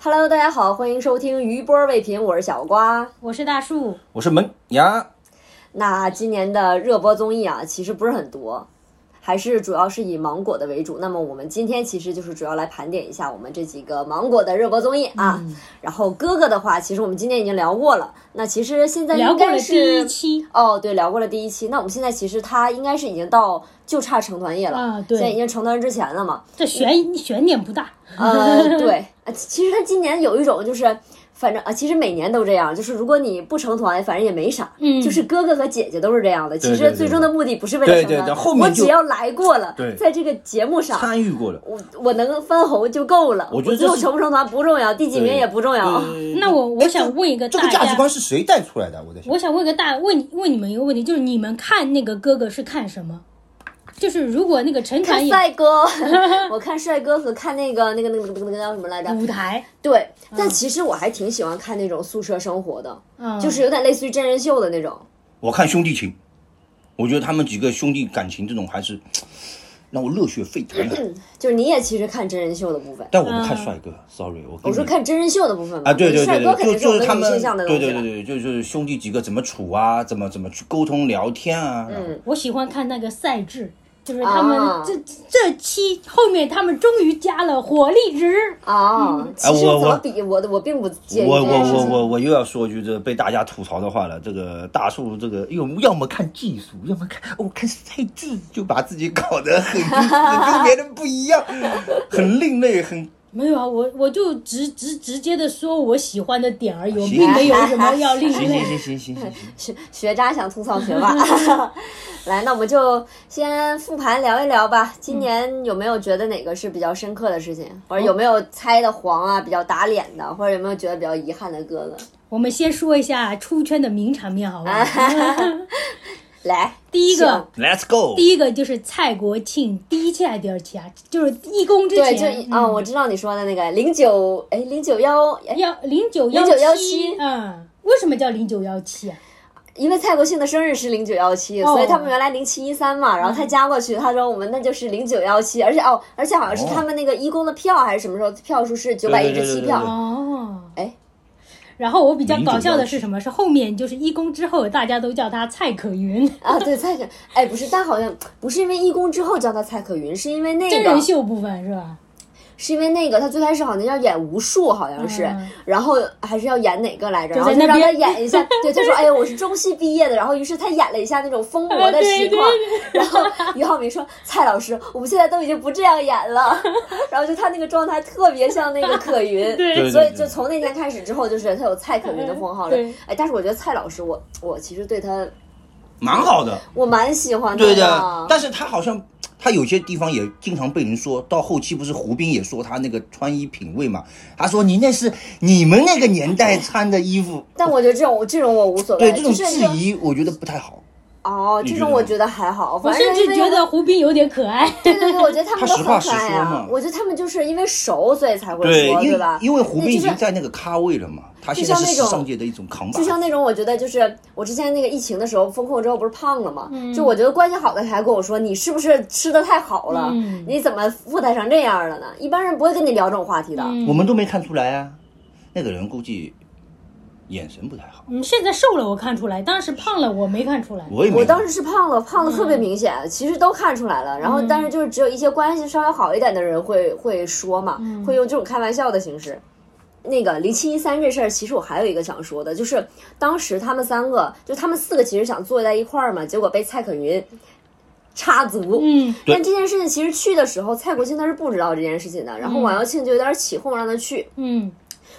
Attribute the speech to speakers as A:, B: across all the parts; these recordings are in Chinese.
A: Hello，大家好，欢迎收听余波未贫，我是小瓜。
B: 我是大树，
C: 我是门
A: 啊
C: 牙，
A: 那今年的热播综艺啊，其实不是很多，还是主要是以芒果的为主。那么我们今天其实就是主要来盘点一下我们这几个芒果的热播综艺啊。
B: 嗯
A: 然后哥哥的话，其实我们今天已经聊过了。那其实现在
B: 聊
A: 应
B: 过
A: 该
B: 了第一
A: 是
B: 期
A: 哦，对，聊过了第一期。那我们现在其实他应该是已经到就差成团夜了，
B: 啊，
A: 现在已
B: 对，
A: 经成团之前了嘛。
B: 这悬悬念不大，
A: 呃，对，呃其其实他今年有一种就是，反正啊，其实每年都这样，就是如果你不成团，反正也没啥，
B: 嗯
A: 就是哥哥和姐姐都是这样的。
C: 对
A: 其
C: 对
A: 实
C: 对
A: 最终的目的不是为了
C: 对
A: 成团，
C: 对对后面
A: 我
C: 就
A: 只要来过了
C: 对，
A: 在这个节目上，
C: 参与过了。
A: 我我能翻红就够了。
C: 我觉得
A: 最
C: 这
A: 后
C: 是
A: 成不成团不重要，第几名也不重要。
B: 那我我想问一个
C: 呃这
B: 大
C: 个价值
B: 家，
C: 观是谁带出来的？我在想，
B: 我想问个大问你问你们一个问题，就是你们看那个哥哥是看什么？就是如果那个成团
A: 看
B: 也
A: 帅 哥，我看帅哥和看那个那个那个那个那个叫什么来着？
B: 舞
C: 嗯
B: 台，
A: 对，但其实我还挺喜欢看那种宿舍生活的，
B: 嗯，
A: 就是有点类似于真人秀的那种。
C: 我看兄弟情，我觉得他们几个兄弟感情这种还是让我热血沸腾的。
A: 就是你也其实看真人秀的部分。
C: 但我不看帅哥，sorry，我跟
A: 啊我
C: 你
A: 说看真人秀的部分嘛，
C: 嗯啊，对对
A: 帅
C: 对
A: 哥肯
C: 对，
A: 定
C: 就是就
A: 我
C: 是他
A: 们女
C: 们，
A: 性向的东
C: 对
A: 西了。
C: 对对对，就是兄弟几个怎么处啊，怎么怎么去沟通聊天啊。嗯，
B: 我喜欢看那个赛制。就是他们
A: 啊
B: 这这期后面，他们终于加了火力值，
A: 啊，
B: 嗯
A: 其实
C: 啊
A: 怎
C: 我
A: 么
C: 我
A: 比我的我并不介意
C: 我
A: 这件
C: 我
A: 事
C: 我
A: 情。
C: 我我又要说一句这被大家吐槽的话了，这个大树这个又要么看技术，要么看我、看赛制，就把自己搞得很跟别人不一样，很另 类，很
B: 没有啊，我我就直直直接的说我喜欢的点而已，我
C: 啊行
B: 并没有什么 要另
C: 行
B: 类
C: 行。行行行行行，
A: 学 学渣想吐槽学霸， 来，那我们就先复盘聊一聊吧。
B: 嗯
A: 今年有没有觉得哪个是比较深刻的事情，
B: 哦
A: 或者有没有猜的黄啊，比较打脸的，或者有没有觉得比较遗憾的哥哥？
B: 我们先说一下出圈的名场面，好不好？
A: 来，
B: 第一
A: 行
B: 个，
C: ，Let's go。
B: 第一个就是蔡国庆第一期还是第二期啊？就是一哦公之
A: 对，
B: 前，嗯
A: 就啊、我知道你说的那个零九哎零九幺哎，
B: 幺零九
A: 0917
B: 七，嗯，为什么叫零九幺七啊？
A: 因为蔡国庆的生日是零九幺七，
B: 哦嗯
A: 所以他们原来零七一三嘛，然后他加过去，他说我们那就是零九幺七，而且哦，而且好像是
C: 哦
A: 他们那个义工的票还是什么时候票数是九百一
C: 对对
A: 十七
C: 对对对
A: 票，
B: 哦，
A: 哎，
B: 然后我比较搞笑的是什么？是后面就是一公之后，大家都叫他蔡可云，
A: 啊，对蔡可，哎不是，但好像不是因为义工之后叫他蔡可云，是因为那
B: 真
A: 个
B: 人秀部分是吧？
A: 是因为那个他最开始好像要演无数，好像是，
B: 嗯
A: 然后还是要演哪个来着，
B: 就
A: 然后
B: 在
A: 就
B: 那
A: 让他
B: 边
A: 演一 下，对，他说哎呀我是中戏毕业的，然后于是他演了一下那种风魔
B: 啊
A: 的
B: 对
A: 实
B: 对
A: 况，然后俞灏明说：“蔡老师，我们现在都已经不这样演了。”然后就他那个状态特别像那个可云， 哎
B: 对
C: 对对
A: 所以
C: 对
A: 就从那天开始之后，就是他有蔡可云的封号了
B: 嗯对。
A: 哎，但是我觉得蔡老师，我我其实对他
C: 蛮好的，
A: 我蛮喜欢他
C: 对的
A: 的。。
C: 但是他好像他有些地方也经常被人说，到后期不是胡兵也说他那个穿衣品味嘛？他说你那是你们那个年代穿的衣服，
A: 但我觉得这种这种我无所谓，
C: 对这种
A: 就是
C: 质
A: 就
C: 疑，我觉得不太好。
A: 哦，
C: 你
A: 这
C: 觉
A: 种
C: 得
A: 我
C: 呢
A: 觉得还好，
B: 我
A: 反正
B: 甚
A: 因为
B: 至觉得胡斌有点可爱。
A: 对对对，我觉得他们
C: 他
A: 都
C: 实
A: 很
C: 话
A: 可
C: 实
A: 爱
C: 说
A: 啊
C: 嘛。
A: 我觉得他们就是因为熟，所以才会说，
C: 因
A: 对
C: 为
A: 吧？
C: 因为胡
A: 那
C: 兵
A: 就
C: 已
A: 是
C: 经在那个咖位了嘛，他
A: 就
C: 现在
A: 像
C: 是
A: 那
C: 时
A: 种
C: 尚界的一种扛把
A: 就
C: 子。
A: 像那种，我觉得就是我之前那个疫情的时候，封控之后不是胖了嘛，就我觉得关系好的还跟我说，你是不是吃的太好了？
B: 嗯
A: 你怎么富态成这样了呢？一般人不会跟你聊这种话题的。
C: 我们都没看出来啊，那个人估计眼神不太好。
B: 嗯，现在瘦了我看出来，当时胖了我没看出来。
C: 我也没
A: 我
C: 有
A: 当时是胖了，胖的特别明显，其实都看出来了。然后，但是就是只有一些关系稍微好一点的人会会说嘛，会用这种开玩笑的形式。那个零七一三这事儿，其实我还有一个想说的，就是当时他们三个，就他们四个其实想坐在一块儿嘛，结果被蔡可云插足。
B: 嗯，
C: 对
A: 但这件事情其实去的时候，蔡国庆他是不知道这件事情的，然后王耀庆就有点起哄让他去。
B: 嗯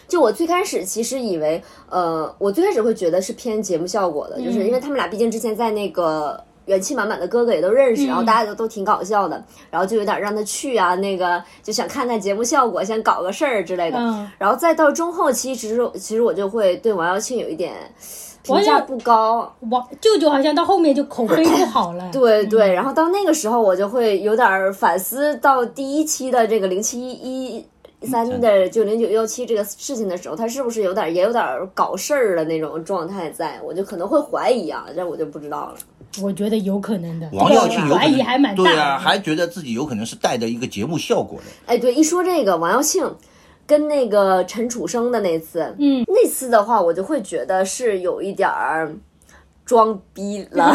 A: 就我最开始其实以为，呃，我最开始会觉得是偏节目效果的，就是因为他们俩毕竟之前在那个。元气满满的哥哥也都认识，然后大家都都挺搞笑的，然后就有点让他去啊，那个就想看看节目效果，想搞个事儿之类的。
B: 嗯，
A: 然后再到中后期，其实其实我就会对王耀庆有一点评
B: 王
A: 价
B: 耀
A: 不高，
B: 王舅舅好像到后面就口碑不好了。
A: 对对。然后到那个时候，我就会有点儿反思到第一期的这个零七一三的就零九幺七这个事情的时候，他是不是有点儿也有点儿搞事儿的那种状态在？我就可能会怀疑啊，这我就不知道了。
B: 我觉得有可能的。
C: 王耀庆有
B: 怀
C: 可
B: 疑
C: 能
B: 还蛮大的。
C: 对啊，还觉得自己有可能是带着一个节目效果的。
A: 哎，对，一说这个王耀庆，跟那个陈楚生的那次，
B: 嗯，
A: 那次的话，我就会觉得是有一点儿装逼了，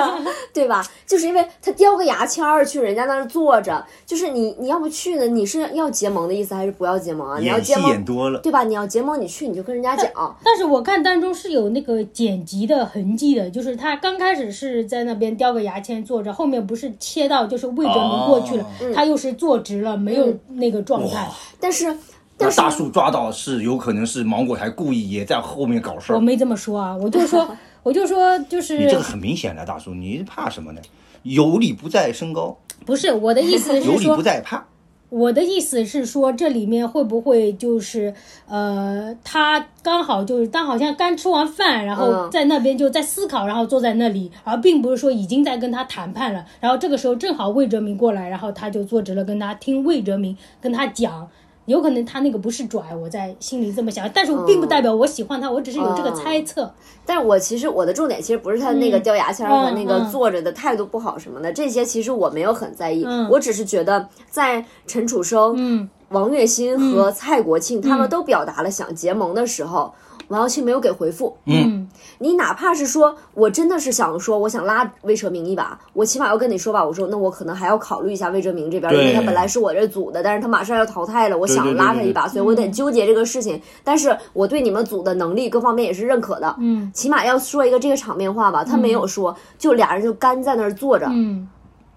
A: 对吧？就是因为他叼个牙签儿去人家那儿坐着，就是你你要不去呢？你是要结盟的意思还是不要结盟啊？你要
C: 演戏
A: 结
C: 演
A: 盟，
C: 多哎了，
A: 对吧？你要结盟，你去你就跟人家讲，
B: 但是我看当中是有那个剪辑的痕迹的，就是他刚开始是在那边叼个牙签坐着，后面不是切到就是魏哲鸣过去了，
C: 哦嗯
B: 他又是坐直了，没有那个状态。
A: 但是
C: 那
A: 但是
C: 大树抓到是有可能是芒果台故意也在后面搞事
B: 我
C: 儿，
B: 没这么说啊，我就说，我就说，就是
C: 你这个很明显的，大叔，你怕什么呢？有理不在身高，
B: 不是我的意思
C: 有
B: 是
C: 理不
B: 说，
C: 在怕。
B: 我的意思是说，这里面会不会就是呃，他刚好就是当好像刚吃完饭，然后
A: 嗯
B: 在那边就在思考，然后坐在那里，而并不是说已经在跟他谈判了。然后这个时候正好魏哲鸣过来，然后他就坐直了，跟他听魏哲鸣跟他讲。有可能他那个不是拽，我在心里这么想，但是我并不代表我喜欢他，我只是有这个
A: 嗯
B: 猜测。
A: 但是我其实我的重点其实不是他那个掉牙签儿和
B: 嗯
A: 那个
B: 嗯
A: 坐着的态度不好什么的，这些其实我没有很在意，
B: 嗯
A: 我只是觉得在陈楚生、
B: 嗯
A: 王栎鑫和蔡国庆、他们都表达了想结盟的时候，王耀庆没有给回复。
B: 嗯
A: 你哪怕是说我真的是想说，我想拉魏哲鸣一把，我起码要跟你说吧，我说那我可能还要考虑一下魏哲鸣这边，因
C: 对
A: 为他本来是我这组的，但是他马上要淘汰了，我
C: 对对
A: 想
C: 对
A: 拉
C: 对
A: 他一把，所以我得纠结这个事情。但是我对你们组的能力各方面也是认可的，
B: 嗯
A: 起码要说一个这个场面话吧。他没有说，就俩人就干在那儿坐着，
B: 嗯，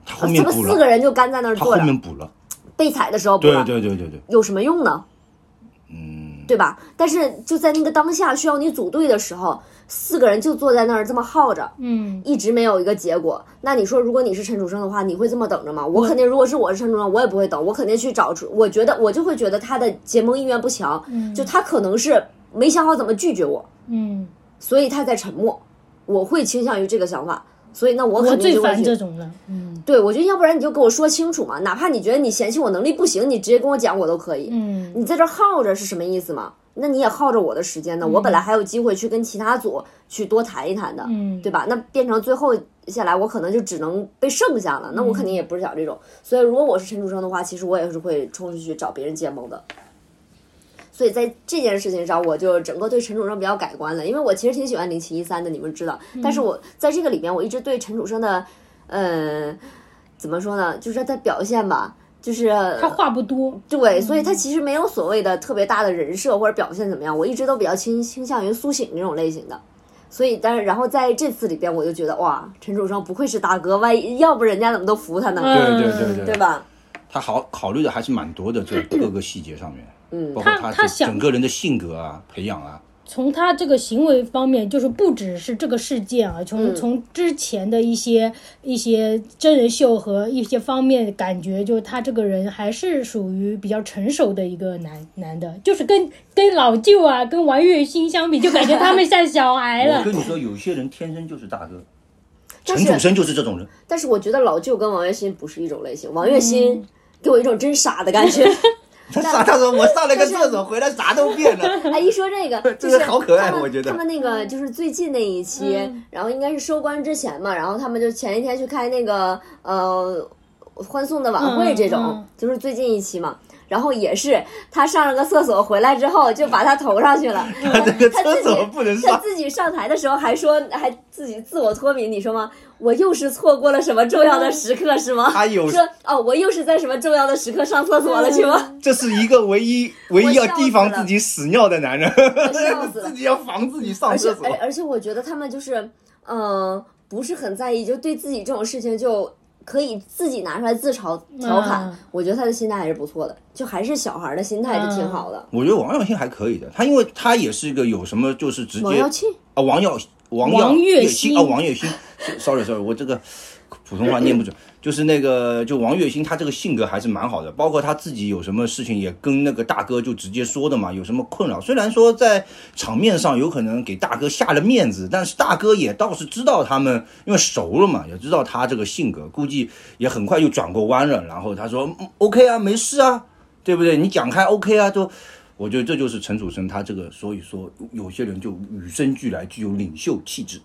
C: 他后
A: 他
C: 面
A: 们
C: 补
A: 四个
C: 了，
A: 人就干在那儿
C: 他
A: 坐
C: 后
A: 着，
C: 面补了，
A: 被踩的时候不
C: 对
A: 让
C: 对对对对，
A: 有什么用呢？
C: 嗯，
A: 对吧？但是就在那个当下需要你组队的时候，四个人就坐在那儿这么耗着，
B: 嗯，
A: 一直没有一个结果。那你说，如果你是陈楚生的话，你会这么等着吗？我肯定，如果是我是陈楚生，我也不会等，我肯定去找出。我觉得我就会觉得他的结盟意愿不强，就他可能是没想好怎么拒绝我，
B: 嗯，
A: 所以他在沉默。我会倾向于这个想法，所以那我
B: 我
A: 肯定
B: 最
A: 就会
B: 烦
A: 去
B: 这种了。嗯
A: 对，我觉得要不然你就跟我说清楚嘛，哪怕你觉得你嫌弃我能力不行，你直接跟我讲，我都可以。
B: 嗯。
A: 你在这儿耗着是什么意思嘛？那你也耗着我的时间呢，我本来还有机会去跟其他组去多谈一谈的，
B: 嗯
A: 对吧？那变成最后下来，我可能就只能被剩下了，那我肯定也不是想这种。所以如果我是陈楚生的话，其实我也是会冲出去找别人结盟的。所以在这件事情上，我就整个对陈楚生比较改观了，因为我其实挺喜欢零七一三的，你们知道。但是我在这个里面，我一直对陈楚生的，呃，怎么说呢？就是他表现吧，就是
B: 他话不多，
A: 对，所以他其实没有所谓的特别大的人设或者表现怎么样，我一直都比较倾倾向于苏醒这种类型的。所以，但是然后在这次里边，我就觉得哇，陈楚生不愧是大哥，万一要不人家怎么都服他呢，
B: 嗯
C: 对对对
A: 对吧？
C: 他好考虑的还是蛮多的， 这各个细节上面，
A: 嗯
C: 包括
B: 他他
C: 整
B: 想
C: 整个人的性格啊、培养啊，
B: 从他这个行为方面，就是不只是这个事件啊，从、从之前的一些一些真人秀和一些方面，感觉就他这个人还是属于比较成熟的一个男男的，就是跟跟老舅啊，跟王栎鑫相比，就感觉他们像小孩
C: 我
B: 了。
C: 跟你说，有些人天生就是大哥，陈
A: 但
C: 楚
A: 哎是，
C: 生就是这种人，
A: 但是我觉得老舅跟王栎鑫不是一种类型，王栎鑫给我一种真傻的感觉。
C: 他傻，他说我
A: 哎
C: 上了个厕所回来啥都 变了，
A: 哎，一说这个，
C: 这
A: 就
C: 个
A: 是
C: 好可爱
A: 他们
C: 我觉得
A: 他们那个就是最近那一期，
B: 嗯
A: 然后应该是收官之前嘛，然后他们就前一天去开那个呃欢送的晚会，这种、
B: 嗯嗯
A: 就是最近一期嘛。然后也是他上了个厕所回来之后，就把他投上去了。
C: 他这个
A: 他
C: 嗯厕
A: 自
C: 所
A: 己
C: 不能
A: 他
C: 上。
A: 自己上台的时候还说，还自己自我脱敏，你说吗？我又是错过了什么重
B: 嗯
A: 要的时刻是吗？
C: 他有
A: 说哦，我又是在什么重要的时刻上厕所
B: 嗯
A: 了是吗？
C: 这是一个唯一唯一要提防自己屎尿的男人，
A: 笑死了
C: 自己要防自己上
A: 而且哎
C: 厕所
A: 而。而且我觉得他们就是，嗯、不是很在意，就对自己这种事情就可以自己拿出来自嘲调侃。
B: 嗯
A: 我觉得他的心态还是不错的，就还是小孩儿的心态是挺好的。
C: 我觉得王耀庆还可以的，他因为他也是一个有什么就是直
A: 王
C: 接
A: 耀庆，
C: 啊王耀王
B: 王
C: 耀
B: 栎
C: 鑫
B: 鑫
C: 啊王栎 鑫，sorry sorry，我这个普通话念不准，就是那个就王栎鑫他这个性格还是蛮好的，包括他自己有什么事情也跟那个大哥就直接说的嘛，有什么困扰，虽然说在场面上有可能给大哥下了面子，但是大哥也倒是知道他们因为熟了嘛，也知道他这个性格，估计也很快就转过弯了，然后他说、嗯、OK 啊，没事啊，对不对？你讲开 OK 啊，就。我觉得这就是陈楚生他这个，所以说有些人就与生俱来具有领袖气质，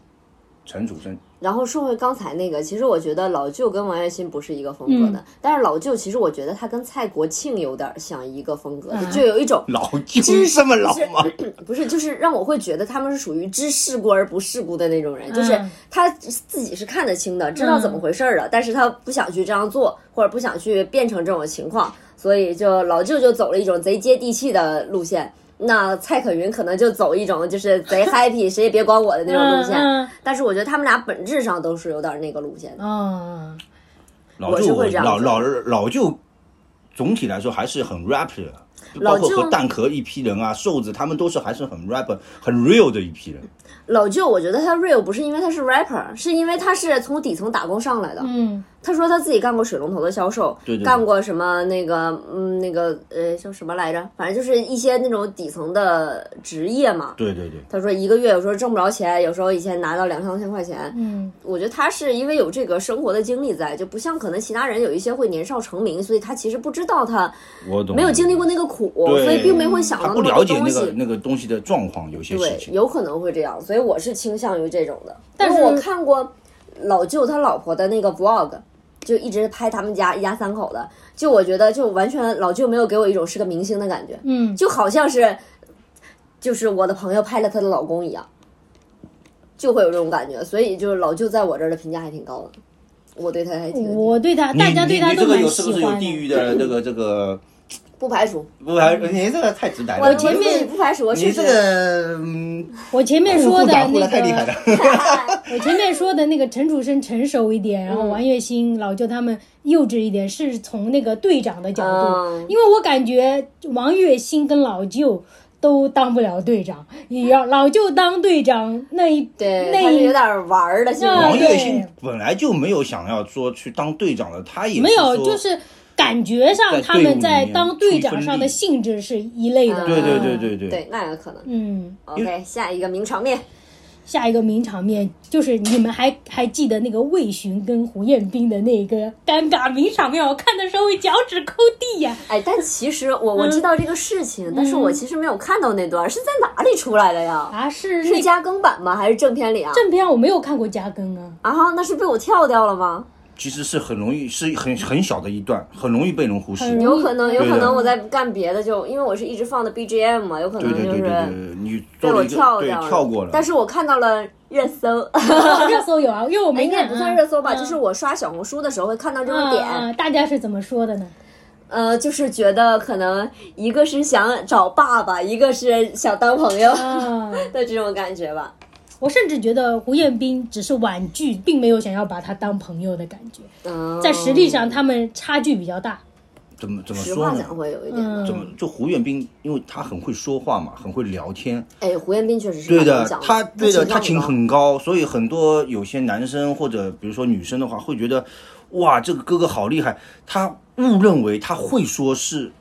C: 陈楚生，
A: 然后说回刚才那个，其实我觉得老舅跟王栎鑫不是一个风格的，但是老舅其实我觉得他跟蔡国庆有点像一个风格的，就有一种
C: 老舅这么老吗？
A: 不是，就是让我会觉得他们是属于知世故而不世故的那种人，就是
B: 嗯
A: 他自己是看得清的，知道怎么回事儿的，但是他不想去这样做，或者不想去变成这种情况，所以就老舅就走了一种贼接地气的路线。那蔡可云可能就走一种就是贼 happy，谁也别管我的那种路线。
B: 嗯
A: 但是我觉得他们俩本质上都是有点那个路线的。
B: 嗯
C: 老
A: 我是
C: 舅
A: 会这样
C: 老
A: 子
C: 老老舅，总体来说还是很 rap 的，包
A: 老
C: 括
A: 舅
C: 和蛋壳一批人啊、瘦子他们都是还是很 rap、很 real 的一批人。
A: 老舅，我觉得他 real 不是因为他是 rapper，是因为他是从底层打工上来的。
B: 嗯
A: 他说他自己干过水龙头的销售，
C: 对对对
A: 干过什么那个嗯那个呃叫什么来着，反正就是一些那种底层的职业嘛。
C: 对对对，
A: 他说一个月有时候挣不着钱，有时候以前拿到两三千块钱。
B: 嗯
A: 我觉得他是因为有这个生活的经历在，就不像可能其他人有一些会年少成名，所以他其实不知道他
C: 我懂。
A: 没有经历过那个苦，
C: 对
A: 所以并没会想
C: 他
A: 到
C: 不
A: 那么
C: 了
A: 多
C: 解
A: 东
C: 那
A: 西。
C: 个那个东西的状况，有些事
A: 对，
C: 情。
A: 有可能会这样，所以我是倾向于这种的。
B: 但
A: 因为我
B: 是
A: 看过老舅他老婆的那个 vlog，就一直拍他们家一家三口的，就我觉得就完全老舅没有给我一种是个明星的感觉，
B: 嗯，
A: 就好像是就是我的朋友拍了她的老公一样，就会有这种感觉。所以就是老舅在我这儿的评价还挺高的，我对他还挺
B: 我对他，
C: 你
B: 大家对
C: 你
B: 他
C: 你这
B: 都
C: 个
B: 蛮
C: 有
B: 喜
C: 是不是有
B: 欢
C: 地
B: 的。
C: 域的这个这个？
A: 不排除。
C: 不还你这个太直白
A: 我
C: 了
A: 的。前面不排除，我
C: 你
A: 是
C: 这个嗯，
B: 我前面说
C: 互
B: 的
C: 打互
B: 那
C: 的太厉害了
B: 个，。我前面说的那个陈楚生成熟一点，
A: 嗯
B: 然后王栎鑫、老舅他们幼稚一点，是从那个队长的角度，
A: 嗯
B: 因为我感觉王栎鑫跟老舅都当不了队长，也要老舅当队长那一
A: 对，
B: 那
A: 他是有
B: 一
A: 点玩儿的性格。
B: 啊
C: 王栎
B: 对
C: 鑫本来就没有想要说去当队长的，他也
B: 没有，
C: 说
B: 就是感觉上
C: 在
B: 他
C: 队伍
B: 们
C: 里
B: 在
C: 面
B: 当队
C: 出一
B: 长
C: 份
B: 上
C: 力
B: 的性质是一类
A: 嗯
B: 的。
C: 对对对对
A: 对
C: 对，
A: 那有可能。
B: 嗯，
A: OK，下一个名场面，
B: 下一个名场面就是你们还还记得那个魏巡跟胡彦斌的那个尴尬名场面？我看的时候脚趾抠地呀、
A: 哎，但其实我我知
B: 嗯
A: 道这个事情，但是我其实没有看到那段，是在哪里出来的呀？
B: 啊！是
A: 是
B: 那
A: 加更版吗？还是正片里啊？
B: 正片我没有看过加更 啊。
A: 啊哈，那是被我跳掉了吗？
C: 其实是很容易，是很很小的一段，很容易被人忽视。
B: 很容易
A: 有可能，有
C: 对
A: 可
C: 的
A: 能我在干别的就，因为我是一直放的 BGM 嘛，有可
C: 对
A: 能
C: 对
A: 就
C: 对对
A: 是
C: 对，你
A: 被
C: 做
A: 我
C: 了一个
A: 跳
C: 对
A: 掉了。
C: 跳过了，
A: 但是我看到了热搜，
B: 热搜有啊，因为我
A: 哎
B: 没
A: 应该
B: 看，
A: 也不算热搜吧，
B: 嗯
A: 就是我刷小红书的时候会看到这
B: 嗯
A: 种点，
B: 嗯大家是怎么说 的呢？
A: 呃，就是觉得可能一个是想找爸爸，一个是想当朋友
B: 啊，
A: 的这种感觉吧。
B: 我甚至觉得胡彦斌只是婉拒，并没有想要把他当朋友的感觉，
A: 嗯，
B: 在实力上他们差距比较大。
C: 怎么怎么
A: 实
C: 说
A: 话
C: 呢
A: 讲？会有一点吧。
C: 怎
B: 嗯，
C: 么就胡彦斌，因为他很会说话嘛，很会聊天，
A: 哎，胡彦斌确实是
C: 对
A: 蛮
C: 的
A: 能讲，
C: 他对的，他
A: 情
C: 情
A: 商高
C: 很高，所以很多有些男生或者比如说女生的话，会觉得哇，这个哥哥好厉害，他误认为他会说是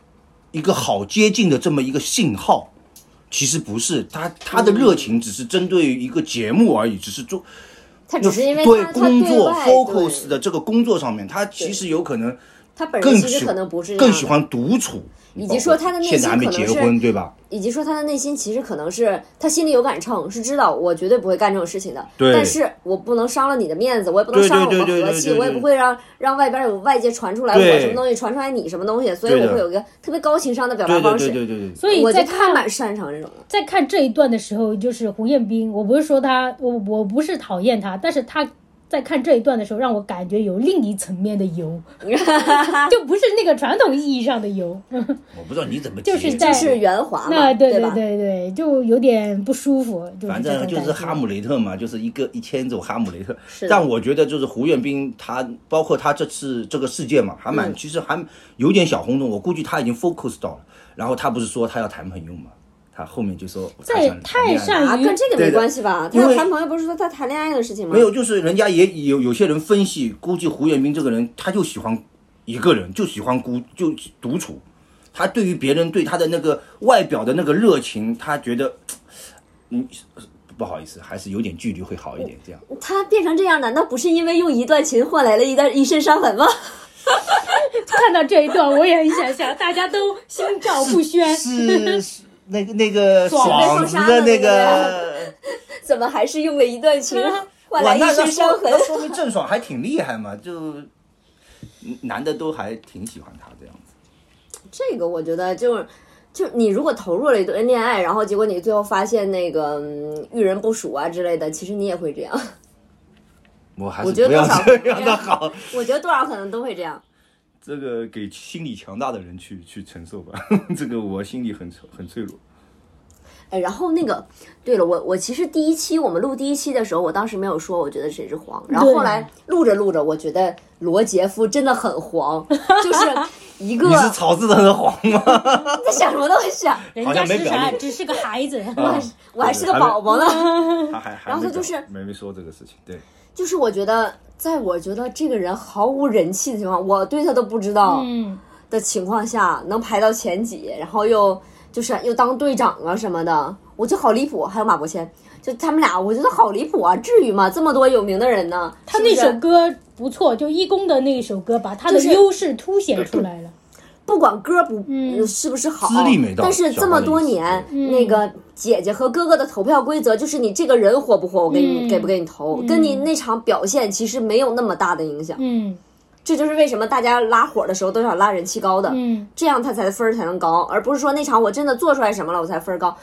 C: 一个好接近的这么一个信号，其实不是，他他
A: 嗯
C: 的热情只是针对于一个节目而已，只是做
A: 他只是因为
C: 对
A: 他他
C: 工作
A: 外
C: focus
A: 对
C: 的这个工作上面，他其实有可能
A: 他本
C: 更
A: 人其实
C: 喜
A: 可能不是这样
C: 更
A: 的
C: 喜，欢独处，
A: 以及说他的内心
C: 现在还没
A: 可能
C: 结
A: 是
C: 婚，对吧？
A: 以及说他的内心其实可能是他心里有杆秤，是知道我绝对不会干这种事情的。
C: 对
A: 但是我不能伤了你的面子，我也不能
C: 对对
A: 伤了我
C: 对
A: 们
C: 对
A: 和
C: 对
A: 气，
C: 对
A: 我也不
C: 对
A: 会让让外边有外界传出来
C: 对
A: 我什么东西传出来你什么东西，所以
C: 对的
A: 我会有一个特别高情商的表达
C: 对对
A: 方
C: 对
A: 式。
C: 对对对，
B: 所以
A: 我
B: 在
A: 觉得他
B: 看
A: 蛮擅长这种的。
B: 在看这一段的时候，就是胡彦斌，我不是说他，我我不是讨厌他，但是他在看这一段的时候，让我感觉有另一层面的油， 就不是那个传统意义上的油，
C: 我不知道你怎么
B: 就是
C: 接
B: 在
A: 是圆滑嘛，
B: 那对
A: 吧？
B: 对对，就有点不舒服，就是
C: 反
B: 这种
C: 正就是
B: 感觉
C: 哈姆雷特嘛，就是一个一千种哈姆雷特。
A: 是的
C: 但我觉得就是胡彦斌他，包括他这次这个事件嘛，还蛮、其实还有点小轰动。我估计他已经 focus 到了。然后他不是说他要谈朋友嘛，他后面就说
B: 在
C: 想谈
B: 太
C: 恋爱
B: 善
A: 啊，
B: 于
A: 跟这个
C: 对
A: 没
C: 的
A: 关系吧？他
C: 因
A: 的
C: 为
A: 谈朋友不是说他谈恋爱的事情吗？
C: 没有，就是人家也有有些人分析，估计胡彦斌这个人他就喜欢一个人，就喜欢孤就独处。他对于别人对他的那个外表的那个热情，他觉得，嗯，不好意思，还是有点距离会好一点。这样，
A: 他变成这样，难道不是因为用一段琴换来了一段一身伤痕吗？
B: 看到这一段，我也很想笑，大家都心照 不宣。
C: 是是那个那个
B: 爽
C: 爽
A: 被
C: 子
A: 封杀
C: 的
A: 了
C: 那
A: 那个
C: 个，
A: 怎么还是用了一段琴？换
C: 哇，
A: 来一
C: 那那
A: 身伤
C: 说
A: 痕
C: 那。说明郑爽还挺厉害嘛，就嗯男的都还挺喜欢他这样子。
A: 这个我觉得就是，就你如果投入了一段恋爱，然后结果你最后发现那个、嗯遇人不淑啊之类的，其实你也会这样。
C: 我还
A: 我
C: 是
A: 觉得
C: 不要
A: 多少
C: 这样的好，
A: 我觉得多少可能都会这样。
C: 这个给心理强大的人去去承受吧。 这个我心里很很脆弱。
A: 哎，然后那个，对了，我我其实第一期我们录第一期的时候，我当时没有说，我觉得谁是黄。然后后来录着录着，我觉得罗杰夫真的很黄，就是一个
C: 你是草字头的黄吗？
A: 在想什么东西啊？
B: 人
C: 好
B: 家
C: 像没
B: 是
C: 表
B: 啥，
C: 面
B: 只是个孩子。
C: 啊
A: 我还是个宝宝呢。
B: 嗯
C: 他还还
A: 然后
C: 没
A: 他就
C: 讲
A: 是
C: 没没说这个事情，对，
A: 就是我觉得，在我觉得这个人毫无人气的情况下，我对他都不知道
B: 嗯，
A: 的情况下，能排到前几，然后又就是又当队长啊什么的，我觉得好离谱。还有马伯骞，就他们俩，我觉得好离谱啊！至于吗？这么多有名的人呢，
B: 他
A: 是不
B: 那
A: 是
B: 首歌不错，就义工的那一首歌，把他的
A: 就是
B: 优势凸显出来了。
A: 不管歌不、
B: 嗯
A: 是不是好，
C: 资历没到
A: 但是这么多
C: 小
A: 年
C: 花，
A: 那个姐姐和哥哥的投票规则就是你这个人火不火，我给你、
B: 嗯
A: 给不给你投，跟你那场表现其实没有那么大的影响。
B: 嗯
A: 这就是为什么大家拉火的时候都想拉人气高的，
B: 嗯，
A: 这样他才分儿才能高，而不是说那场我真的做出来什么了我才分儿高，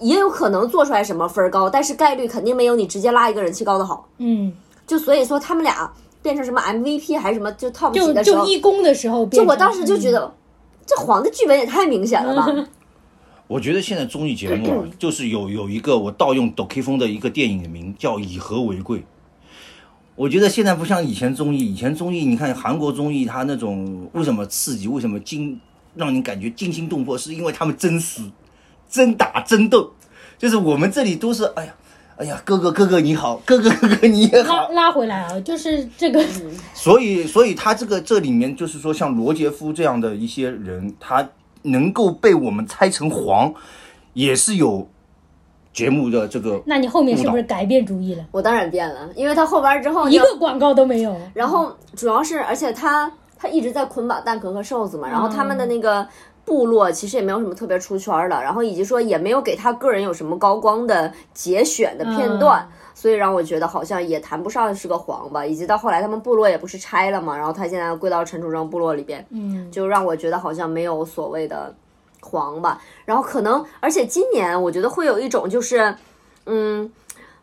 A: 也有可能做出来什么分儿高，但是概率肯定没有你直接拉一个人气高的好。
B: 嗯，
A: 就所以说他们俩变成什么 MVP 还是什么就 top 几
B: 就
A: 的时
B: 就
A: 候，
B: 义工的时候变
A: 就
B: 成，嗯
A: 我当时就觉得。这黄的剧本也太明显了吧！
C: 我觉得现在综艺节目啊，就是有有一个我盗用抖 K 风的一个电影名叫《以和为贵》。我觉得现在不像以前综艺，以前综艺你看韩国综艺，它那种为什么刺激，为什么惊，让你感觉惊心动魄，是因为他们真实、真打、真斗。就是我们这里都是，哎呀，哎呀，哥哥哥哥你好，哥哥哥哥你也好
B: 拉，拉回来啊，就是这个，
A: 嗯
C: 所以，所以他这个这里面就是说，像罗杰夫这样的一些人，他能够被我们猜成黄，也是有节目的这个
B: 那你后面是不是改变主意了？
A: 我当然变了，因为他后边儿之后
B: 一
A: 就
B: 个广告都没有。
A: 然后主要是，而且他他一直在捆绑蛋壳和瘦子嘛，然后他们的那个部落其实也没有什么特别出圈的，然后以及说也没有给他个人有什么高光的节选的片段，所以让我觉得好像也谈不上是个黄吧。以及到后来他们部落也不是拆了嘛，然后他现在归到陈楚生部落里边，
B: 嗯，
A: 就让我觉得好像没有所谓的黄吧。然后可能，而且今年我觉得会有一种就是，嗯，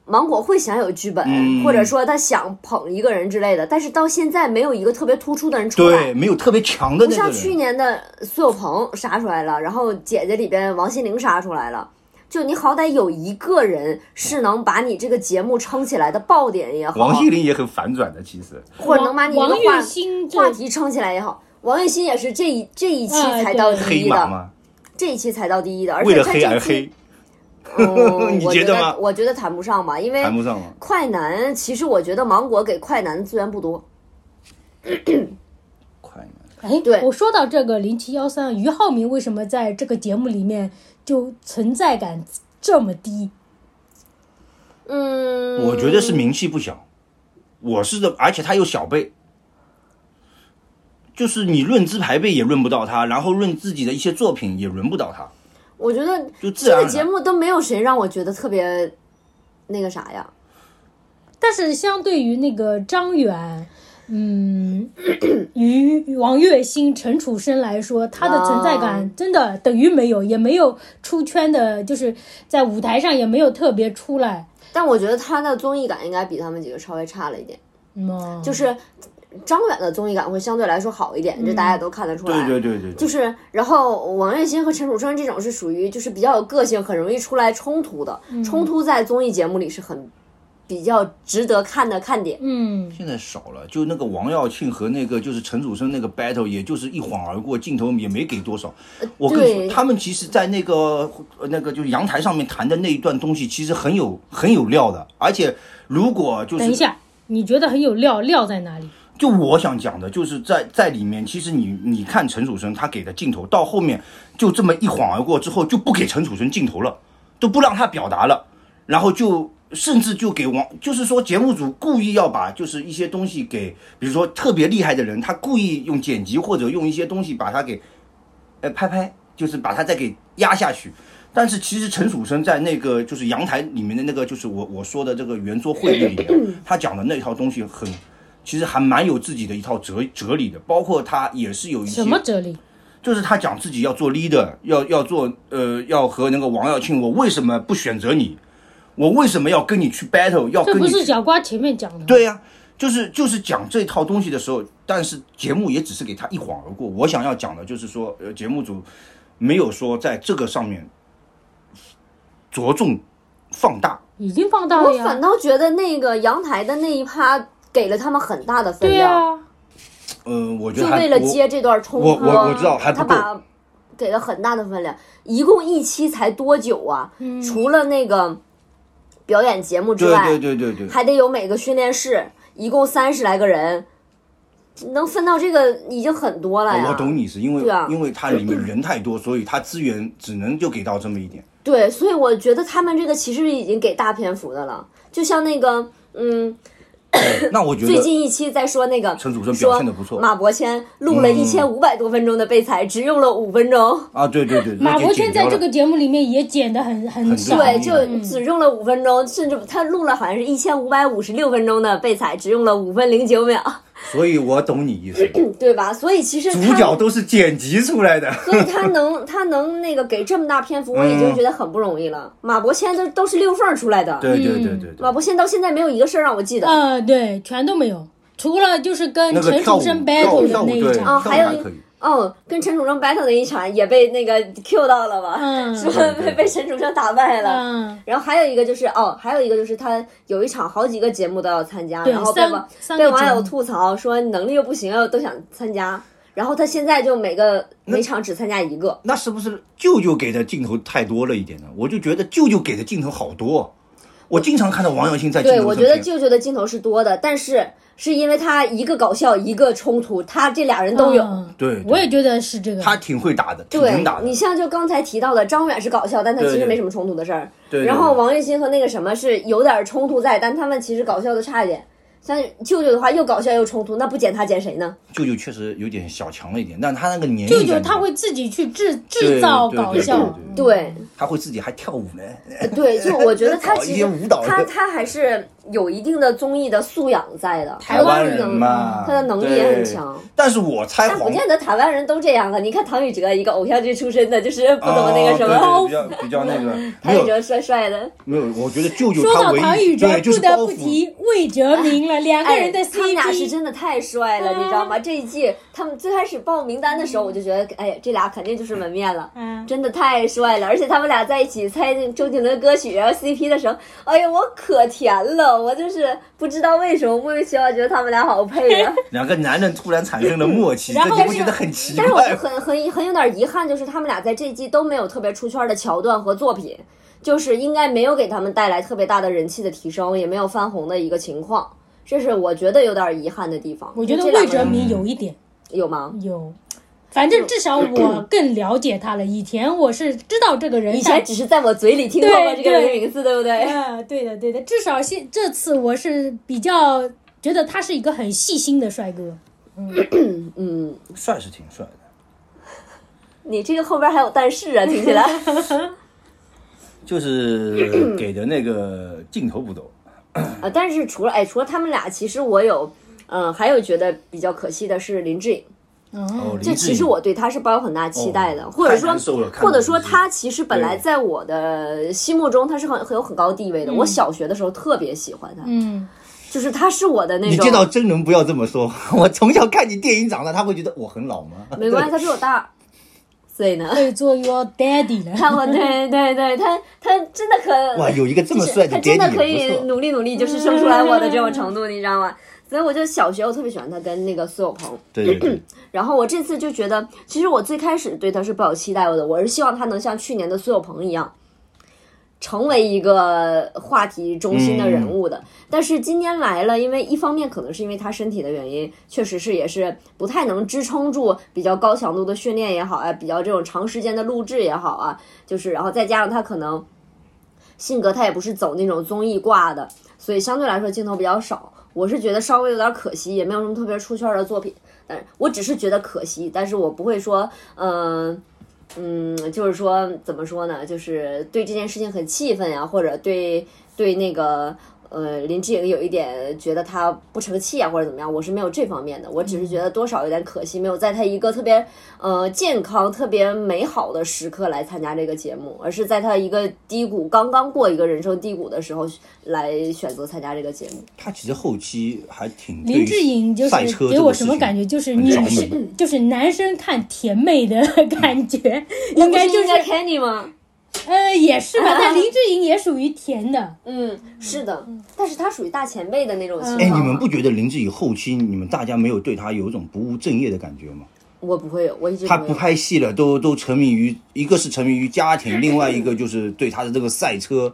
A: 芒果会想有剧本，
C: 嗯
A: 或者说他想捧一个人之类的，但是到现在没有一个特别突出的人出
C: 对
A: 来。
C: 没有特别强的
A: 不
C: 那
A: 像
C: 个
A: 去
C: 人。
A: 年的苏有朋杀出来了，然后姐姐里边王心凌杀出来了，就你好歹有一个人是能把你这个节目撑起来的爆点也好，
C: 王心凌也很反转的，其实
A: 或者能把你这
B: 王
A: 个
B: 王
A: 话
B: 栎鑫
A: 话
B: 这
A: 题撑起来也好。王栎鑫也是这一这一期
B: 哎
A: 才
B: 对
A: 到第
C: 黑
A: 一的，
C: 马嘛，
A: 这一期才到第一的，而
C: 为
A: 且
C: 了
A: 他
C: 黑
A: 这
C: 而
A: 一期
C: 黑，，
A: 嗯
C: 哦你
A: 我
C: 觉
A: 觉
C: 得吗
A: 我觉得谈不上吧，因为
C: 谈不上嘛。
A: 快男其实我觉得芒果给快男的资源不多，
C: 快点，
B: 哎，
A: 对
B: 我说到这个零七幺三，俞灏明为什么在这个节目里面就存在感这么低？
A: 嗯，
C: 我觉得是名气不小，我是的，而且他有小辈，就是你论资排辈也论不到他，然后论自己的一些作品也轮不到他，
A: 我觉得
C: 就自
A: 这
C: 然而
A: 个
C: 然。
A: 节目都没有谁让我觉得特别那个啥呀，
B: 但是相对于那个张远，嗯，于王栎鑫、陈楚生来说，他的存在
C: 啊
B: 感真的等于没有，也没有出圈的，就是在舞台上也没有特别出来。
A: 但我觉得他的综艺感应该比他们几个稍微差了一点，
B: 嗯，
A: 就是张远的综艺感会相对来说好一点，这大家都看得出来。
C: 嗯对对对对，对
A: 就是，然后王栎鑫和陈楚生这种是属于就是比较有个性，很容易出来冲突的，冲突在综艺节目里是很比较值得看的看点。
B: 嗯，
C: 现在少了，就那个王耀庆和那个就是陈楚生那个 battle，也就是一晃而过，镜头也没给多少。
B: 呃
C: 我跟你
A: 对
C: 说，他们其实，在那个呃那个就是阳台上面谈的那一段东西，其实很有很有料的。而且，如果就是
B: 等一下，你觉得很有料，料在哪里？
C: 就我想讲的，就是在在里面，其实你你看陈楚生他给的镜头，到后面就这么一晃而过之后，就不给陈楚生镜头了，都不让他表达了，然后就甚至就给王，就是说节目组故意要把就是一些东西给，比如说特别厉害的人，他故意用剪辑或者用一些东西把他给，呃，拍拍，就是把他再给压下去。但是其实陈楚生在那个就是阳台里面的那个就是我我说的这个圆桌会议里面， 他讲的那一套东西很，其实还蛮有自己的一套哲哲理的，包括他也是有一些
B: 什么哲理？
C: 就是他讲自己要做 leader，要要做呃，要和那个王耀庆，我为什么不选择你？我为什么要跟你去 battle？要
B: 这
C: 跟
B: 不
C: 你
B: 是
C: 去
B: 小瓜前面讲的吗，
C: 对呀、啊就是就是讲这套东西的时候，但是节目也只是给他一晃而过。我想要讲的就是说，呃，节目组没有说在这个上面着重放大，
B: 已经放大了
A: 我
B: 呀。
A: 反倒觉得那个阳台的那一趴给了他们很大的分
B: 对啊
A: 量，
B: 呀、
C: 呃，我觉
A: 就
C: 得还
A: 为了
C: 我
A: 接这段冲
C: 我
A: 突啊
C: 我我知道还不
A: 他
C: 够，
A: 把给了很大的分量，一共一期才多久啊？除了那个表演节目之
C: 对
A: 外，
C: 对对对对，
A: 还得有每个训练室，一共三十来个人，能分到这个已经很多了呀。
C: 哦我懂你是因为
A: 对啊
C: 因为它里面人太多，所以它资源只能就给到这么 一点。
A: 对，所以我觉得他们这个其实已经给大篇幅的了，就像那个，嗯，
C: 那我觉
A: 最
C: 得
A: 近一期在说那个
C: 陈楚生表现得不错
A: 说
C: 嗯
A: 马伯骞录了一千五百多分钟的备采，只用了五分 钟，
C: 啊，对对对，
B: 马
C: 那就
B: 伯
C: 剪
B: 骞
C: 掉
B: 在这
C: 了
B: 个节目里面也剪得很很
C: 很
B: 少，
C: 厉害
A: 对，就只用了五分钟，甚至他录了好像是一千五百五十六分钟的备采，只用了五分零九秒，
C: 所以我懂你意思，
A: 对吧？所以其实
C: 主
A: 他
C: 角都是剪辑出来的。
A: 所以他能他能那个给这么大篇
C: 嗯
A: 幅，我已经觉得很不容易了。马伯骞都都是六缝儿出来的，
C: 对嗯对对对对，
A: 马伯骞到现在没有一个事儿让我记得。
B: 呃，对，全都没有，除了就是跟
C: 那个
B: 陈
C: 跳
B: 楚
C: 舞
B: 生
C: 跳舞
B: battle
C: 跳
B: 的
C: 舞
B: 那一
C: 对
B: 场，
C: 跳舞
A: 哦还有
C: 还
A: 一
C: 可以。
A: 哦，跟陈楚生 battle 的一场也被那个 Q 到了吧？
B: 嗯
A: 说
C: 对对
A: 被被陈楚生打败了。
B: 嗯，
A: 然后还有一个就是哦，还有一个就是他有一场好几个节目都要参加，
B: 对
A: 然后被
B: 三
A: 网
B: 三个
A: 被网
B: 节
A: 友
B: 目
A: 吐槽说能力又不行，又都想参加。然后他现在就每个每场只参加一个，
C: 那是不是舅舅给的镜头太多了一点呢？我就觉得舅舅给的镜头好多，啊我经常看到王耀庆在镜头
A: 对，
C: 上
A: 我觉得
C: 片
A: 舅舅的镜头是多的，但是是因为他一个搞笑，一个冲突，他这俩人都有。
B: 嗯
C: 对对
B: 我也觉得是这个。
C: 他挺会打的，挺
A: 对
C: 能打的
A: 你。像就刚才提到的，张远是搞笑，但他其
C: 对
A: 实
C: 对
A: 没什么冲突的事儿。
C: 对对
A: 然后王栎鑫和那个什么是有点冲突在，但他们其实搞笑的差一点。像舅舅的话又搞笑又冲突，那不剪他剪谁呢？
C: 舅舅确实有点小强了一点，但他那个年龄
B: 舅
C: 在
B: 舅
C: 里
B: 他
C: 面
B: 会自己去制制造
C: 对对
B: 搞
C: 对
B: 笑，
C: 对
A: 对
B: 嗯
C: 他会自己还跳舞呢。
A: 对，就我觉得 他
C: 搞一
A: 其
C: 些
A: 实
C: 舞蹈
A: 他他还是有一定的综艺的素养在的，
B: 台湾人
A: 他的能
C: 嘛
A: 他的能力也很强。
C: 但是我猜
A: 但不
C: 黄
A: 见得台湾人都这样啊！你看唐禹哲，一个偶像剧出身的，就是不怎么
C: 哦
A: 那个什么。
C: 对对比较比较那 个没
A: 唐禹
C: 有
A: 哲帅帅的，
C: 没有，我觉得舅舅
B: 说
C: 他
B: 到
C: 唯
B: 唐禹
C: 一
B: 哲，
C: 对就
B: 不
C: 是
B: 得
C: 包
B: 不
C: 袱。
B: 提魏哲鸣了，两个人的
A: 哎他们俩是
B: CP，
A: 真的太帅了，你知道吗？这一季他们最开始报名单的时候，我就觉得，哎，这俩肯定就是门面了。
B: 嗯
A: 真的太帅了，而且他们俩在一起猜周杰伦的歌曲，然后 CP 的时候，哎呀，我可甜了，我就是不知道为什么莫名其妙觉得他们俩好配啊呀、
C: 两个男人突然产生了默契，这
B: 然后
C: 你不
B: 但
C: 觉
B: 是
C: 得很奇
A: 嗯但是我
C: 怪
A: 就
C: 吗？
A: 很很很有点遗憾，就是他们俩在这一季都没有特别出圈的桥段和作品，就是应该没有给他们带来特别大的人气的提升，也没有翻红的一个情况，这是我觉得有点遗憾的地方。
B: 我觉得
A: 这两
B: 魏
A: 个
B: 哲
A: 人
B: 鸣有一点
A: 有吗？
B: 有。反正至少我更了解他了。以前我是知道这个人，
A: 以前只是在我嘴里听到
B: 对
A: 过这个人
B: 对
A: 名字，对不对？
B: 啊，对的，对的，至少现这次我是比较觉得他是一个很细心的帅哥。
A: 嗯，
C: 帅是挺帅的，
A: 你这个后边还有但是啊，听起来
C: 就是 给的那个镜头不够。
A: 啊，但是除了哎，除了他们俩，其实我有。嗯，还有觉得比较可惜的是林志颖，
B: 嗯，
C: 哦，林
A: 就
C: 志
A: 其实
C: 颖
A: 我对他是抱有很大期待的，
C: 哦
A: 或者
C: 太难受
A: 说
C: 了，看
A: 或者
C: 林志
A: 说
C: 颖
A: 他其实本来
C: 对
A: 在我的心目中他是很很有很高地位的。我小学的时候特别喜欢他，
B: 嗯，
A: 就是他是我的那
C: 你
A: 种。
C: 见到真人不要这么说， 我从小看你电影长大，他会觉得我很老吗？
A: 没关系，他比我大，所以呢，
B: 会做 your daddy 了。
A: 看我对对对，他他真的可
C: 哇，有一个这么帅
A: 他
C: 爹
A: 真
C: 地
A: 的
C: 也
A: 可以
C: 不错。
A: 努力努力，就是生出来我的这种程度，你知道吗？所以我就小学我特别喜欢他跟那个苏有朋，
C: 对对 对，
A: 然后我这次就觉得，其实我最开始对他是抱有期待的，我是希望他能像去年的苏有朋一样，成为一个话题中心的人物的。但是今年来了，因为一方面可能是因为他身体的原因，确实是也是不太能支撑住比较高强度的训练也好啊，比较这种长时间的录制也好啊，就是然后再加上他可能性格他也不是走那种综艺挂的，所以相对来说镜头比较少。我是觉得稍微有点可惜，也没有什么特别出圈的作品。但我只是觉得可惜，但是我不会说，嗯、嗯，就是说怎么说呢，就是对这件事情很气愤呀、或者对对那个呃林志颖有一点觉得他不成器啊，或者怎么样，我是没有这方面的，我只是觉
B: 嗯
A: 得多少有点可惜，没有在他一个特别呃健康、特别美好的时刻来参加这个节目，而是在他一个低谷刚刚过一个人生低谷的时候来选择参加这个节目。
C: 他其实后期还挺对
B: 林志颖就
C: 赛车
B: 是给
C: 这
B: 我
C: 个
B: 什
C: 事
B: 么
C: 情
B: 感觉？就是
C: 很
B: 女
C: 着迷
B: 生，就是男生看甜妹的 感觉，应
A: 不
B: 该
A: 是
B: 就是
A: 应该啊 Kenny 吗？
B: 呃也是吧，但林志颖也属于甜的，
A: 嗯，是的，但是他属于大前辈的那种情
C: 哎，
A: 况
C: 你们
A: 嘛
C: 不觉得林志颖后期你们大家没有对他有一种不务正业的感觉吗？
A: 我不会有，我一直
C: 他
A: 会
C: 不
A: 有
C: 拍戏了，都都沉迷于一个是沉迷于家庭，另外一个就是对他的这个赛车，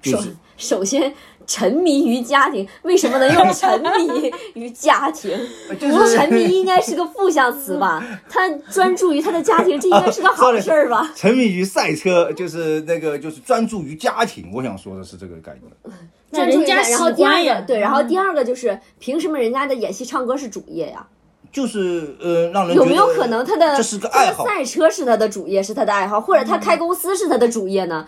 C: 就
A: 首
C: 是
A: 首先，沉迷于家庭，为什么能用沉迷于家庭？
C: 就是
A: 沉迷应该是个负向词 吧？他专注于他的家庭，这应该是个
C: 啊
A: 好事儿吧？
C: 沉迷于赛车，就是那个就是专注于家庭。我想说的是这个概念，
B: 那
A: 专注
B: 人
A: 于他
B: 家喜
A: 然后第
B: 欢
A: 二
B: 呀
A: 个，，对，然后第二个就是，凭什么人家的演戏唱歌是主业呀？
C: 就是呃，让人
A: 有
C: 觉
A: 没有
C: 得
A: 可能他的
C: 这是个爱好
A: 他的赛车是他的主业，是他的爱好，或者他开公司是他的主业呢？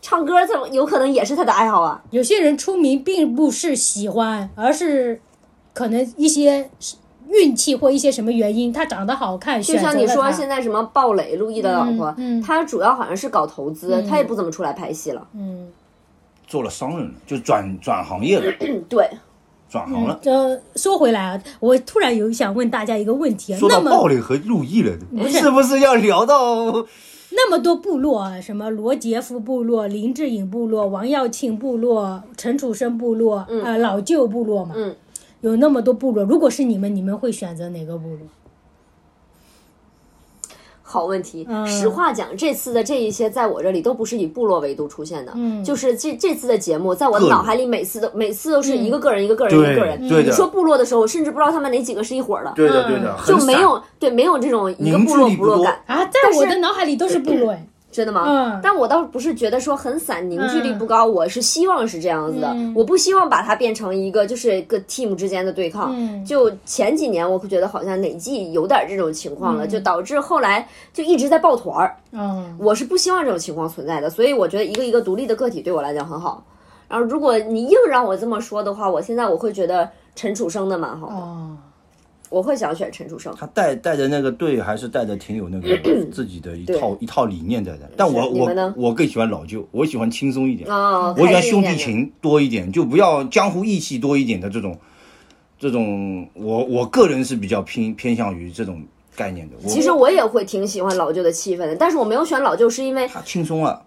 A: 唱歌这有可能也是他的爱好啊。
B: 有些人出名并不是喜欢，而是可能一些运气或一些什么原因，他长得好看，
A: 就像你说，现
B: 在
A: 在什么鲍蕾、陆毅的老婆，
B: 嗯嗯
A: 她主要好像是搞投资，她也不怎么出来拍戏了。
B: 嗯，
C: 做了商人了，就转转行业了，
A: 嗯对，
C: 转行
A: 嗯
C: 了。
B: 呃，说回来啊，我突然有想问大家一个问题啊，
C: 说
B: 那
C: 到暴
B: 么
C: 力和陆毅了，
B: 是
C: 是不是要聊到
B: 那么多部落啊，什么罗杰夫部落、林志颖部落、王耀庆部落、陈楚生部落，呃，老旧部落嘛，
A: 嗯，
B: 有那么多部落，如果是你们，你们会选择哪个部落？
A: 好问题。
B: 嗯
A: 实话讲，这次的这一些在我这里都不是以部落维度出现的，
B: 嗯
A: 就是这这次的节目，在我
C: 个
A: 的
C: 人
A: 脑海里每次都每次都是
B: 嗯
A: 一个个人、一个个人一
C: 对
A: 个个人。
C: 对的
A: 你说部落的时候，我甚至不知道他们哪几个是一伙儿的，
C: 对
B: 的对的
A: 嗯就没有对没有这种一个
C: 凝
A: 部
C: 聚
A: 落
C: 力
A: 部
C: 不
A: 落
C: 多
A: 感，
B: 啊，在我的脑海里都是部落，哎，
A: 真的吗？
B: 嗯
A: 但我倒不是觉得说很散，凝聚力不高，我是希望是这样子的，
B: 嗯
A: 我不希望把它变成一个就是一个 team 之间的对抗。
B: 嗯
A: 就前几年我会觉得好像哪季有点这种情况了，就导致后来就一直在抱团儿。
B: 嗯，
A: 我是不希望这种情况存在的，所以我觉得一个一个独立的个体对我来讲很好。然后如果你硬让我这么说的话，我现在我会觉得陈楚生的蛮好的，
B: 哦，
A: 我会想选陈楚生。
C: 他带带着那个队，还是带着挺有那 个自己的一套一套理念在的。但我
A: 你们呢
C: 我我更喜欢老旧，我喜欢轻松一点，
B: 嗯
A: 哦，
C: 我喜
A: 开
C: 欢
A: 心一
C: 兄
A: 点
C: 弟
A: 的。
C: 情多一点，就不要江湖义气多一点的这种，这种我我个人是比较偏偏向于这种概念的。我
A: 其实我也会挺喜欢老旧的气氛的，但是我没有选老旧，是因为
C: 他轻松啊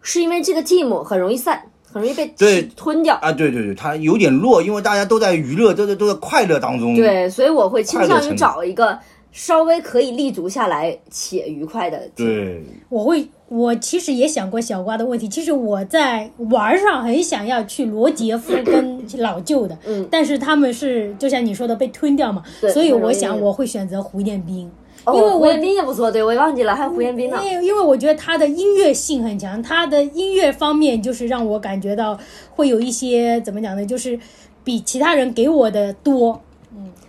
A: 是因为这个 team 很容易散，很容易被
C: 对
A: 吞掉。
C: 啊，对对对，他有点弱，因为大家都在娱乐，都在都在快乐当中。
A: 对，所以我会倾
C: 快乐
A: 向于
C: 成
A: 找一个稍微可以立足下来且愉快的 team。
C: 对，
B: 我会，我其实也想过小瓜的问题。其实我在玩儿上很想要去罗杰夫 跟老旧的，
A: 嗯
B: 但是他们是就像你说的被吞掉嘛，
A: 对
B: 所以
A: 很容
B: 我
A: 易
B: 想我会选择胡彦斌，
A: 哦，
B: 因为
A: 胡
B: 我
A: 彦斌也不错，对我也忘记了，还有胡彦斌呢。
B: 因为因为我觉得他的音乐性很强，他的音乐方面就是让我感觉到会有一些怎么讲呢，就是比其他人给我的多，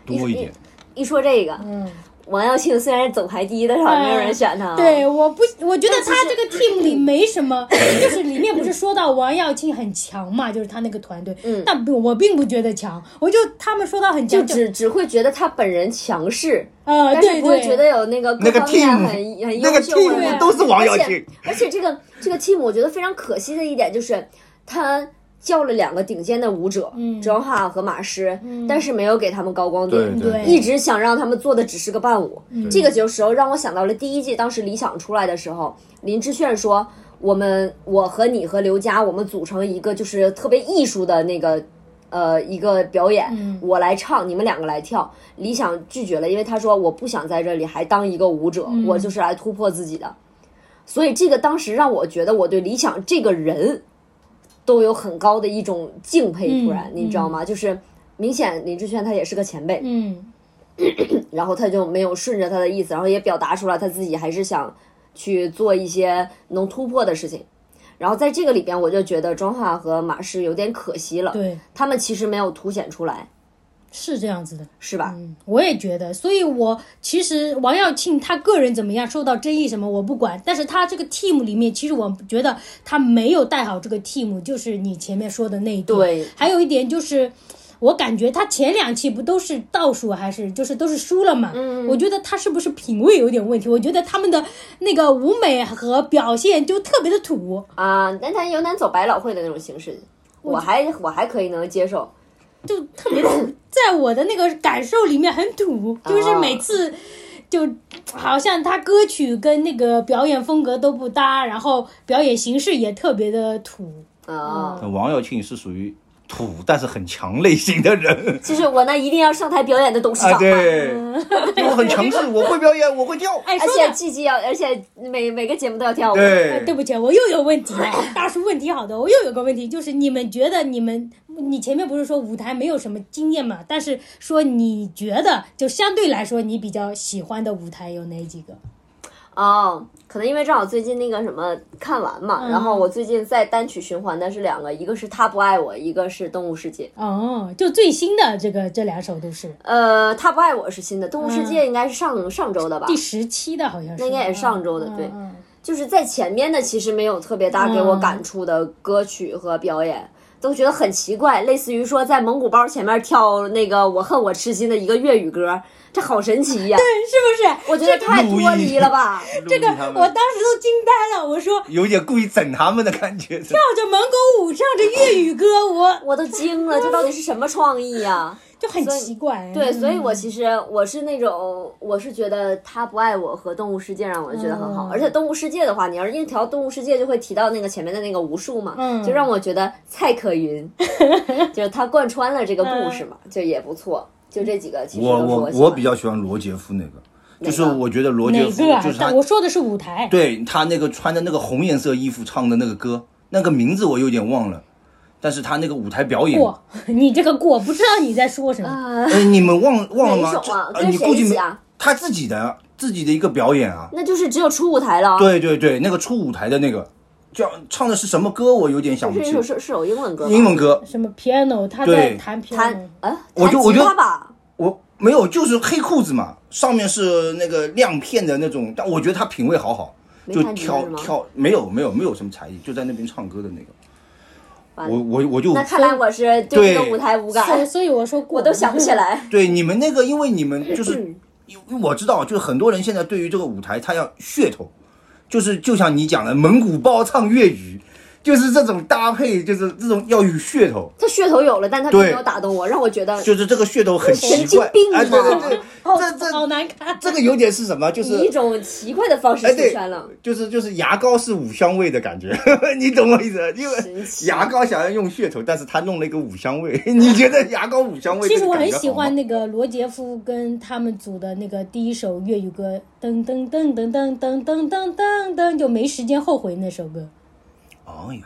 C: 多一点。
A: 一说这个，
B: 嗯，
A: 王耀庆虽然是总排第一，但是好像没有人选他。
B: 哎
A: 啊
B: 对，，我不，我觉得他 这个 team 里没什么，就是里面不是说到王耀庆很强嘛， 就是他那个团队，
A: 嗯
B: 但不我并不觉得强，我就他们说到很
A: 就
B: 强，
A: 只只会觉得他本人强势，
B: 呃，
A: 但
B: 对
A: 是不会
B: 对，
A: 觉得有那个各
C: 那个
A: 方面
C: team，
A: 很很
C: 那
A: 优
C: 个
A: 秀或者
C: team
A: 怎么
C: 都是王耀
A: 而且
C: 庆，
A: 而且这个这个 team 我觉得非常可惜的一点就是，他叫了两个顶尖的舞者，
B: 嗯
A: 张翰和马师，但是没有给他们高光
C: 对
A: 点。
B: 对
A: 一直想让他们做的只是个伴舞，这个有时候让我想到了第一季，当时理想出来的时候，林志炫说：“我们，我和你和刘佳，我们组成一个就是特别艺术的那个，呃，一个表演，
B: 嗯
A: 我来唱，你们两个来跳。”理想拒绝了，因为他说：“我不想在这里还当一个舞者，
B: 嗯
A: 我就是来突破自己的。”所以这个当时让我觉得我对理想这个人都有很高的一种敬佩。
B: 嗯
A: 突然，你知道吗？就是明显林志炫他也是个前辈，
B: 嗯
A: 然后他就没有顺着他的意思，然后也表达出来他自己还是想去做一些能突破的事情。然后在这个里边，我就觉得庄汉和马氏有点可惜了，
B: 对，
A: 他们其实没有凸显出来。
B: 是这样子的，
A: 是吧？
B: 嗯，我也觉得，所以我其实王耀庆他个人怎么样受到争议什么我不管，但是他这个 team 里面，其实我觉得他没有带好这个 team，就是你前面说的那一点。
A: 对
B: 还有一点就是。我感觉他前两期不都是倒数，还是就是都是输了嘛？嗯，我觉得他是不是品味有点问题？我觉得他们的那个舞美和表现就特别的土，
A: 啊，但他有点走百老汇的那种形式，我还我还可以能接受。
B: 就 特别在我的那个感受里面很土，就是
A: 哦
B: 每次就好像他歌曲跟那个表演风格都不搭，然后表演形式也特别的土。
A: 啊、
B: 嗯
C: 但王耀庆是属于土但是很强类型的人
A: 就是我那一定要上台表演的董事长
C: 啊，
A: 嘛。
C: 对，
A: 嗯
C: 就我很强势，我会表演，我会跳，
B: 哎，
A: 而
B: 说
A: 且
B: 的。
A: 季季要，而且每每个节目都要跳舞。
B: 哎
C: 对
B: 对不起，我又有问题了。
A: 哎
B: 大叔问题好的，我又有个问题，就是你们觉得你们，你前面不是说舞台没有什么经验嘛？但是说你觉得，就相对来说，你比较喜欢的舞台有哪几个？
A: 哦，可能因为正好最近那个什么看完嘛，然
B: 嗯
A: 后我最近在单曲循环的是两个，一个是他不爱我，一个是动物世界。
B: 哦，就最新的这个这两首都是
A: 呃，他不爱我是新的，动物世界应该是上、上周的吧
B: 嗯第？十期的，好像是
A: 那应该也是上周的
B: 嗯
A: 对
B: 嗯
A: 就是在前面的其实没有特别大给我感触的歌曲和表演。都觉得很奇怪，类似于说在蒙古包前面跳那个“我恨我痴心”的一个粤语歌，这好神奇呀、
B: 是不是？
A: 我觉得太脱离了 吧。
B: 这个我当时都惊呆了，我说
C: 有点故意整他们的感觉，真的
B: 跳着蒙古舞，唱着粤语歌，我
A: 我都惊了，这到底是什么创意呀、
B: 就很奇怪。
A: 对，所以
B: 嗯
A: 我其实我是那种，我是觉得他不爱我和动物世界让我觉得很好，
B: 嗯
A: 而且动物世界的话，你要是硬调动物世界，就会提到那个前面的那个无数嘛，
B: 嗯
A: 就让我觉得蔡可 云，就是他贯穿了这个故事嘛，
B: 嗯
A: 就也不错。就这几个其实
C: 我
A: 都是
C: 我
A: 喜欢
C: 我比较喜欢罗杰夫那个，就是我觉得罗杰
B: 哪
C: 夫
B: 个啊
C: 就是？他
B: 但我说的是舞台。
C: 对他那个穿的那个红颜色衣服唱的那个歌，那个名字我有点忘了，但是他那个舞台表演，
B: 过， 你这个过，不知道你在说什么。
A: 呃，
C: 哎，你们忘忘了
A: 哪
C: 吗？
A: 一
C: 这
A: 首啊
C: 呃，
A: 跟
C: 你
A: 谁
C: 估计
A: 一起
C: 没
A: 啊
C: 他自己的自己的一个表演啊，
A: 那就是只有出舞台了，，啊
C: 对对对，那个出舞台的那个叫唱的是什么歌，我有点想不
A: 是一
C: 起
A: 首，是是首英文歌吧，
C: 英文歌，
B: 什么 piano，他在
C: 对
B: 弹
A: 弹
B: piano，
A: 啊，
C: 我就
A: 弹
C: 我
A: 吉
C: 就
A: 他吧，
C: 我没有，就是黑裤子嘛，上面是那个亮片的那种，但我觉得他品味好好，
A: 没
C: 就
A: 看出来
C: 跳
A: 是吗
C: 跳没有没有没有什么才艺，就在那边唱歌的那个，
A: 完了
C: 我我我就
A: 那看来我是
C: 对
A: 对这个舞台无
B: 所以
A: 感，
B: 所以我说过，
A: 我都想不起。 来，
C: 对你们那个，因为你 们就是，因为我知道，就是很多人现在对于这个舞台，他要噱头，就是就像你讲的蒙古包唱粤语，就是这种搭配，就是这种要有噱头，
A: 这噱头有了，但他没
C: 对
A: 有打动我，让我觉得
C: 就是这个噱头很奇
A: 神经
C: 怪，
A: 病
C: 哎，对
A: 嘛
C: 对对，
A: 哦
C: 这
B: 好
C: 这
B: 难看，
C: 这个有点是什么？就
A: 以一
C: 是
A: 种奇怪的方式
C: 哎，
A: 出
C: 对
A: 圈了。，
C: 就是就是牙膏是五香味的感觉， 你懂我意思？因为
A: 神奇
C: 牙膏想要用噱头，但是他弄了一个五香味， 你觉得牙膏五香味？
B: 其实我很喜欢。那个罗杰夫跟他们组的那个第一首粤语歌，噔噔噔噔噔噔噔噔噔噔，就没时间后悔那首歌，
C: 哎呀，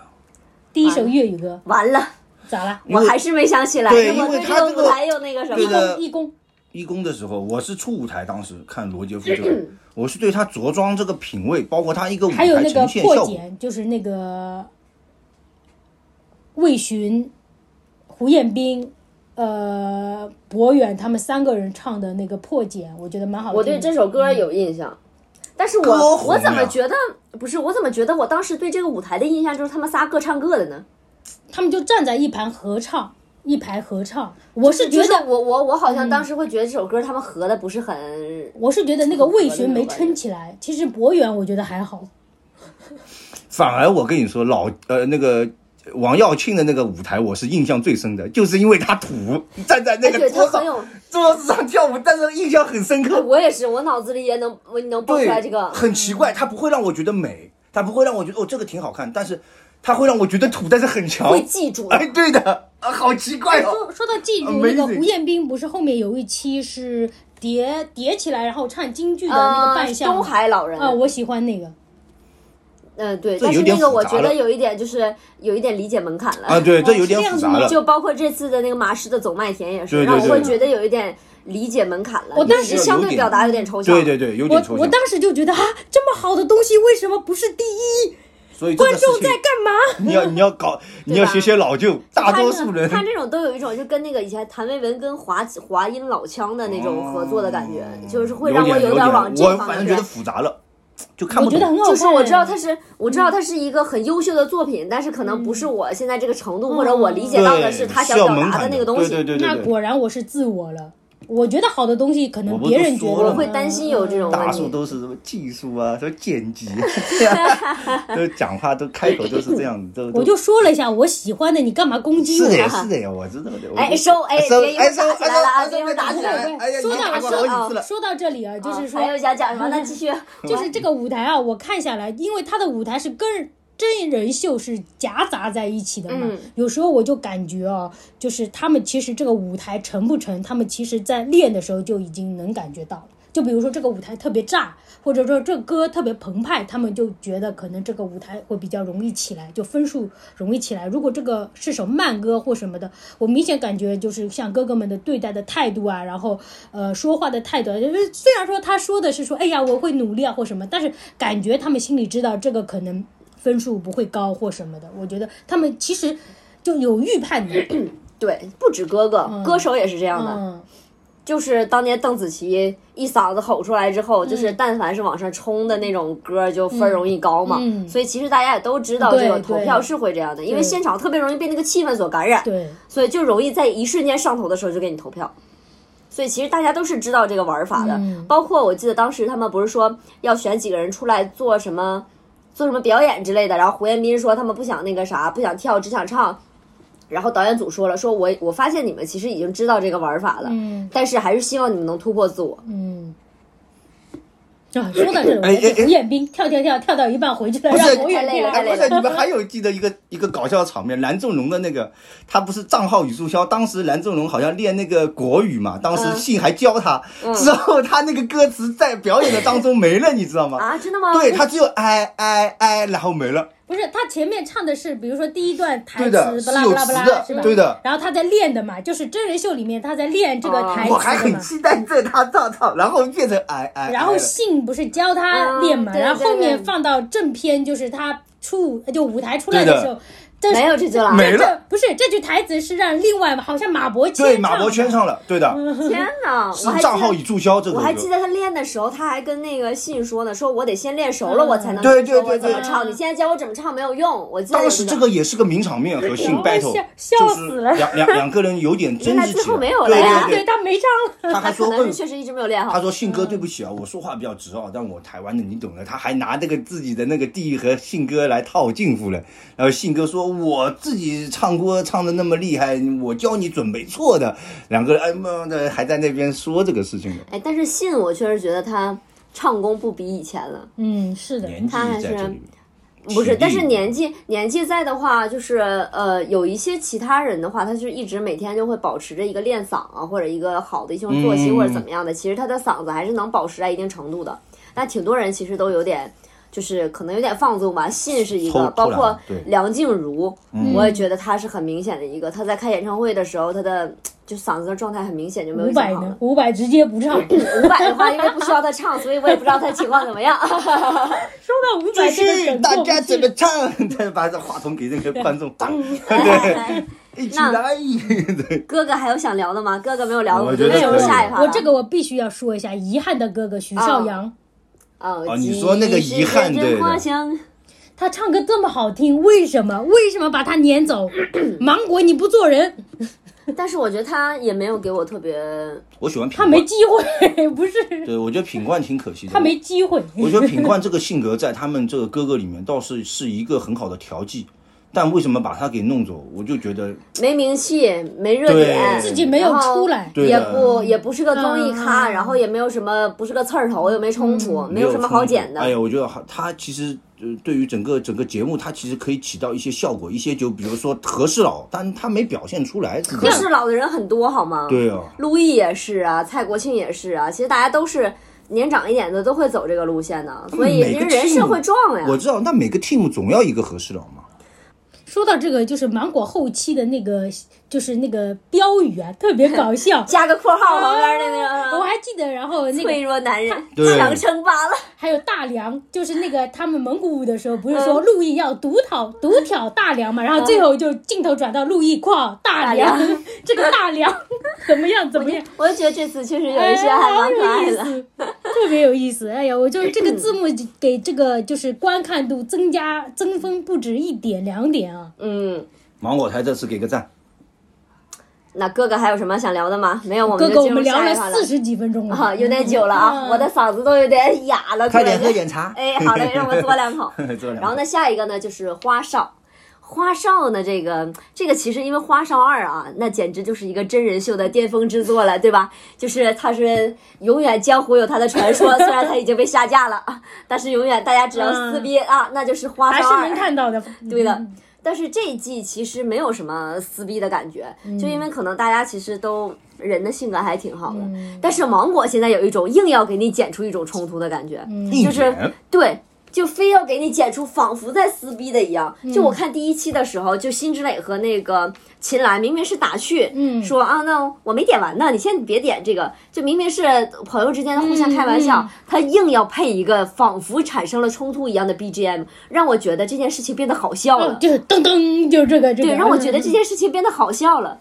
B: 第一首粤语歌，
A: 完了，
B: 咋了？
A: 我还是没想起来，
C: 对
A: 因为我
C: 因为
A: 对
C: 他
A: 这
C: 这
A: 个
C: 个
A: 舞台有那个什
C: 对
A: 么，
C: 的
B: 义工，
C: 一公的时候，我是初舞台，当时看罗杰夫这个， 我是对他着装这个品味，包括他一个舞
B: 嗯还有
C: 台
B: 那个
C: 呈现
B: 破
C: 效果，
B: 茧，就是那个魏巡、胡彦斌、呃博远他们三个人唱的那个破茧，我觉得蛮好听的。
A: 我对这首歌有印象。但是我
C: 嗯歌红
A: 我
C: 呀
A: 怎么觉得不是？我怎么觉得我当时对这个舞台的印象就是他们仨各唱各的呢？
B: 他们就站在一盘合唱，一排合唱，我是觉
A: 就是
B: 得。
A: 我我我好
C: 嗯
A: 像当时会觉得这首歌他们合的不是很
B: 我是觉得
A: 嗯
B: 那个魏巡没撑起来，其实博远我觉得还好，
C: 反而我跟你说，老呃那个王耀庆的那个舞台，我是印象最深的，就是因为他土，站在那
A: 哎，
C: 个
A: 对他
C: 桌
A: 很
C: 上、
A: 有，
C: 桌子上跳舞，但是印象很深
A: 哎
C: 刻。
A: 我也是，我脑子里也能我能蹦出
C: 对
A: 来这个，嗯
C: 很奇怪，他不会让我觉得美，他不会让我觉得哦这个挺好看，但是他会让我觉得土，但是很强
A: 会。记住的
C: 哎，对的，啊，好奇怪哦。
B: 说说到记住那个
C: Amazing
B: 胡彦斌，不是后面有一期是叠叠起来，然后唱京剧的那个扮相
A: 呃东
B: 吗
A: 海老人
B: 啊，我喜欢那个。
A: 嗯，对，
C: 这
A: 但是
C: 有点
A: 那个
C: 复
A: 我
C: 杂
A: 觉得
C: 了
A: 有一点就是有一点理解门槛了
C: 啊，对，这
B: 哦
C: 有
B: 是
C: 点
B: 这样
C: 复
B: 子
C: 杂
B: 吗
C: 了。
A: 就包括这次的那个马氏的走麦田也是，
C: 对对
A: 让我
C: 对
A: 会觉得有一点理解门槛了。
B: 我当
A: 就是
B: 时
A: 相
C: 有
A: 对
C: 点
A: 表达有点抽象，
C: 对对对，有
B: 我
C: 点抽
B: 我
C: 象。
B: 当时就觉得啊，这么好的东西为什么不是第一？
C: 所以这
B: 观
C: 个事
B: 众
C: 情
B: 在干嘛？
C: 你要你要 搞，你要学学老舅，大多数人
A: 他这种都有一种就跟那个以前谭维文跟华华阴老腔的那种合作的感觉，就是会让
C: 哦嗯有
A: 有
C: 点
A: 往这
C: 我
A: 方
C: 反
A: 面
C: 正觉得
A: 偏。
C: 复杂了，就看
B: 我
C: 不
B: 觉得
C: 懂
B: 很。好看。哎
A: 就是我知道它是，我知道它是一个很优秀的作品，但是可能不是我现在这个程度，或者我理解到的
C: 对，
A: 是
C: 是
A: 他想
C: 要
A: 表
C: 门
A: 达
C: 槛
A: 那个东西。
C: 对对对
B: 那
C: 对对，
B: 果然我是自我了。我觉得好的东西，可能
C: 我不
B: 别
C: 都
B: 人觉
C: 说
B: 得
C: 了
A: 我会担心有这种
C: 大
A: 问
C: 数
A: 题。
C: 都是什么技术啊，什么 剪辑，都讲话都开口都是这样子，都
B: 我
C: 都
B: 就说了一下我喜欢的，你干嘛攻击
C: 是
B: 我
C: 的？呀，是的呀，我知道的。我
A: 啊哎，
C: 就
A: 收哎，
C: 收
A: 别一会
C: 哎
A: 儿
C: 收
A: 打起来了啊！别一会儿
C: 哎
A: 打起来了。
C: 哎呀，
B: 说
C: 你
B: 到
C: 打过
B: 说
C: 好几次了，
B: 说到这里啊，就是说
A: 哦还有想讲什么？那继续。
B: 就是这个舞台啊，我看下来，因为他的舞台是跟真人秀是夹杂在一起的嘛，
A: 嗯
B: 有时候我就感觉啊，就是他们其实这个舞台成不成，他们其实在练的时候就已经能感觉到了。就比如说这个舞台特别炸，或者说这个歌特别澎湃，他们就觉得可能这个舞台会比较容易起来，就分数容易起来。如果这个是首慢歌或什么的，我明显感觉就是像哥哥们的对待的态度啊，然后呃说话的态度啊，就是虽然说他说的是说哎呀我会努力啊或什么，但是感觉他们心里知道这个可能分数不会高或什么的。我觉得他们其实就有预判 的，
A: 嗯对，不止哥哥，歌手也是这样的。
B: 嗯，
A: 就是当年邓紫棋一嗓子吼出来之后，就是但凡是往上冲的那种歌，就分儿容易高嘛。
B: 嗯
A: 所以其实大家也都知道，这个
B: 对
A: 投票是会这样的，因为
B: 对
A: 现场特别容易被那个气氛所感染，
B: 对。
A: 所以就容易在一瞬间上头的时候就给你投票。所以其实大家都是知道这个玩法的，
B: 嗯
A: 包括我记得当时他们不是说要选几个人出来做什么做什么表演之类的，然后胡彦斌说他们不想那个啥，不想跳，只想唱。然后导演组说了，说我我发现你们其实已经知道这个玩法了，
B: 嗯
A: 但是还是希望你们能突破自我。
B: 嗯，啊，说到这里，我
C: 哎
B: 们
C: 哎
B: 胡彦斌跳跳跳跳到一半回去了，
C: 不是
B: 让我远
A: 太累了
C: 哎，
A: 太累
B: 跳。
C: 不
A: 了
C: 是，你们还有记得一个一个搞笑的场面，蓝正龙的那个，他不是账号语注销，当时蓝正龙好像练那个国语嘛，当
A: 嗯
C: 时信还教他，之后他那个歌词在表演的当中没了，你知道吗？
A: 啊，真的吗？
C: 对他只有哎哎哎，然后没了。
B: 不是他前面唱的是，比如说第一段台词，
C: 对的
B: 不
C: 是
B: 啦
C: 有
B: 不啦不
C: 词
B: 啦，
C: 的
B: 是吧？
C: 对的
B: 然后他在练的嘛，就是真人秀里面他在练这个
A: 哦
B: 台
C: 我还
B: 词的
C: 很
B: 嘛。
C: 期待在他唱唱，然后变成哎哎，哎
B: 然后
C: 了
B: 信不是教他练嘛，
A: 嗯对
B: 然后
A: 对
B: 后面
A: 对
B: 放到正片，就是他出呃就舞台出来的时候，这
A: 没有这句了
C: 没
B: 这
C: 了
B: 不是这句台词是让另外好像马伯骞
C: 对
B: 唱
C: 马伯
B: 的
C: 骞唱了，对的，
A: 天哪，嗯我
C: 是
A: 还
C: 账号
A: 记
C: 已
A: 得。
C: 注销这个
A: 我
C: 歌。
A: 还记得他练的时候，他还跟那个信说呢，说我得先练熟了，我才能
C: 嗯对
A: 说
C: 对
A: 我
C: 对
A: 怎么
C: 对
A: 唱。你现在教我怎么唱没有用。我记得有
C: 当时这个也是个名场面和性
B: 然后
C: battle，
B: 笑
C: 就
B: 笑死
C: 是
B: 了
C: 两两两个人有 点争
A: 因为他
C: 执起
A: 最后
C: 来。
A: 没有了
C: 对
A: 呀
C: 对
B: 对
C: 对，
B: 他没唱了。
C: 他还
A: 他
C: 说
A: 可能
C: 问
A: 是确实一直没有练好。
C: 他说：“信哥，对不起
A: 嗯
C: 啊，我说话比较直啊，但我台湾的你懂的。”他还拿这个自己的那个地域和信哥来套近乎了。然后信哥说：“我自己唱歌唱的那么厉害，我教你准没错的。”两个人哎妈的还在那边说这个事情呢。
A: 哎，但是信我确实觉得他唱功不比以前了，
B: 嗯，是的，
C: 年纪
A: 他还
C: 在这里，
A: 不
C: 体
A: 是，
C: 力
A: 但是年纪年纪在的话，就是呃，有一些其他人的话，他就一直每天就会保持着一个练嗓啊，或者一个好的一些作息、
C: 嗯
A: 或者怎么样的，其实他的嗓子还是能保持在一定程度的。那挺多人其实都有点，就是可能有点放纵吧。信是一
C: 偷
A: 个，包
C: 偷懒
A: 括
C: 对嗯
A: 梁静茹，我也觉得她是很明显的一个。她在开演唱会的时候，她的就嗓子的状态很明显就没有
B: 伍
A: 以
B: 佰
A: 前好了
B: 呢？。伍佰直接不唱。
A: 伍佰的话，因为不需要他唱，所以我也不知道他情况怎么样。
B: 说到伍
C: 继
B: 佰这个
C: 续，
B: 梗，
C: 大家
B: 这
C: 怎
B: 个
C: 么唱？ 他把这话筒给那个 观众，当， 对，一起
A: 那
C: 来，对，
A: 哥哥还有想聊的吗？哥哥没有聊的，
C: 啊我
A: 们就
C: 觉得
A: 进入
C: 可以
A: 下一趴了。
B: 我这个我必须要说一下，遗憾的哥哥徐少阳，
A: 哦
C: 你说那个遗憾对的
A: 香，
B: 他唱歌这么好听，为什么？为什么把他 撵走？芒果你不做人，
A: 但是我觉得他也没有给我特别，
C: 我喜欢品
B: 他
C: 冠，
B: 没机会， 不是
C: 对我觉得品冠挺可惜的，
B: 他没机会。
C: 我觉得品冠这个性格在他们这个哥哥里面倒是是一个很好的调剂，但为什么把他给弄走？我就觉得
A: 没名气，没热点，
C: 对
B: 自己没有出来
C: 对
A: 也
C: 的
A: 不也不是个综艺咖，
B: 嗯
A: 然后也没有什么不是个刺儿头，又没冲突，没
C: 有
A: 有什么好捡
C: 冲突哎
A: 的。
C: 呀，我觉得他其实呃，对于整个整个节目，他其实可以起到一些效果，一些就比如说和事佬，但他没表现出来。
A: 可是老的人很多好吗？
C: 对啊，
A: 陆毅也是啊，蔡国庆也是啊，其实大家都是年长一点的都会走这个路线的，所以
C: 嗯每
A: 人
C: 个
A: 人
C: team
A: 是会撞呀。。
C: 我知道，那每个 team 总要一个和事佬嘛。
B: 说到这个，就是芒果后期的那个，就是那个标语啊，特别搞笑
A: 加个括号旁边的那
B: 我
A: 个
B: 还记得，然后那
A: 脆
B: 个
A: 弱男人
C: 对
A: 强撑罢了，
B: 还有大梁，就是那个他们蒙古舞的时候，
A: 嗯
B: 不是说陆毅要独挑独挑大梁嘛？然后最后就镜头转到陆毅跨大梁
A: 大，
B: 这个 大梁怎么样？怎么样？
A: 我就觉得这次确实有一些还蛮可爱的。
B: 哎好有意思特别有意思。哎呀，我就是这个字 幕给这个就是观看度增加增分不止一点两点啊。
A: 嗯，
C: 芒果台这次给个赞，
A: 那哥哥还有什么想聊的吗？没有，我
B: 哥
A: 们
B: 哥，
A: 就
B: 我
A: 进入
B: 们聊
A: 下
B: 了
A: 一话
B: 四十几分钟了
A: 啊，有点久了啊，
B: 嗯
A: 我的嗓子都有点哑了，
C: 快点
A: 突然
C: 喝
A: 间
C: 点茶。
A: 哎，好嘞，让我嘬两口。
C: 做两
A: 然后
C: 个
A: 呢，下一个呢就是花少。花少呢？这个这个其实因为《花少二》啊，那简直就是一个真人秀的巅峰之作了，对吧？就是它是永远江湖有它的传说，虽然它已经被下架了，啊但是永远大家只要撕逼、啊，那就是《花
B: 嗯还
A: 少
B: 是
A: 二》。
B: 能看到的。
A: 对的
B: 嗯
A: 但是这一季其实没有什么撕逼的感觉，
B: 嗯
A: 就因为可能大家其实都人的性格还挺好的。
B: 嗯
A: 但是芒果现在有一种硬要给你剪出一种冲突的感觉，
B: 嗯
C: 硬
A: 就是哎
C: 卷，
A: 对，就非要给你剪出仿佛在撕逼的一样。就
B: 嗯
A: 我看第一期的时候，就辛芷蕾和那个秦岚明明是打趣，
B: 嗯
A: 说啊，那我没点完呢，你先别点这个。就明明是朋友之间的互相开玩笑，
B: 嗯
A: 他硬要配一个仿佛产生了冲突一样的 BGM，让我觉得这件事情变得好笑了。
B: 哦，嗯就是噔噔，就是这个这个。
A: 对，让我觉得这件事情变得好笑了。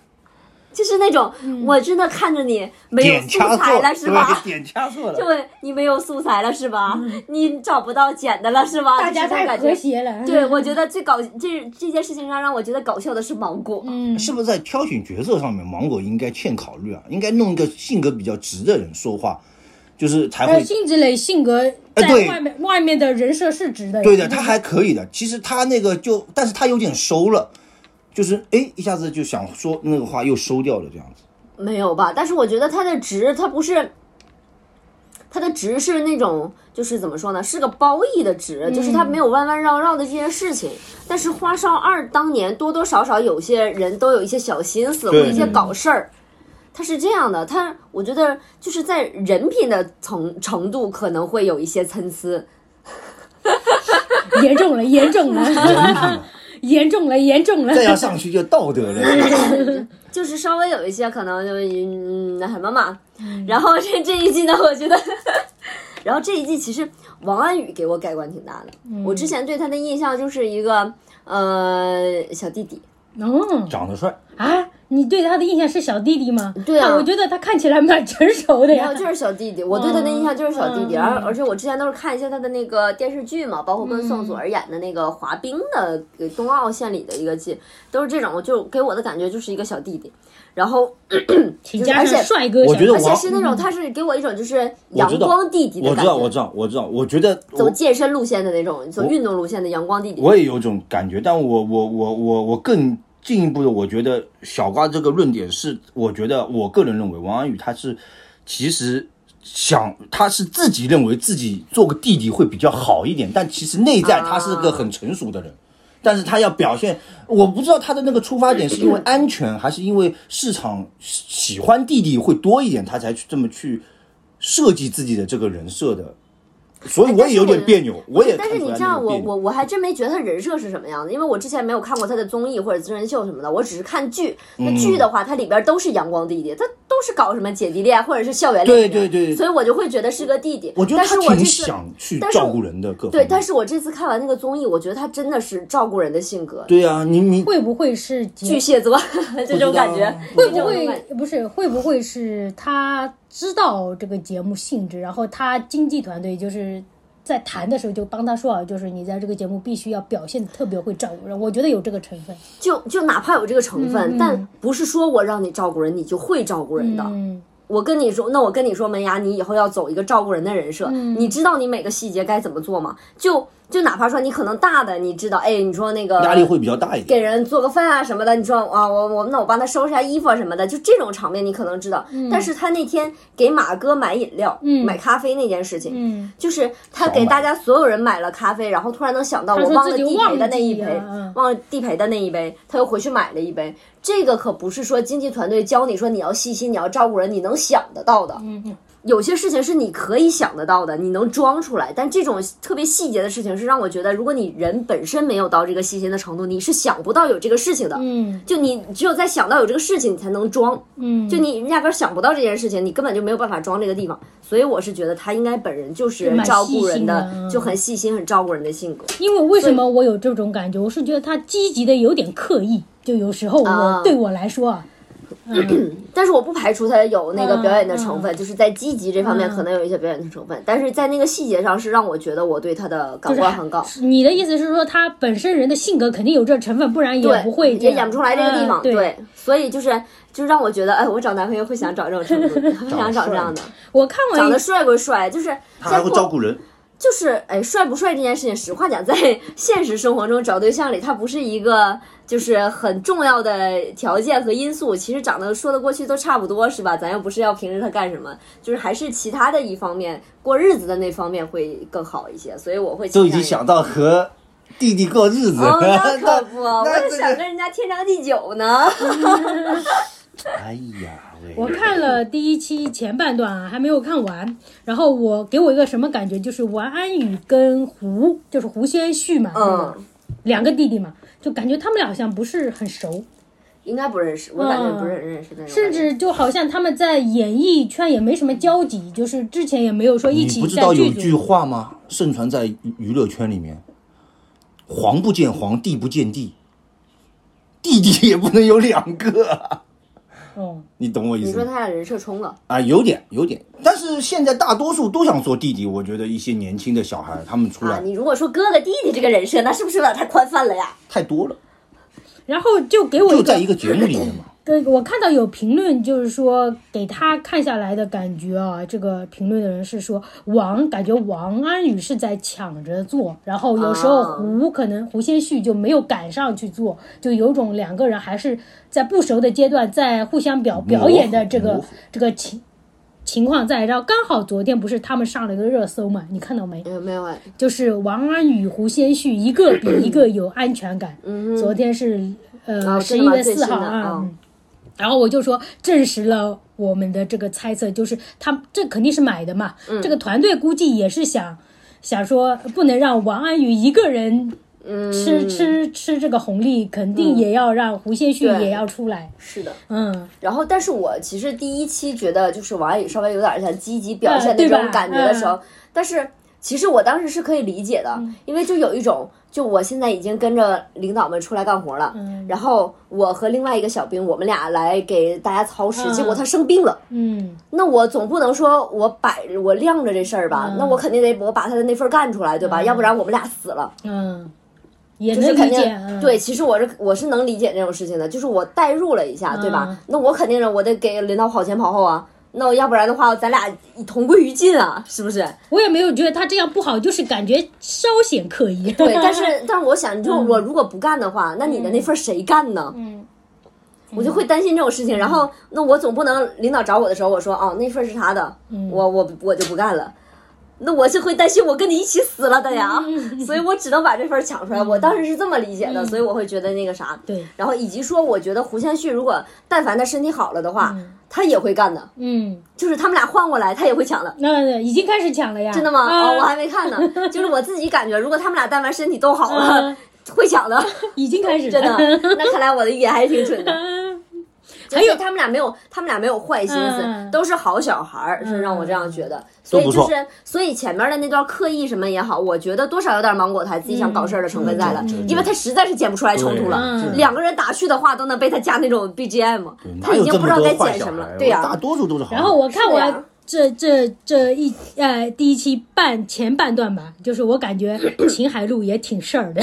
A: 就是那种，
B: 嗯
A: 我真的看着你没有
C: 点
A: 素
C: 掐
A: 材
C: 错
A: 了是吧？
C: 对，点掐 错了。
A: 对，你没有素材了是吧？你找不到剪的了是吧？
B: 嗯大
A: 就
B: 家
A: 是这种
B: 太
A: 感
B: 和
A: 觉。
B: 谐了。
A: 对，我觉得最搞这这件事情上让我觉得搞笑的是芒果。
B: 嗯，
C: 是不是在挑选角色上面，芒果应该欠考虑啊？应该弄一个性格比较直的人说话，就是才
B: 但
C: 会
B: 是辛芷蕾性格在
C: 哎对
B: 外面外面的人设是直的。
C: 对的，他还可以的。其实他那个就，但是他有点收了，就是哎，一下子就想说那个话又收掉了这样子。
A: 没有吧？但是我觉得它的值，它不是，它的值是那种，就是怎么说呢，是个褒义的
B: 嗯
A: 值，就是它没有弯弯绕绕的这件事情。但是《花少二》当年多多少少有些人都有一些小心思或
C: 对
A: 一些搞事儿，它是这样的，它我觉得就是在人品的层程度可能会有一些参差。
B: 严 重了，严重了，严重了，严重了。
C: 再要上去就道德了，
A: 就是稍微有一些可能就嗯那什么嘛，
B: 嗯
A: 然后这这一季呢，我觉得， 然后这一季其实王安宇给我改观挺大的。
B: 嗯
A: 我之前对他的印象就是一个呃小弟 弟，
B: 嗯
C: 长得帅，
B: 啊，你对他的印象是小弟弟吗？
A: 对啊
B: 但我觉得他看起来蛮成熟的
A: 然
B: 呀
A: 后。就是小弟弟，我对他的印象就是小弟弟，
B: 嗯嗯
A: 而而且我之前都是看一些他的那个电视剧嘛，包括跟宋
B: 嗯
A: 祖儿演的那个滑冰的给冬奥献礼的一个剧，都是这种，就给我的感觉就是一个小弟弟。然后
B: 请加
A: 而且
B: 上帅哥小，
C: 我觉得
A: 而且
C: 王
A: 是那
B: 嗯
A: 种，他是给我一种就是
C: 我
A: 阳
C: 知道
A: 光弟弟的
C: 我
A: 感觉。
C: 知道，我知道，我知道。我觉得
A: 走
C: 我
A: 健身路线的那种，走运动路线的阳光弟弟。
C: 我也有种感觉，但我我我我我更进一步的，我觉得小瓜这个论点是，我觉得我个人认为王安宇他是其实。想他是自己认为自己做个弟弟会比较好一点，但其实内在他是个很成熟的人，但是他要表现，我不知道他的那个出发点是因为安全，还是因为市场喜欢弟弟会多一点，他才去这么去设计自己的这个人设的，所以
A: 哎
C: 我也有
A: 但
C: 点
A: 是我
C: 别扭，我也
A: 但是
C: 看出
A: 你
C: 来
A: 知道
C: 那个
A: 我
C: 别扭
A: 我我还真没觉得他人设是什么样的，因为我之前没有看过他的综艺或者真人秀什么的，我只是看剧。那
C: 嗯
A: 剧的话，它里边都是阳光弟弟，他都是搞什么姐弟恋或者是校园恋
C: 对
A: 人，
C: 对对
A: 所以我就会觉得是个弟弟。
C: 我觉得
A: 但是
C: 他
A: 我这
C: 挺
A: 次
C: 想去
A: 但是
C: 照顾人的各方
A: 对，
C: 面。
A: 但是我这次看完那个综艺，我觉得他真的是照顾人的性格，
C: 对啊，你你
B: 会不会是
A: 巨
B: 结
A: 蟹座 这种感觉，
C: 不
B: 会
A: 这
B: 不
A: 种感
B: 会
A: 觉
B: 不是会不会是他知道这个节目性质，然后他经纪团队就是在谈的时候就帮他说好，就是你在这个节目必须要表现的特别会照顾人，我觉得有这个成分。
A: 就就哪怕有这个成分，
B: 嗯嗯
A: 但不是说我让你照顾人，你就会照顾人的。
B: 嗯，
A: 我跟你说，那我跟你说，门牙，你以后要走一个照顾人的人设，
B: 嗯
A: 你知道你每个细节该怎么做吗？就就哪怕说你可能大的，你知道，哎，你说那个
C: 压力会比较大一点。
A: 给人做个饭啊什么的，你说啊，我我那我帮他收拾下衣服啊什么的，就这种场面你可能知道。但是他那天给马哥买饮料、
B: 嗯
A: 买咖啡那件事情，
B: 嗯
A: 就是他给大家所有人买了咖啡，然后突然能想到
B: 他
A: 我
B: 说
A: 忘了
B: 自己
A: 地陪的那一杯
B: 忘记啊，
A: 忘了地陪的那一杯，他又回去买了一杯。这个可不是说经济团队教你说你要细心，你要照顾人，你能想得到的。
B: 嗯嗯，
A: 有些事情是你可以想得到的，你能装出来，但这种特别细节的事情是让我觉得，如果你人本身没有到这个细心的程度，你是想不到有这个事情的。
B: 嗯
A: 就你只有在想到有这个事情，你才能装。
B: 嗯，
A: 就你压根儿想不到这件事情，你根本就没有办法装这个地方。所以我是觉得他应该本人就是
B: 蛮
A: 照顾人
B: 细心的
A: 的
B: 嗯，
A: 就很细心、很照顾人的性格。
B: 因为为什么我有这种感觉？我是觉得他积极的有点刻意，就有时候我、
A: 啊
B: 对我来说啊，
A: 但是我不排除他有那个表演的成分，
B: 嗯嗯
A: 就是在积极这方面
B: 嗯
A: 可能有一些表演的成分，但是在那个细节上是让我觉得我对他的感官很高。
B: 你的意思是说他本身人的性格肯定有这成分，不然也
A: 对，
B: 不会这
A: 也
B: 样
A: 演不出来这个地方，
B: 嗯对，
A: 所以就是就让我觉得，哎，我找男朋友会想找这种程 度，会想找这样的，
B: 我看
A: 长
B: 完
A: 得帅归帅，就是
C: 他还会照
A: 在
C: 顾人，
A: 就是哎，帅不帅这件事情，实话讲，在 现实生活中找对象里，它不是一个就是很重要的条件和因素。其实长得说得过去都差不多，是吧？咱又不是要平时他干什么，就是还是其他的一方面，过日子的那方面会更好一些。所以我会
C: 都
A: 倾
C: 已经
A: 向于
C: 想到和弟弟过日子
A: 哦，
C: 了。
A: 那可不，我
C: 那这
A: 就
C: 个
A: 想跟人家天长地久 呢。
C: 哎呀，喂
B: 我看了第一期前半段啊，还没有看完。然后我给我一个什么感觉，就是王安宇跟胡，就是胡先煦嘛，那个
A: 嗯，
B: 两个弟弟嘛，就感觉他们俩好像不是很熟，
A: 应该不认识，我感觉不是很认识那种感觉。
B: 甚至就好像他们在演艺圈也没什么交集，就是之前也没有说一
C: 你
B: 起
C: 不知
B: 在
C: 道有
B: 剧
C: 一句
B: 组。
C: 话吗？盛传在娱娱乐圈里面，皇不见皇，帝不见帝，弟弟也不能有两个啊，
B: 哦，
C: 你懂我意
A: 你
C: 思
A: 说
C: 吗？
A: 他俩人设冲了，
C: 啊，有点，有点，但是现在大多数都想做弟弟。我觉得一些年轻的小孩，他们出
A: 啊！
C: 来
A: 你如果说哥哥弟弟这个人设，那是不是有点太宽泛了呀？
C: 太多了，
B: 然后就给我
C: 就
B: 一
C: 在
B: 个
C: 一个节目里面嘛。
B: 对，我看到有评论，就是说给他看下来的感觉啊，这个评论的人是说王，感觉王安宇是在抢着做，然后有时候
A: 啊
B: 胡可能胡先煦就没有赶上去做，就有种两个人还是在不熟的阶段，在互相表表演的这个
C: 模糊
B: 这个情情况在。然后刚好昨天不是他们上了一个热搜嘛，你看到没？
A: 有没有哎？
B: 就是王安宇、胡先煦一个比一个有安全感。昨天是呃
A: 嗯哦真
B: 十一、
A: 的吗
B: 11月
A: 最
B: 四
A: 新
B: 号
A: 的
B: 啊、
A: 哦
B: 嗯然后我就说证实了我们的这个猜测，就是他这肯定是买的嘛，
A: 嗯
B: 这个团队估计也是想想说不能让王安宇一个人。吃
A: 嗯
B: 吃吃这个红利，肯定也要让胡先煦
A: 对
B: 也要出来。
A: 是的。
B: 嗯，
A: 然后，但是我其实第一期觉得就是王安宇稍微有点像积极表
B: 嗯
A: 现
B: 对
A: 那
B: 吧嗯
A: 种感觉的时候，但是其实我当时是可以理解的，因为就有一种就我现在已经跟着领导们出来干活了，
B: 嗯
A: 然后我和另外一个小兵，我们俩来给大家操持，
B: 嗯
A: 结果他生病了。
B: 嗯，
A: 那我总不能说我摆着我晾着这事儿
B: 嗯
A: 吧？那我肯定得我把他的那份儿干出来，对吧？要不然我们俩死了。
B: 嗯，也
A: 就是
B: 能
A: 肯
B: 理
A: 定
B: 解。嗯、
A: 对，，其实我是我是能理解这种事情的，就是我代入了一下，对吧
B: 嗯？
A: 那我肯定是我得给领导跑前跑后啊，那要不然的话，咱俩同归于尽啊，是不是？
B: 我也没有觉得他这样不好，就是感觉稍显刻意。
A: 对，但是但是我想，就我如果不干的话，那你的那份儿谁干呢？
B: 嗯，
A: 我就会担心这种事情。然后，那我总不能领导找我的时候，我说哦，那份儿是他的，
B: 嗯
A: 我我我就不干了。那我是会担心我跟你一起死了的呀，
B: 嗯
A: 所以我只能把这份儿抢出来。我当时是这么理解的，所以我会觉得那个啥，
B: 对，
A: 然后以及说，我觉得胡先煦如果但凡他身体好了的话，他也会干的，
B: 嗯，
A: 就是他们俩换过来，他也会抢的。
B: 那已经开始抢了呀？
A: 真的吗？
B: 啊、
A: 哦，我还没看 呢。就是我自己感觉，如果他们俩但凡身体都好了，
B: 嗯
A: 会抢的，
B: 已经开 始了。
A: 真的。那看来我的预言还是挺准 的。
B: 还
A: 就
B: 有
A: 是他们俩没有，他们俩没有坏心思，
B: 嗯
A: 都是好小孩儿，是让我这样觉得。所以
C: 都不
A: 就
C: 错
A: 是，所以前面的那段刻意什么也好，我觉得多少有点芒果台自己想搞事儿的成分在了，
C: 嗯嗯嗯
A: 因为他实在是剪不出来冲突了。
B: 嗯
A: 两个人打趣的话都能被他加那种 BGM，
C: 对
A: 他
C: 哪
A: 已
C: 有
A: 经
C: 这
A: 不知道
C: 么多
A: 该
C: 坏
A: 剪
C: 小
A: 什
C: 孩
A: 么
C: 儿
A: 了？？对呀、
C: 大多数都是好。
B: 然后我看
A: 是啊呀
B: 完这这这一呃第一期半前半段吧，就是我 感觉秦海璐也挺事儿的，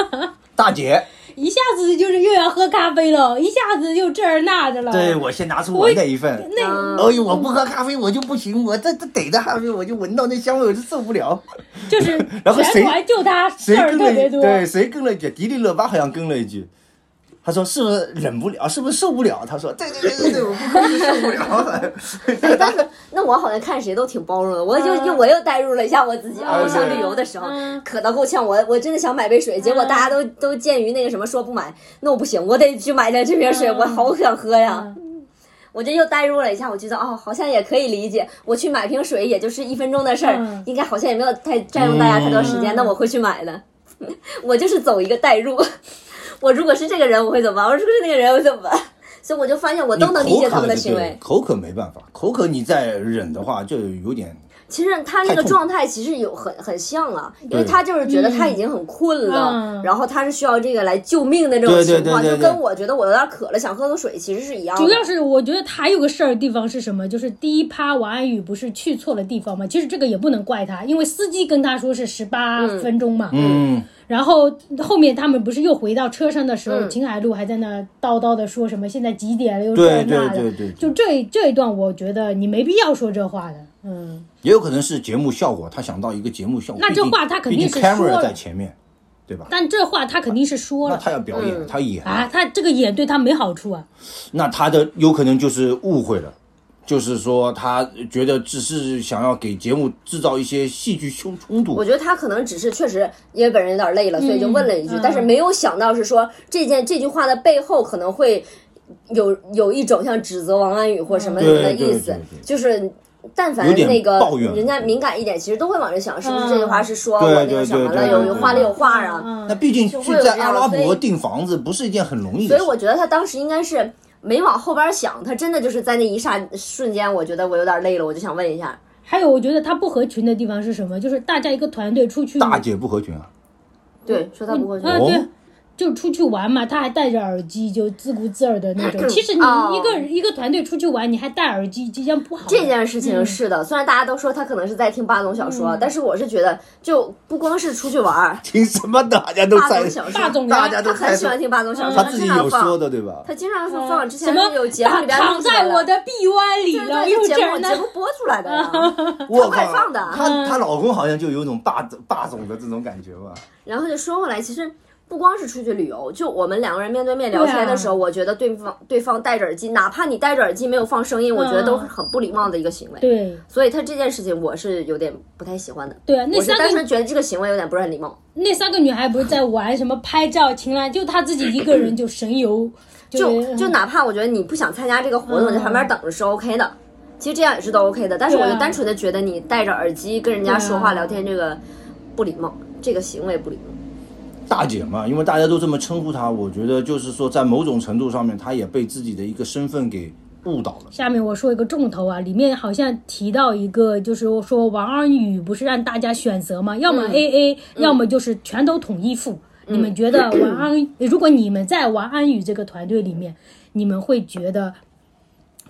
C: 大姐，
B: 一下子就是又要喝咖啡了，一下子又这儿那的了。
C: 对我先拿出我那一份。
B: 那
A: 嗯
C: 哎呦，我不喝咖啡我就不行，我这这逮着咖啡我就闻到那香味我就受不了。
B: 就是
C: 然后谁
B: 全团就他
C: 谁
B: 事儿
C: 跟
B: 特
C: 了
B: 别
C: 一
B: 多。
C: 对，谁跟了一句？迪丽热巴好像跟了一句，他说是不是忍不了？是不是受不了？他说对对对对对，我不喝就受不了。
A: 哎 但是那我好像看谁都挺包容的，我就又我又代入了一下我自己啊，
C: 嗯
A: 我想旅游的时候
B: 嗯
A: 渴到够呛，我我真的想买杯水，结果大家都都鉴于那个什么说不买，那我不行，我得去买点这瓶水，
B: 嗯
A: 我好想喝呀。我就又代入了一下，我觉得哦，好像也可以理解。我去买瓶水，也就是一分钟的事儿，
B: 嗯
A: 应该好像也没有太占用大家太多时间。
B: 嗯
A: 那我会去买的， 我就是走一个代入。我如果是这个人，我会怎么办？我如果是那个人，我会怎么办？所以我就发现，我都能理解他们的行为。
C: 口渴没办法，口渴你再忍的话就有点
A: 其实他那
C: 太
A: 个
C: 痛
A: 状态其实有很很像了，因为
C: 对
A: 他就是觉得他已经很困了，
B: 嗯
A: 然后他是需要这个来救命的这种
C: 对对
A: 情况，
C: 对对
A: 就
C: 对
A: 跟我觉得我有点渴了，想喝口水其实是一样的。
B: 主要是我觉得他有个事儿的地方是什么？就是第一趴王安宇不是去错了地方嘛？其实这个也不能怪他，因为司机跟他说是十八分钟嘛。
C: 嗯，
B: 然后后面他们不是又回到车上的时候，秦海璐还在那叨叨的说什么现在几点了又这
C: 嗯对
B: 那
C: 对
B: 的。
C: 对对，
B: 就这这一段，我觉得你没必要说这话的。嗯，
C: 也有可能是节目效果，他想到一个节目效果，
B: 那这
C: 毕竟
B: 话他肯定
C: 毕
B: 是
C: 竟
B: 说
C: camera
B: 了
C: 在前面，对吧？
B: 但这话他肯定是说
C: 那
B: 了
C: 他要表演，他演，
B: 啊，他这个演对他没好处啊。
C: 那他的有可能就是误会了，就是说他觉得只是想要给节目制造一些戏剧冲冲突
A: 我，觉得他可能只是确实因为本人有点累了，所以就问了一句，
B: 嗯
A: 但是没有想到是说这件这句话的背后可能会有有一种像指责王安宇或什么什么的
C: 嗯对对
A: 意思
C: 对，
A: 就是。但凡
C: 有点
A: 那个
C: 抱怨
A: 人家敏感一点，其实都会往这想，是不是这句话是说
C: 对
A: 我那
C: 对
A: 个
C: 对
A: 什么
C: 对
A: 了，
C: 对
A: 有
C: 对
A: 有
C: 对
A: 话里有话啊？
B: 嗯
C: 那毕竟
A: 就
C: 去
A: 会有
C: 在
A: 这样
C: 阿拉
A: 所
C: 伯
A: 以
C: 订房子不是一件很容易
A: 所
C: 的
A: 以
C: 事。
A: 我觉得他当时应该是没往后边想，他真的就是在那一刹瞬间，我觉得我有点累了，我就想问一下，
B: 还有，我觉得他不合群的地方是什么？就是大家一个团队出去，
C: 大姐不合群啊，
A: 对，说他不过去，
B: 啊
C: 哦
B: 对，就出去玩嘛，他还戴着耳机，就自顾自儿的 那种。其实你
A: 哦
B: 一个一个团队出去玩，你还戴耳机，这样不好。
A: 这件事情是
B: 嗯
A: 的，虽然大家都说他可能是在听霸总小说，但是我是觉得，就不光是出去玩儿，
C: 听什么大家都
A: 霸
C: 在
A: 总，小说，
B: 大总嗯
C: 大家
A: 他
C: 都
A: 很
C: 在
A: 喜欢听霸总小说，
C: 他自己
A: 经常
C: 有
A: 放
C: 说，的对吧？
A: 他经常说放哦之
B: 哦什
A: 前
B: 么
A: 有节目里边
B: 躺
A: 录出来
B: 在我
A: 的。
B: 的臂弯里
A: 对
B: 了，
A: 对，
B: 又
A: 有节
B: 这
A: 目
B: 样呢嗯
A: 节？目播出来的呀，
C: 我
A: 快
C: 靠，
A: 放的
C: 她她老公好像就有种霸霸总的这种感觉吧？
A: 然后就说回来，其实不光是出去旅游，就我们两个人面对面
B: 啊
A: 聊天的时候，我觉得对方对方戴着耳机，哪怕你戴着耳机没有放声音，我觉得都是很不礼貌的一个行为。
B: 嗯对
A: 所以他这件事情我是有点不太喜欢的。
B: 对，啊那
A: 我是
B: 三
A: 单
B: 个
A: 纯觉得这个行为有点不是很礼貌，
B: 那三个女孩不是在玩什么拍照、情兰，就她自己一个人就神游，
A: 就就
B: 嗯
A: 哪怕我觉得你不想参加这个活动，在旁边等着是 OK 的，其实这样也是都 OK 的。但是我就单纯的觉得你戴着耳机跟人家说话
B: 啊对啊
A: 聊天这个不礼貌，这个行为不礼貌。
C: 大姐嘛，因为大家都这么称呼她，我觉得就是说，在某种程度上面，她也被自己的一个身份给误导了。
B: 下面我说一个重头啊，里面好像提到一个，就是说王安宇不是让大家选择吗？要么 AA，、要么就是全都统一付。你们觉得王安，如果你们在王安宇这个团队里面，你们会觉得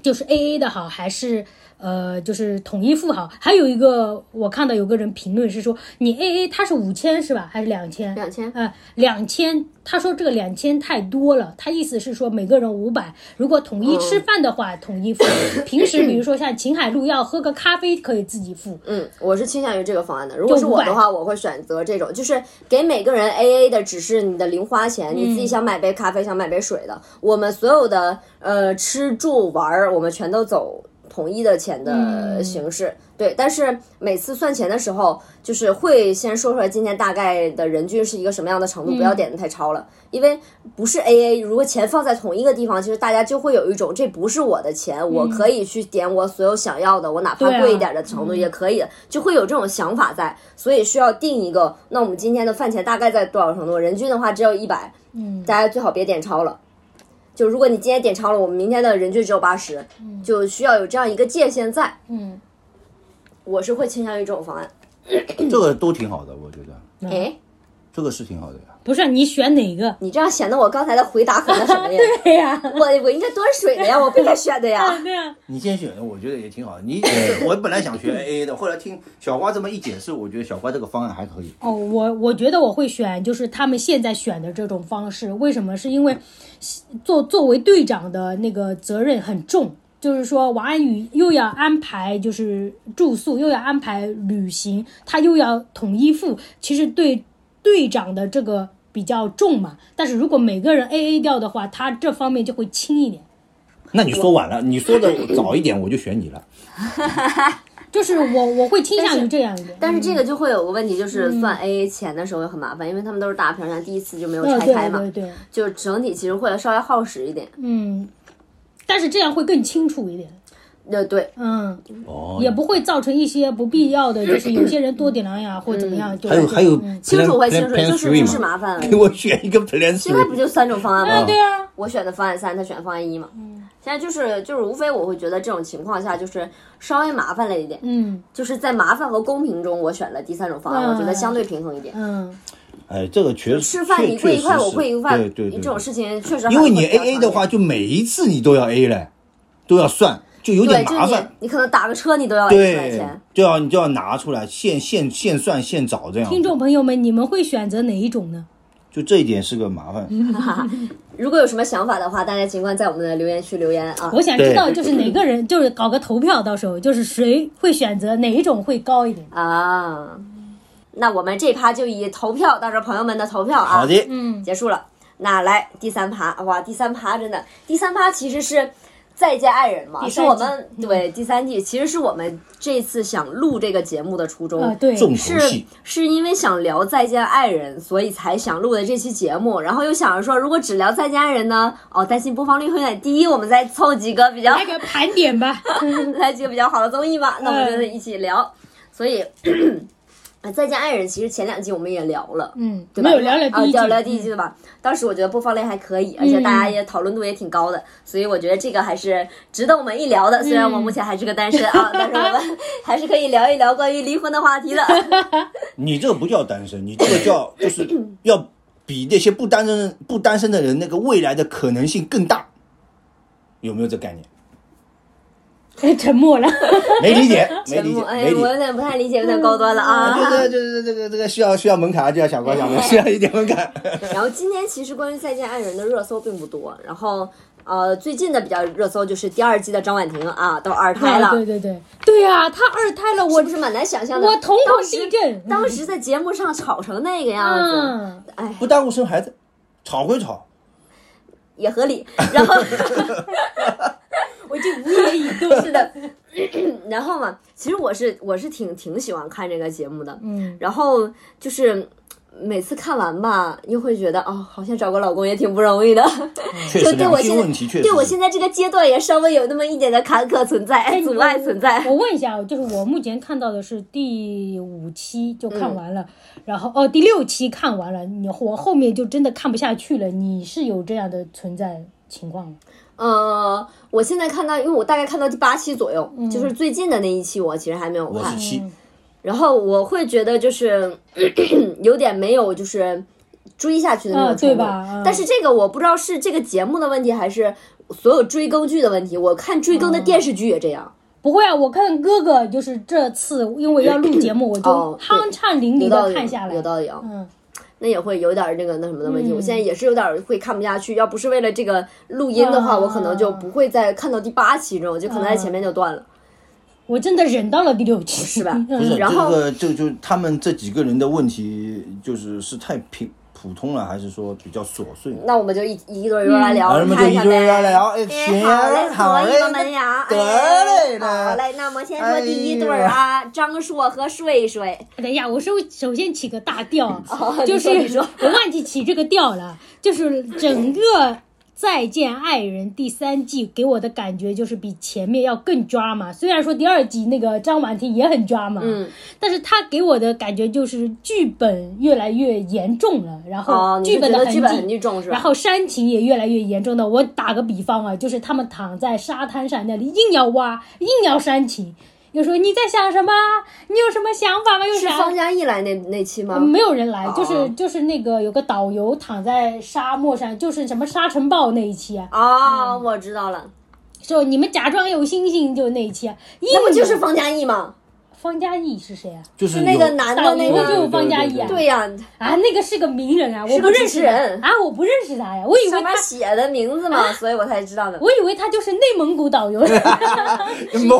B: 就是 A A 的好，还是呃就是统一付好？还有一个我看到有个人评论是说，你 A A 他是五千是吧，还是两千？
A: 两千
B: 呃，两千，他说这个两千太多了，他意思是说每个人五百，如果统一吃饭的话，统一付。平时比如说像秦海璐要喝个咖啡可以自己付，
A: 嗯，我是倾向于这个方案的。如果
B: 就是
A: 我
B: 500
A: 的话，我会选择这种，就是给每个人 A A 的，只是你的零花钱，你自己想买杯咖啡，想买杯水的，我们所有的呃吃住玩儿，我们全都走统一的钱的形式。对，但是每次算钱的时候，就是会先说出来今天大概的人均是一个什么样的程度，不要点的太超了，因为不是 A A，如果钱放在同一个地方，其实大家就会有一种这不是我的钱，我可以去点我所有想要的，我哪怕
B: 对啊
A: 贵一点的程度也可以的，就会有这种想法在，所以需要定一个。那我们今天的饭钱大概在多少程度？人均的话只有一百，嗯，大家最好别点超了。就如果你今天点超了，我们明天的人均只有八十，就需要有这样一个界限在。
B: 嗯，
A: 我是会倾向于这种方案。
C: 这个都挺好的，我觉得
B: 嗯
A: 哎，
C: 这个是挺好的呀。
B: 不是啊你选哪个？
A: 你这样显得我刚才的回答很那什么呀？
B: 对啊呀、
A: 我我应该端水的呀，我不应该选的 呀。
B: 对啊呀、
C: 你先选，我觉得也挺好的。你 我本来想学 AA 的，后来听小花这么一解释，我觉得小花这个方案还可以。
B: 哦，我我觉得我会选，就是他们现在选的这种方式，为什么？是因为作作为队长的那个责任很重，就是说王安宇又要安排就是住宿，又要安排旅行，他又要统一付，其实对队长的这个比较重嘛。但是如果每个人 A A 掉的话，他这方面就会轻一点。
C: 那你说晚了，你说的早一点，我就选你了。
B: 就是我我会倾向于这样一点。
A: 但是这个就会有个问题，就是
B: 嗯
A: 算 AA 钱的时候也很麻烦，因为他们都是大票，像第一次就没有
B: 嗯，
A: 拆开嘛，
B: 对对对，
A: 就是整体其实会稍微耗时一点。
B: 嗯。但是这样会更清楚一点。
A: 呃，对，
B: 嗯，
C: 哦，
B: 也不会造成一些不必要的，就是有些人多点两
A: 嗯
B: 眼或怎么样。就嗯
C: 嗯还哎有还有，
A: 清
C: plan-
A: 楚会
C: plan-
A: 清楚，
C: plan
A: 就是
C: three
A: 就
C: 嘛
A: 是麻烦了
C: 给。我选一个 Plan
A: 现在不
C: Three，
A: 就三种方案
B: 啊，
A: 吗？
B: 对啊，
A: 我选的方案三，他选的方案一嘛。
B: 嗯
A: 现在就是就是，无非我会觉得这种情况下就是稍微麻烦了一点，
B: 嗯
A: 就是在麻烦和公平中，我选了第三种方案，
B: 嗯
A: 我觉得相对平衡一点。
B: 嗯，
C: 哎，这个确实
A: 吃饭你跪一块，我跪一块，
C: 对对对，
A: 这种事情确实还
C: 因为你
A: 会比
C: A
A: 较
C: A
A: 常
C: 的
A: 见
C: 话，就每一次你都要 A 嘞，都要算，就有点
A: 对，就是
C: 麻
A: 你
C: 烦。
A: 你可能打个车你都要一块
C: 对
A: 钱，，
C: 就要你就要拿出来现现现算现找这样，
B: 听众朋友们，你们会选择哪一种呢？
C: 就这一点是个麻烦。
B: 嗯
A: 如果有什么想法的话，大家尽管在我们的留言区留言啊。
B: 我想知道，就是哪个人，就是搞个投票，到时候就是谁会选择哪一种会高一点。
A: 啊，那我们这趴就以投票，到时候朋友们的投票啊，
C: 好的，
B: 嗯，
A: 结束了。那来第三趴，哇，第三趴真的，第三趴其实是再见爱人嘛，
B: 第
A: 是
B: 三
A: 我
B: 季嗯
A: 们对第三季，其实是我们这次想录这个节目的初衷。
B: 啊，对，
C: 重头
A: 是
C: 戏，
A: 是因为想聊《再见爱人》，所以才想录的这期节目。然后又想着说，如果只聊《再见爱人》呢，哦，担心播放率会有点低，我们再凑几个比较
B: 来个盘点吧。
A: 来几个比较好的综艺吧，那我们就
B: 嗯
A: 一起聊。所以， 呃再见爱人》其实前两季我们也聊了。
B: 嗯，
A: 对吧？
B: 没有聊聊第一季，嗯
A: 啊，聊聊第一季的吧。当时我觉得播放量还可以，而且大家也讨论度也挺高的，所以我觉得这个还是值得我们一聊
B: 嗯
A: 的。虽然我目前还是个单身 啊，但是我们还是可以聊一聊关于离婚的话题的。
C: 你这个不叫单身，你这个叫 就是要比那些不单身不单身的人那个未来的可能性更大，有没有这概念？
B: 哎沉默了。
C: 没 理解，没
A: 全
C: 理
A: 部，
C: 解，
A: 哎
C: 没，理
A: 我有
C: 解。
A: 点不太理解，有点高端了啊。
B: 嗯
C: 这个就是这个这个需要需要门槛，就要想关
A: 哎
C: 想关，需要一点门槛。
A: 然后今天其实关于《再见爱人》的热搜并不多，然后呃最近的比较热搜就是第二季的张婉婷啊，到二胎了，
B: 啊对对对，对呀、他二胎了，
A: 是
B: 我
A: 不是蛮难想象的？
B: 我瞳
A: 当
B: 孔地
A: 时
B: 震。
A: 当时在节目上吵成那个样子，
B: 嗯，
A: 哎，
C: 不耽误生孩子，吵归吵，
A: 也合理。然后
B: 我就无言以对。
A: 是的，然后嘛，其实我是我是挺挺喜欢看这个节目的，
B: 嗯，
A: 然后就是。每次看完吧，又会觉得哦，好像找个老公也挺不容易的。
C: 确
A: 就对
C: 实良
A: 我现
C: 心
A: 在
C: 问题确实
A: 对我
C: 是
A: 现在这个阶段也稍微有那么一点的坎坷存在，阻碍存在。
B: 哎我问一下，啊就是我目前看到的是第五期就
A: 嗯
B: 看完了，然后哦第六期看完了，你我后面就真的看不下去了。你是有这样的存在情况吗？
A: 呃，我现在看到，因为我大概看到第八期左右，
B: 嗯
A: 就是最近的那一期，我其实还没有
C: 我
A: 看
C: 是。七，
A: 然后我会觉得就是 咳咳有点没有就是追下去的那
B: 啊，
A: 种
B: 对
A: 冲动。
B: 吧？嗯
A: 但是这个我不知道是这个节目的问题，还是所有追更剧的问题。我看追更
B: 嗯
A: 的电视剧也这样，
B: 不会啊，我看哥哥就是这次因为要录节目，我就
A: 哦对
B: 酣畅淋
A: 有
B: 漓
A: 道
B: 的
A: 理，
B: 看下来
A: 有。道理啊。
B: 嗯，
A: 那也会有点儿那个那什么的问题。
B: 嗯
A: 我现在也是有点儿会看不下去，要不是为了这个录音的话，
B: 啊
A: 我可能就不会再看到第八期这种，就可能在
B: 嗯
A: 前面就断了，
B: 我真的忍到了第六期，
A: 是吧？
C: 不是
A: 然
C: 这
A: 后
C: 个就就他们这几个人的问题，就是是太平普通了，还是说比较琐碎？
A: 那我们就一一对儿一对儿来聊，
C: 嗯
A: 看一下
C: 我们就一对儿一对儿
A: 呗。
C: 来聊哎行
A: 哎好嘞，
C: 好
A: 所
C: 嘞
A: 以我们呀，
C: 得
A: 哎
C: 嘞那
A: 好嘞，那我先说第一对儿啊，张硕和睡睡。
B: 等一下，哎我首首先起个大调啊，
A: 哦
B: 就
A: 你
B: 是
A: 说你说
B: 我忘记起这个调了，就是整个《再见爱人》第三季给我的感觉就是比前面要更抓嘛。虽然说第二季那个张婉婷也很抓嘛，
A: 嗯，
B: 但是她给我的感觉就是剧本越来越严重了，然
A: 哦
B: 后，
A: 你是觉
B: 本的
A: 得
B: 痕迹，
A: 剧本很重是吧？
B: 然后煽情也越来越严重的。我打个比方啊，就是他们躺在沙滩上那里硬要挖，硬要煽情，又说你在想什么？你有什么想法吗？有
A: 是
B: 啥？
A: 方嘉译来那那期吗？
B: 没有人来，就是、
A: 哦
B: 就是那个有个导游躺在沙漠上，就是什么沙尘暴那一期啊，
A: 哦，我知道
B: 嗯
A: 了，
B: 说你们假装有星星就那一期啊，
A: 那不
B: 硬
A: 就是方嘉译吗？
B: 方嘉译是谁啊？
C: 就是
A: 那个
C: 有
A: 男
B: 导
A: 的那
B: 游
A: 个，
B: 就方嘉译啊，
A: 对呀，
B: 啊，那个是个名人啊，
A: 是
B: 我
A: 个
B: 不认
A: 主持
B: 识他
A: 人
B: 啊，我不认识他呀，我以为
A: 上面
B: 他，
A: 写的名字嘛，所以我才知道的。
B: 啊我以为他就是内蒙古导游。
C: 某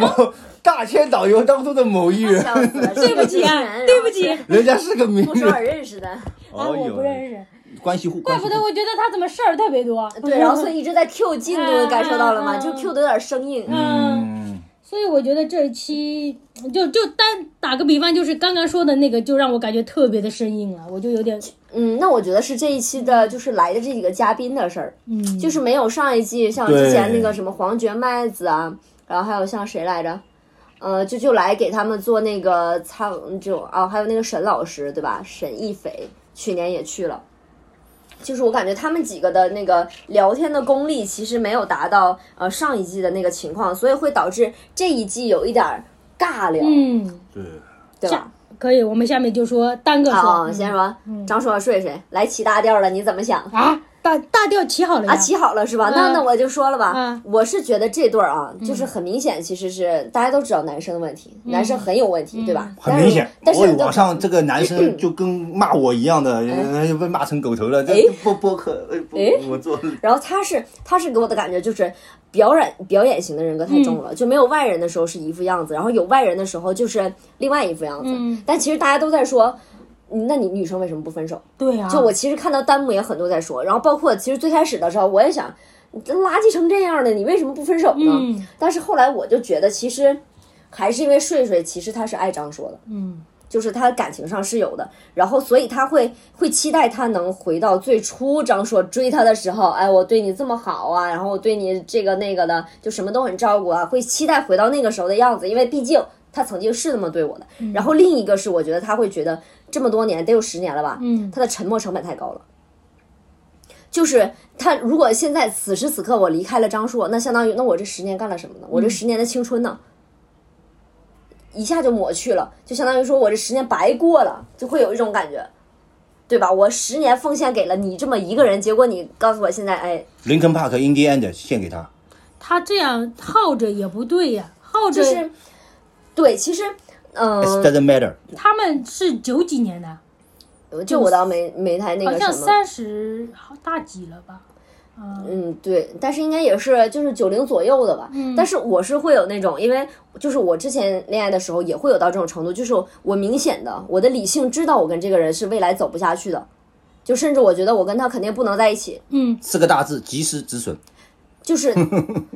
C: 某大千导游当中的某一 人，
A: 笑死了，
B: 对
A: 对
B: 不起啊，对不起，
C: 人家是个名
A: 不说我哎
C: 人，哦
A: 认识的，
B: 啊，我不认识，
C: 关系户，
B: 怪
C: 关
B: 不
C: 系户
B: 得我觉得他怎么事儿特别多。
A: 对，然后所以一直在 Q 进度，
B: 嗯
A: 感受到了吗？
B: 嗯
A: 就 Q 的有点生硬，
B: 嗯，
C: 嗯，
B: 所以我觉得这一期就就单打个比方，就是刚刚说的那个，就让我感觉特别的生硬了，我就有点
A: 嗯，那我觉得是这一期的，就是来的这几个嘉宾的事儿，
B: 嗯，
A: 就是没有上一季像
C: 对
A: 之前那个什么黄觉麦子啊，然后还有像谁来着？呃，就就来给他们做那个参就啊，还有那个沈老师对吧？沈亦斐去年也去了，就是我感觉他们几个的那个聊天的功力其实没有达到呃上一季的那个情况，所以会导致这一季有一点儿尬聊，
B: 嗯，
C: 对，
A: 对吧？
B: 可以，我们下面就说嗯单个
A: 好，
B: 说
A: 先说、张硕睡睡来起大调了，你怎么想？
B: 啊，大大调起好了呀，
A: 啊，起好了是吧？那
B: 嗯
A: 那我就说了吧，
B: 嗯
A: 我是觉得这对儿啊，就是很明显，其实是大家都知道男生的问题，
B: 嗯
A: 男生很有问题，对吧？
C: 很
A: 但是
C: 明显，
A: 但
C: 我
A: 是
C: 网上这个男生就跟骂我一样的，呃被骂成狗头了。这播播客，呃不
A: 哎
C: 我做
A: 然后他是他是给我的感觉就是表演表演型的人格太重
B: 嗯
A: 了，就没有外人的时候是一副样子，然后有外人的时候就是另外一副样子。
B: 嗯
A: 但其实大家都在说。嗯那你女生为什么不分手？
B: 对啊呀，
A: 就我其实看到弹幕也很多在说，然后包括其实最开始的时候我也想，你这垃圾成这样的，你为什么不分手呢？
B: 嗯
A: 但是后来我就觉得，其实还是因为睡睡，其实他是爱张硕的，
B: 嗯
A: 就是他感情上是有的，然后所以他会会期待他能回到最初张硕追他的时候，哎，我对你这么好啊，然后我对你这个那个的，就什么都很照顾啊，会期待回到那个时候的样子，因为毕竟。他曾经是那么对我的，
B: 嗯
A: 然后另一个是我觉得他会觉得这么多年得有十年了吧，
B: 嗯
A: 他的沉默成本太高了。就是他如果现在此时此刻我离开了张硕，那相当于那我这十年干了什么呢？我
B: 嗯
A: 这十年的青春呢，一下就抹去了，就相当于说我这十年白过了，就会有一种感觉，对吧？我十年奉献给了你这么一个人，结果你告诉我现在，哎，
C: 林肯帕克 In the End 献给他，
B: 他这样耗着也不对呀，耗着
A: 就是对，其实，嗯、
C: It doesn't matter。
B: 他们是九几年的，
A: 就我倒没没太那
B: 好
A: 个
B: 像
A: 什么。
B: 三十大几了吧？
A: 嗯，对，但是应该也是就是九零左右的吧。嗯，但是我是会有那种，因为就是我之前恋爱的时候也会有到这种程度，就是我明显的我的理性知道我跟这个人是未来走不下去的，就甚至我觉得我跟他肯定不能在一起，
B: 嗯
C: 四个大字：及时止损。
A: 就是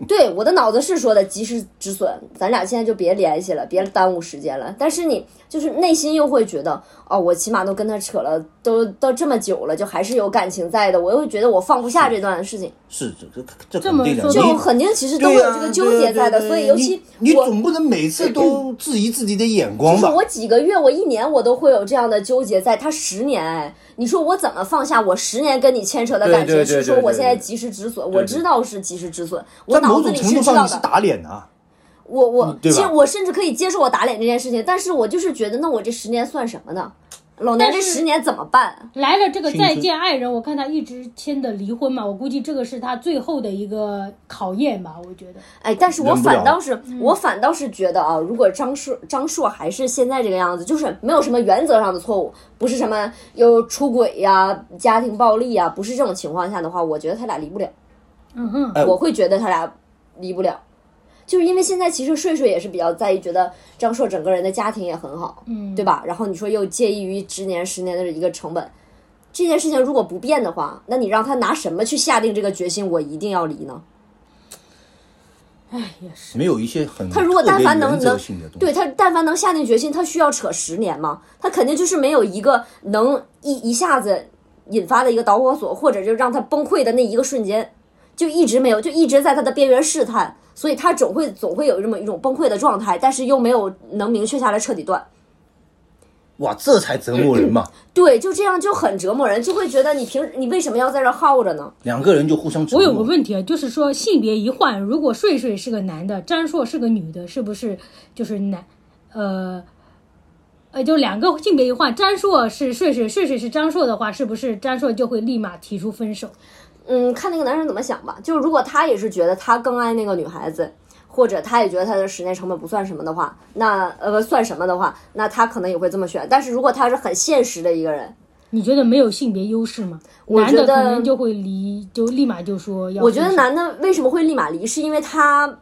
A: 对我的脑子是说的及时止损，咱俩现在就别联系了，别耽误时间了。但是你就是内心又会觉得，哦，我起码都跟他扯了，都都这么久了，就还是有感情在的，我又觉得我放不下这段事情。
C: 是这这这
B: 这
C: 肯
B: 么
C: 定的，
B: 说
C: 你
A: 就肯定其实都
C: 对
A: 有
C: 呀
A: 这个纠结在的，
C: 对
A: 所以
C: 对
A: 尤其
C: 你你
A: 我
C: 总不能每次都质疑自己的眼光
A: 就是
C: 吧？
A: 我几个月，我一年我都会有这样的纠结在。他十年，哎，你说我怎么放下我十年跟你牵扯的感
C: 对对
A: 情？
C: 对对
A: 是说
C: 对
A: 我
C: 对
A: 现在
C: 对
A: 及时止损，
C: 对
A: 我知道是及时止损，我
C: 在
A: 脑
C: 某
A: 子
C: 种
A: 里
C: 程度
A: 知
C: 上，
A: 道
C: 你是
A: 的。
C: 打脸啊！
A: 我我
C: 对
A: 其
C: 吧
A: 实我甚至可以接受我打脸这件事情，但是我就是觉得，那我这十年算什么呢？老娘
B: 但
A: 这
B: 是
A: 十年怎么办？
B: 来了这个
C: 青春
B: 再见爱人，我看他一直签的离婚嘛，我估计这个是他最后的一个考验吧，我觉得。
A: 哎，但是我
C: 忍不
A: 反
C: 了
A: 倒是
B: 嗯
A: 我反倒是觉得啊，如果张硕张硕还是现在这个样子，就是没有什么原则上的错误，不是什么又出轨呀、家庭暴力呀、不是这种情况下的话，我觉得他俩离不了。
B: 嗯哼，
C: 哎
A: 我会觉得他俩离不了，就是因为现在其实睡睡也是比较在意，觉得张硕整个人的家庭也很好，
B: 嗯，
A: 对吧？然后你说又介意于十年十年的一个成本，这件事情如果不变的话，那你让他拿什么去下定这个决心，我一定要离呢？
B: 哎，也是。
C: 没有一些很
A: 他如果但凡能
C: 特别原则性的东西
A: 对他，但凡能下定决心，他需要扯十年吗？他肯定就是没有一个能一一下子引发的一个导火索，或者就让他崩溃的那一个瞬间，就一直没有，就一直在他的边缘试探，所以他总会总会有这么一种崩溃的状态，但是又没有能明确下来彻底断。
C: 哇，这才折磨人嘛！
A: 对，就这样就很折磨人，就会觉得你平时你为什么要在这儿耗着呢？
C: 两个人就互相折
B: 我
C: 磨。
B: 有个问题啊，
A: 嗯
B: 就是说性别一换，如果睡睡是个男的，詹硕是个女的，是不是就是男，呃，呃，就两个性别一换，詹硕是睡睡，睡睡是张硕的话，是不是詹硕就会立马提出分手？
A: 嗯，看那个男生怎么想吧。就是如果他也是觉得他更爱那个女孩子，或者他也觉得他的时间成本不算什么的话，那呃不算什么的话，那他可能也会这么选。但是如果他是很现实的一个人，
B: 你觉得没有性别优势吗？
A: 我
B: 男的
A: 觉得
B: 可能就会离，就立马就说要分手。
A: 我觉得男的为什么会立马离，是因为他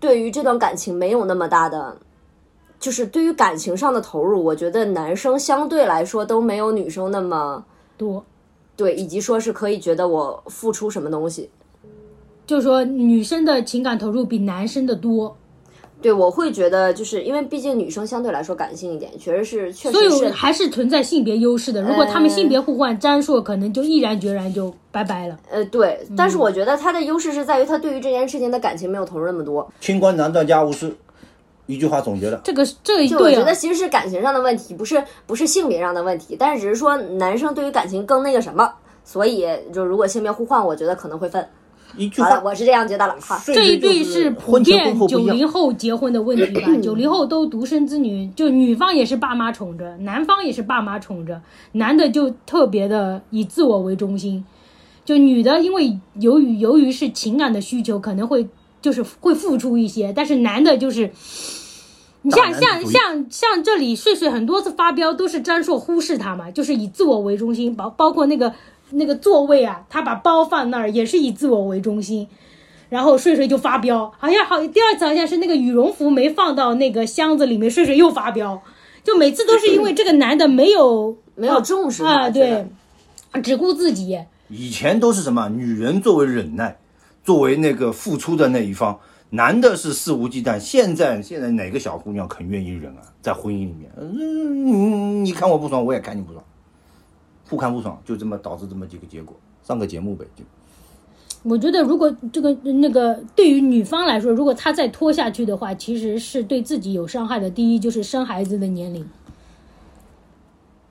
A: 对于这段感情没有那么大的。就是对于感情上的投入，我觉得男生相对来说都没有女生那么
B: 多，
A: 对，以及说是可以觉得我付出什么东西，
B: 就说女生的情感投入比男生的多。
A: 对，我会觉得就是因为毕竟女生相对来说感性一点，确实是确
B: 所以
A: 实
B: 我
A: 是
B: 还是存在性别优势的。如果他
A: 呃
B: 们性别互换，詹硕可能就毅然决然就拜拜了。
A: 呃对，
B: 嗯
A: 但是我觉得她的优势是在于她对于这件事情的感情没有投入那么多，
C: 清官难断家务事，一句话总结了。
B: 这个这一
A: 就我
B: 对
A: 觉
B: 啊
A: 得，其实是感情上的问题，不是不是性别上的问题，但是只是说男生对于感情更那个什么，所以就如果性别互换，我觉得可能会分。
C: 一句
A: 好了，
C: 话，
A: 我是这样觉得了哈。
C: 这
B: 这一对
C: 是
B: 普
C: 婚前
B: 遍
C: 婚后不
B: 九
C: 一样。
B: 零后结婚的问题 吧？九零后都独生子女，就女方也是爸妈宠着，男方也是爸妈宠着，男的就特别的以自我为中心，就女的因为由于由于是情感的需求，可能会就是会付出一些，但是男的就是。你
C: 大
B: 像
C: 男
B: 像
C: 子主义
B: 像像这里睡睡很多次发飙都是詹硕忽视他嘛，就是以自我为中心，包包括那个那个座位啊，他把包放那儿也是以自我为中心，然后睡睡就发飙，好像好第二次好像是那个羽绒服没放到那个箱子里面，睡睡又发飙，就每次都是因为这个男的没有
A: 没有重视
B: 啊，
A: 吧觉得
B: 对，只顾自己，
C: 以前都是什么？女人作为忍耐，作为那个付出的那一方，男的是肆无忌惮。现在现在哪个小姑娘肯愿意忍啊？在婚姻里面，嗯，你看我不爽，我也看你不爽，互看不爽，就这么导致这么几个结果。上个节目呗，就
B: 我觉得，如果这个那个对于女方来说，如果她再拖下去的话，其实是对自己有伤害的。第一就是生孩子的年龄，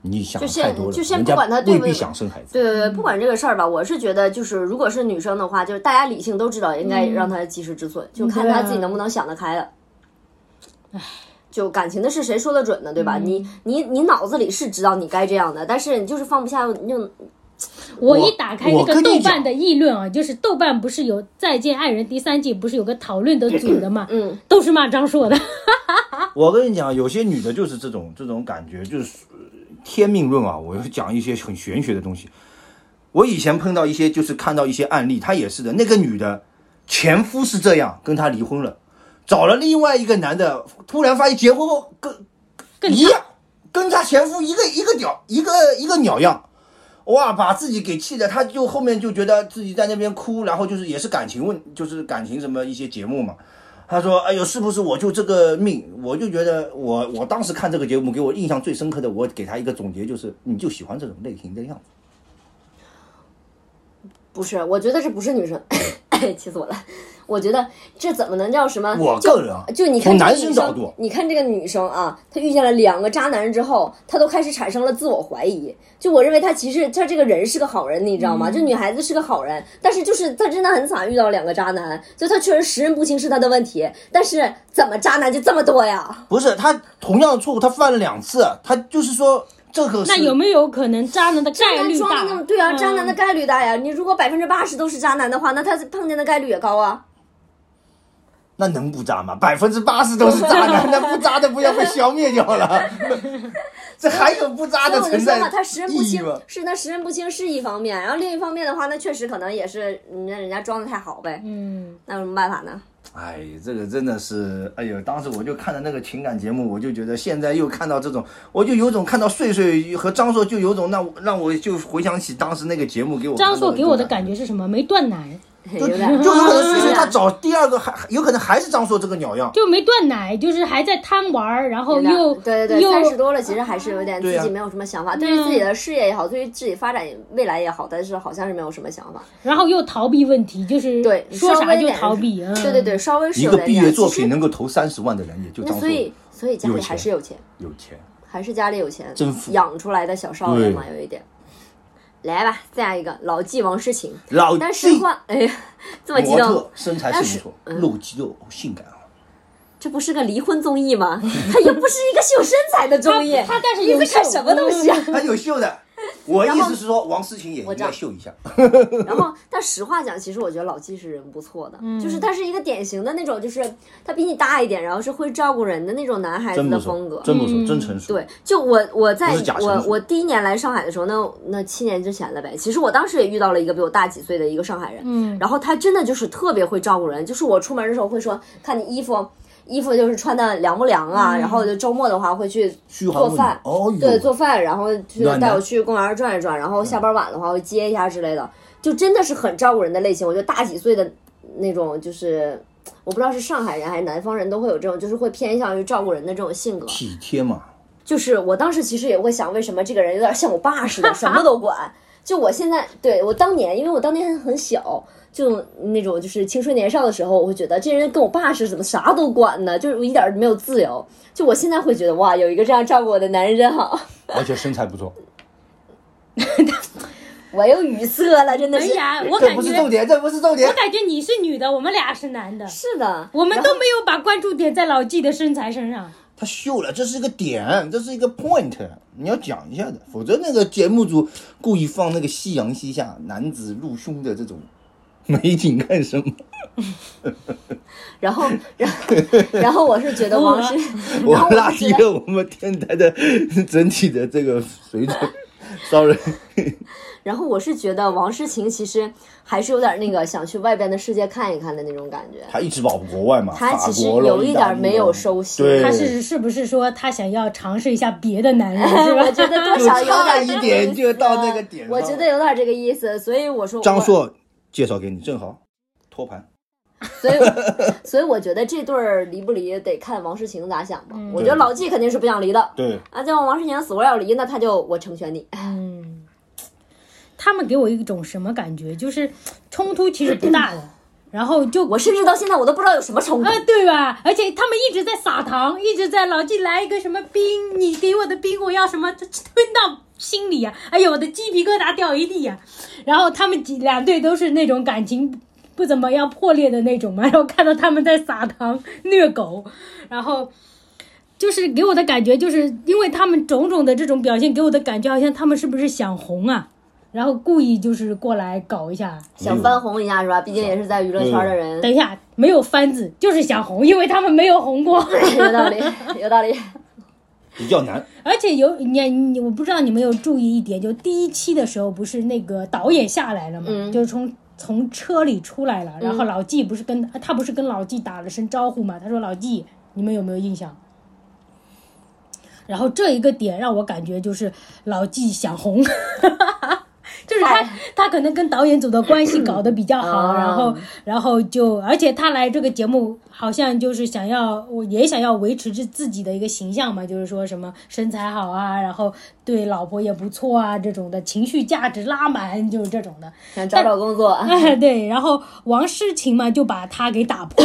C: 你想
A: 就
C: 太
A: 先
C: 多了，
A: 就先
C: 人家
A: 不管他对
C: 未
A: 不
C: 必
A: 对
C: 想生孩子。
A: 对对对，不管这个事儿吧，我是觉得就是，如果是女生的话，就是大家理性都知道应该让她及时止损，就看她自己能不能想得开了。就感情的事，谁说得准呢？对吧？你你你脑子里是知道你该这样的，但是你就是放不下，你就
B: 我一打开那
C: 我
B: 个
C: 跟你
B: 豆
C: 讲
B: 瓣的议论啊，就是豆瓣不是有《再见爱人》第三季不是有个讨论的组的嘛，
A: 嗯，
B: 都是骂张硕的。
C: 我跟你讲，有些女的就是这种这种感觉，就是呃天命论啊。我要讲一些很玄学的东西。我以前碰到一些，就是看到一些案例，她也是的。那个女的前夫是这样，跟她离婚了，找了另外一个男的，突然发现结婚后跟
B: 更
C: 一样，跟她前夫一个一个屌一个一个鸟样。哇，把自己给气的，她就后面就觉得自己在那边哭，然后就是也是感情问，就是感情什么一些节目嘛，他说：“哎呦，是不是我就这个命？我就觉得我我当时看这个节目，给我印象最深刻的，我给他一个总结就是，你就喜欢这种类型的样子。
A: 不是，我觉得这不是女生， 气死我了！我觉得这怎么能叫什么？
C: 我
A: 就
C: 个人啊
A: 就你看
C: 从
A: 这个
C: 男
A: 女
C: 生角度
A: 你看这个女生啊，她遇见了两个渣男之后，她都开始产生了自我怀疑。就我认为她其实她这个人是个好人，你知道吗？
B: 嗯
A: 就女孩子是个好人，但是就是她真的很惨，遇到两个渣男，就她确实识人不清是她的问题，但是怎么渣男就这么多呀？
C: 不是他同样的错误，他犯了两次，啊他就是说这个是
B: 那有没有可能渣男的概率
A: 装的那
B: 大
A: 么？对啊，
B: 嗯
A: 渣男的概率大呀。你如果百分之八十都是渣男的话，那他碰见的概率也高啊。
C: 那能不渣吗？百分之八十都是渣 男，那不渣的不要被消灭掉了。这还有不渣
A: 所以
C: 的
A: 我就
C: 存
A: 说
C: 在
A: 嘛，他识人不
C: 意义
A: 清
C: 吗？
A: 是那识人不清是一方面，然后另一方面的话，那确实可能也是人家人家装的太好呗，
B: 嗯，
A: 那有什么办法呢？
C: 哎，这个真的是，哎呦，当时我就看了那个情感节目，我就觉得现在又看到这种，我就有种看到睡睡和张硕，就有种让我让我就回想起当时那个节目给我
B: 张硕
C: 硕
B: 给我的感觉是什么？没断奶，
C: 就
A: 有
C: 就
A: 点，
C: 有可能睡
A: 有
C: 睡
A: 点
C: 他找第二个还有可能还是张硕这个鸟样，
B: 就没断奶，就是还在贪玩儿，然后
A: 有点
B: 又
A: 对对对，
B: 又嗯
A: 三十多了，其实还是有点
C: 对
A: 自
C: 啊
A: 己没有什么想法，对于自己的事业也好，对于自己发展未来也好，但是好像是没有什么想法。
B: 然后又逃避问题，就是
A: 对，
B: 说
A: 稍微
B: 啥
A: 有
B: 就
A: 点
B: 逃避。嗯，
A: 对对对，稍微是
C: 一
A: 有
C: 个
A: 点
C: 毕
A: 这样
C: 业作
A: 其实
C: 品能够投三十万的人，也就
A: 那
C: 张硕
A: 所以所以家
C: 有
A: 里
C: 钱
A: 还是有钱，
C: 有钱。
A: 还是家里有钱，
C: 真富
A: 养出来的小少爷
C: 对
A: 嘛，有一点。来吧，下一个老纪王诗晴，
C: 老
A: 但是
C: 纪
A: 换哎呀，这么激
C: 模
A: 动嗯
C: 特，身材是不错，露肌肉哦性感啊。
A: 这不是个离婚综艺吗？它也不是一个秀身材的综艺，
B: 他但是
A: 你
B: 有嗯
A: 在看
B: 秀
A: 什么东西 啊？
C: 他有秀的。我
A: 然
C: 意
A: 后
C: 思是说，王思琴也
A: 我
C: 应
A: 知道
C: 该秀一下。
A: 然后，但实话讲，其实我觉得老纪是人不错的，就是他是一个典型的那种，就是他比你大一点，然后是会照顾人的那种男孩子
C: 真不
A: 的
C: 错
A: 风格，。
C: 真不错，
B: 嗯
C: 真成熟。
A: 对，就我我在
C: 不是假成
A: 我
C: 熟
A: 我第一年来上海的时候，那那七年之前了呗。其实我当时也遇到了一个比我大几岁的一个上海人，
B: 嗯，
A: 然后他真的就是特别会照顾人，就是我出门的时候会说，看你衣服衣服就是穿的凉不凉啊，然后就周末的话会去
C: 嘘寒问
A: 做
C: 暖
A: 饭
C: 哦哟，
A: 对，做饭，然后去
C: 暖
A: 带
C: 男嗯
A: 我去公园转一转，然后下班晚的话会接一下之类的，就真的是很照顾人的类型。我觉得大几岁的那种就是我不知道是上海人还是南方人都会有这种，就是会偏向于照顾人的这种性格。
C: 体贴嘛，
A: 就是我当时其实也会想，为什么这个人有点像我爸似的，什么都管。就我现在对我当年，因为我当年还很小，就那种就是青春年少的时候，我会觉得这人跟我爸似的，怎么啥都管呢？就是我一点儿没有自由。就我现在会觉得哇，有一个这样照顾我的男人真好。
C: 而且身材 不错。
A: 我又语塞了，真的
B: 哎
A: 是。
B: 呀，我
C: 这
B: 感
C: 不是
B: 觉
C: 重点，这不是重点
B: 我。感觉你是女的，我们俩是男的，
A: 是的，
B: 我们都没有把关注点在老纪的身材身上。
C: 他秀了，这是一个点，这是一个 point，你要讲一下的，否则那个节目组故意放那个夕阳西下、男子入胸的这种美景干什么？
A: 然后，然后，然后我是觉得王诗，
C: 我
A: 然后
C: 拉
A: 我是
C: 低
A: 觉得，
C: 了我们电台的 整体的这个 水准。sorry，
A: 然后我是觉得王诗晴其实还是有点那个想去外边的世界看一看的那种感觉。
C: 他一直保护国外嘛，
A: 他
C: 啊法
A: 其实
C: 国咯
A: 有一
C: 意大
A: 点
C: 利
A: 没有
C: 咯
A: 收心
C: 对，
B: 他是是不是说他想要尝试一下别的 男人，是
A: 我
B: 吧？
A: 觉得多少有
C: 差
A: 点
C: 一
A: 这个
C: 点
A: 意
C: 就
A: 思
C: 到那个点
A: 我
C: 上
A: 觉
C: 了
A: 得有点这个意思，所以我说
C: 张
A: 我，
C: 硕介绍给你，正好托盘。
A: 所 以所以我觉得这对儿离不离得看王诗晴咋想吧。我觉得
C: 对
A: 老纪肯定是不想离的。
C: 对，
A: 啊，叫王诗晴死活要离，那他就我成全你。
B: 嗯，他们给我一种什么感觉？就是冲突其实不大的，然后就
A: 我甚至到现在我都不知道有什么冲突
B: 啊、。对吧？而且他们一直在撒糖，一直在老纪来一个什么冰，你给我的冰，我要什么，就吞到心里呀、哎呦，我的鸡皮疙瘩掉一地呀、然后他们几两队都是那种感情不怎么样破裂的那种嘛，然后看到他们在撒糖虐狗，然后。就是给我的感觉，就是因为他们种种的这种表现，给我的感觉好像他们是不是想红啊，然后故意就是过来搞一下，
A: 想翻红一下是吧？毕竟也是在娱乐圈的人，
B: 等一下，没有番子，就是想红，因为他们没有红过。
A: 有道理，有道理。
C: 比较难。
B: 而且有你你，我不知道你们有注意一点，就第一期的时候，不是那个导演下来了嘛，就是从从车里出来了，然后老纪不是跟、他不是跟老纪打了声招呼嘛，他说老纪，你们有没有印象？然后这一个点让我感觉就是老纪想红， 就是他他可能跟导演组的关系搞得比较好，
A: 啊
B: 然后然后就而且他来这个节目好像就是想要我也想要维持着自己的一个形象嘛，就是说什么身材好啊，然后对老婆也不错啊这种的情绪价值拉满就是这种的，
A: 想找找工作，
B: 哎对，然后王诗晴嘛就把他给打破，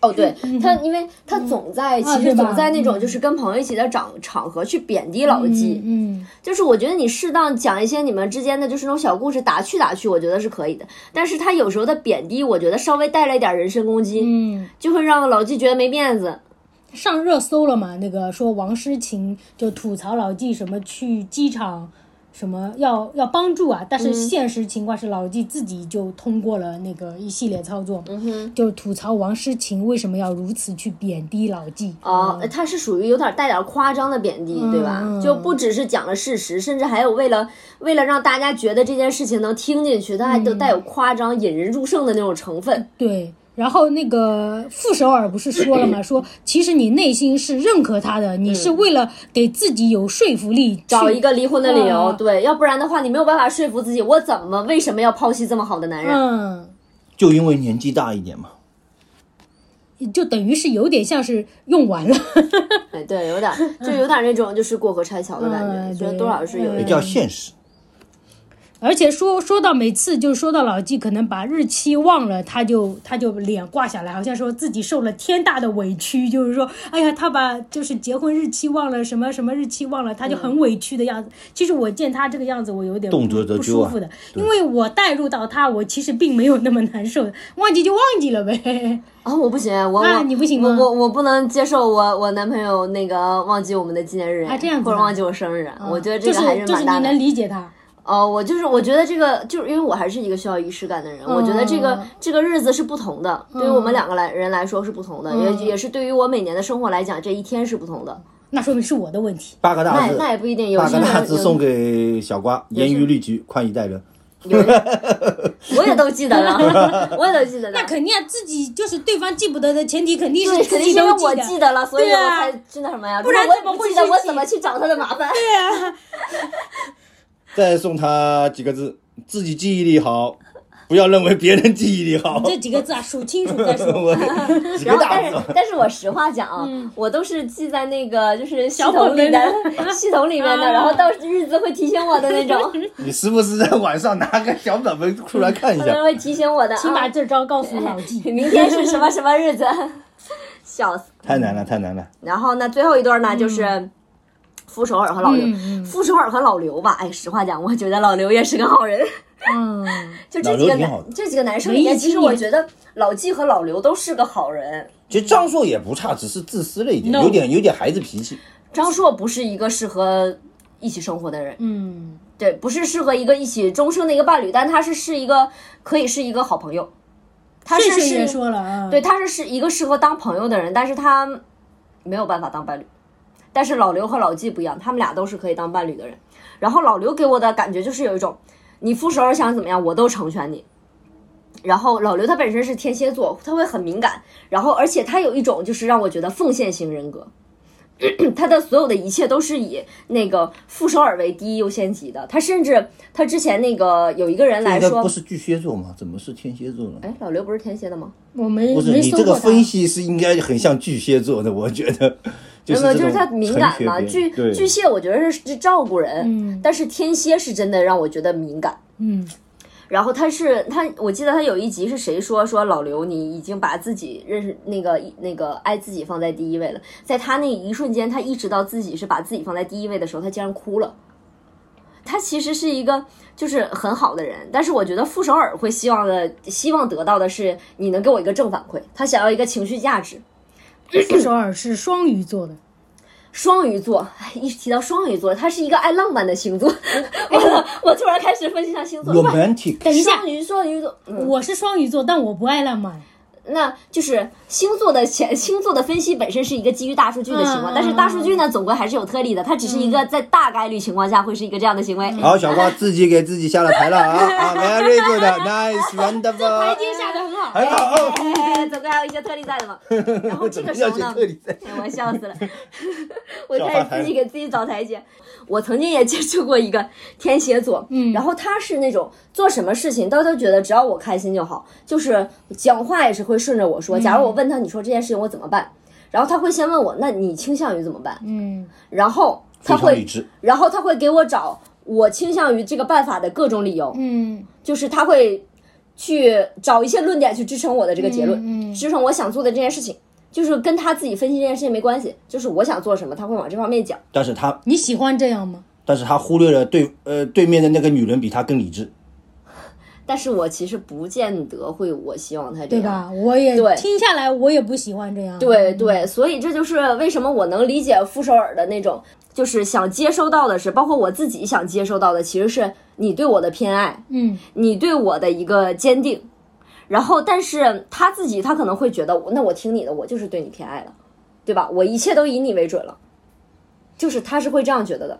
A: 哦，对
B: 嗯
A: 他，因为他总在，其
B: 啊对
A: 实
B: 吧
A: 总在那种就是跟朋友一起的场场合去贬低老纪，
B: 嗯，
A: 就是我觉得你适当讲一些你们之间的就是那种小故事打趣打趣，我觉得是可以的。但是他有时候的贬低，我觉得稍微带了一点人身攻击，
B: 嗯，
A: 就会让老纪觉得没面子。
B: 上热搜了嘛，那个说王诗晴就吐槽老纪什么去机场。什么要要帮助啊？
A: 嗯
B: 但是现实情况是老纪自己就通过了那个一系列操作，
A: 嗯哼，
B: 就吐槽王诗晴为什么要如此去贬低老纪
A: 哦，他是属于有点带点夸张的贬低，对吧？
B: 嗯
A: 就不只是讲了事实，甚至还有为了为了让大家觉得这件事情能听进去，他还
B: 嗯
A: 都带有夸张、引人入胜的那种成分。
B: 对，然后那个傅首尔不是说了 吗？说其实你内心是认可他的，你是为了给自己有说服力去
A: 找一个离婚的理由，
B: 嗯
A: 对，要不然的话你没有办法说服自己，我怎么为什么要抛弃这么好的男人？
B: 嗯，
C: 就因为年纪大一点嘛，
B: 就等于是有点像是用完了。
A: 哎，对，有点就有点那种就是过河拆桥的感
B: 嗯
A: 觉，觉得
B: 对
A: 多少是有
C: 比
A: 一点。
C: 较现实。
B: 而且说说到每次就是说到老纪，可能把日期忘了，他就他就脸挂下来，好像说自己受了天大的委屈，就是说，哎呀，他把就是结婚日期忘了，什么什么日期忘了，他就很委屈的样子。其实我见他这个样子，我有点
C: 动辄折
B: 不
C: 旧
B: 舒
C: 啊
B: 服的，因为我带入到他，我其实并没有那么难受，忘记就忘记了呗。
A: 啊、我不行，我
B: 啊
A: 我
B: 你不行
A: 我
B: 吗
A: 我我不能接受我我男朋友那个忘记我们的纪念日，
B: 啊这样子
A: 或者
B: 的嗯
A: 忘记我生日，我觉得这
B: 就
A: 个还
B: 是 就
A: 蛮
B: 是你
A: 大的。
B: 能理解他，
A: 哦，我就是我觉得这个，就是因为我还是一个需要仪式感的人，我觉得这个
B: 嗯
A: 这个日子是不同的，对于我们两个来人来说是不同的，
B: 嗯
A: 也也是对于我每年的生活来讲，这一天是不同的。
B: 那说明是我的问题。
C: 八个
A: 那
C: 大字，
A: 那也不一定，有
C: 八
A: 些
C: 个大字
A: 人
C: 送
A: 有
C: 给小瓜，严于律己，宽以待人。
A: 有人我也都记得了，我也都记得了。
B: 那肯定啊，自己就是对方记不得的前提，肯定是
A: 对，
B: 自
A: 肯
B: 己
A: 定是因
B: 都
A: 为我
B: 记
A: 记
B: 得。
A: 得了，所以
B: 对
A: 我
B: 啊
A: 才真的什么呀？
B: 不然
A: 如果
B: 怎么
A: 我不
B: 会
A: 记得
B: 去
A: 我
B: 记
A: 怎么去找他的麻烦？
B: 对啊，
C: 再送他几个字，自己记忆力好，不要认为别人记忆力好。
B: 这几个字啊，数清楚再说。
C: 我几
A: 然
B: 啊
C: 个
A: 后，但
C: 大
A: 是
C: 字，
A: 但是我实话讲啊，我都是记在那个就是系
B: 嗯小本
A: 统里
B: 本
A: 的 系统里面的，
B: 啊
A: 然后到日子会提醒我的那种，
C: 你时不时在晚上拿个小本本出来看一
A: 他
C: 下
A: 们。会提醒我的。
B: 请把
A: 啊，
B: 这招告诉老纪。
A: 明天是什么什么日子， 笑死。
C: 太难了，太难了。
A: 然后呢，最后一对儿呢就是傅首尔和老刘。
B: 嗯
A: 傅首尔和老刘吧，哎，实话讲，我觉得老刘也是个好人。
B: 嗯，
A: 就这几个
C: 老刘挺好的
A: 男，这几个男生里面，
B: 文艺
A: 其实
B: 青年
A: 我觉得老纪和老刘都是个好人。
C: 其实张硕也不差，只是自私了一点，
B: No
C: 有点有点孩子脾气。
A: 张硕不是一个适合一起生活的人，
B: 嗯
A: 对，不是适合一个一起终生的一个伴侣，但他是是一个可以是一个好朋友，他是
B: 顺顺也
A: 是
B: 说了啊，
A: 对，，他是是一个适合当朋友的人，但是他没有办法当伴侣。但是老刘和老纪不一样，他们俩都是可以当伴侣的人。然后老刘给我的感觉就是有一种，你傅首尔想怎么样，我都成全你。然后老刘他本身是天蝎座，他会很敏感，然后而且他有一种就是让我觉得奉献型人格， 他的所有的一切都是以那个傅首尔为第一优先级的。他甚至他之前那个有一个人来
C: 应该不
A: 说，
C: 是巨蟹座吗？怎么是天蝎座呢？
A: 哎，老刘不是天蝎的吗？
B: 我没
C: 不是
B: 没
C: 你
B: 搜
C: 这个
B: 过他。
C: 分析是应该很像巨蟹座的，我觉 得。就是
A: 没有，
C: 这
A: 就是
C: 种
A: 他敏感嘛。
C: 纯缺
A: 巨
C: 点对
A: 巨蟹，我觉得是是照顾人，
B: 嗯
A: 但是天蝎是真的让我觉得敏感。
B: 嗯，
A: 然后他是他，我记得他有一集是谁说说老刘，你已经把自己认识那个那个爱自己放在第一位了。在他那一瞬间，他意识到自己是把自己放在第一位的时候，他竟然哭了。他其实是一个就是很好的人，但是我觉得傅首尔会希望的希望得到的是你能给我一个正反馈，他想要一个情绪价值。
B: 傅首尔是双鱼座的，
A: 双鱼座，哎，一提到双鱼座，它是一个爱浪漫的星
B: 哦
A: 座。完
B: 哎
A: 了， 我突然开始分析上星座。不
C: romantic
B: 等一
A: 是
B: 下
A: 双鱼座，鱼座，嗯，
B: 我是双鱼座，但我不爱浪漫。
A: 那就是星座的前星座的分析本身是一个基于大数据的情况，
B: 嗯
A: 但是大数据呢，总归还是有特例的，它只是一个在大概率情况下会是一个这样的行为。
B: 嗯
C: 好，小花自己给自己下了台了啊啊 ，very good，nice wonderful，
B: 阶下的很好。
C: 很好哦。
A: 哎， 总归还有一些特例在的嘛。然后这个时候呢，哎我笑 死了，我开始自己给自己找台阶。我曾经也接触过一个天蝎座，嗯，然后他是那种做什么事情他都觉得只要我开心就好，就是讲话也是会顺着我说。假如我问他你说这件事情我怎么办，然后他会先问我那你倾向于怎么办，
B: 嗯，
A: 然后
C: 非
A: 他
C: 常
A: 会
C: 理，智，
A: 然后他会给我找我倾向于这个办法的各种理由，
B: 嗯，
A: 就是他会去找一些论点去支撑我的这个结论，
B: 嗯嗯
A: 支撑我想做的这件事情，就是跟他自己分析这件事情没关系，就是我想做什么，他会往这方面讲。
C: 但是他
B: 你喜欢这样吗？
C: 但是他忽略了对呃对面的那个女人比他更理智，
A: 但是我其实不见得会，我希望他这
B: 对
A: 样。
B: 吧？嗯我也
A: 对
B: 听下来，我也不喜欢这样。
A: 对对，所以这就是为什么我能理解傅首尔的那种，就是想接收到的是，包括我自己想接收到的，其实是你对我的偏爱，
B: 嗯，
A: 你对我的一个坚定。然后，但是他自己他可能会觉得，那我听你的，我就是对你偏爱了，对吧？我一切都以你为准了，就是他是会这样觉得的。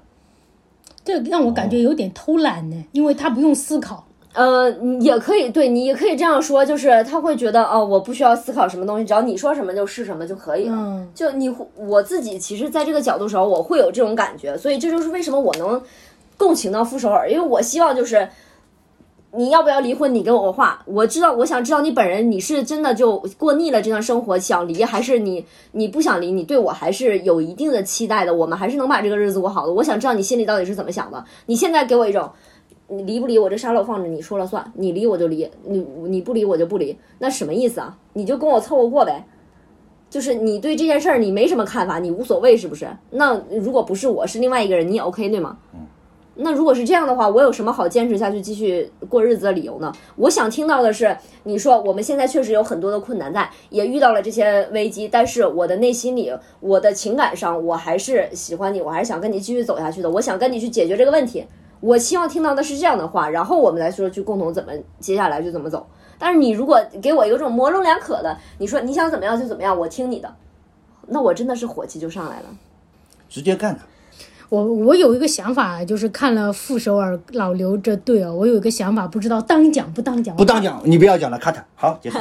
B: 这让我感觉有点偷懒呢，因为他不用思考。
A: 呃，也可以，对你也可以这样说，就是他会觉得，哦，我不需要思考什么东西，只要你说什么就是什么就可以了。
B: 嗯
A: 就你我自己，其实在这个角度时候，我会有这种感觉，所以这就是为什么我能共情到傅首尔，因为我希望就是你要不要离婚，你给我个话，我知道，我想知道你本人你是真的就过腻了这段生活想离，还是你你不想离，你对我还是有一定的期待的，我们还是能把这个日子过好的。我想知道你心里到底是怎么想的，你现在给我一种。你离不离我这沙漏放着，你说了算。你离我就离，你你不离我就不离，那什么意思啊？你就跟我凑合过呗。就是你对这件事儿你没什么看法，你无所谓是不是？那如果不是我是另外一个人，你也 OK 对吗？那如果是这样的话，我有什么好坚持下去继续过日子的理由呢？我想听到的是，你说我们现在确实有很多的困难在，也遇到了这些危机，但是我的内心里，我的情感上，我还是喜欢你，我还是想跟你继续走下去的，我想跟你去解决这个问题。我希望听到的是这样的话，然后我们来说去共同怎么接下来就怎么走。但是你如果给我有一种模棱两可的，你说你想怎么样就怎么样，我听你的，那我真的是火气就上来了。
C: 直接干的。
B: 我我有一个想法，就是看了傅首尔老刘这对啊，我有一个想法，不知道当讲不当讲，
C: 不当讲，你不要讲了，cut。好， 结束。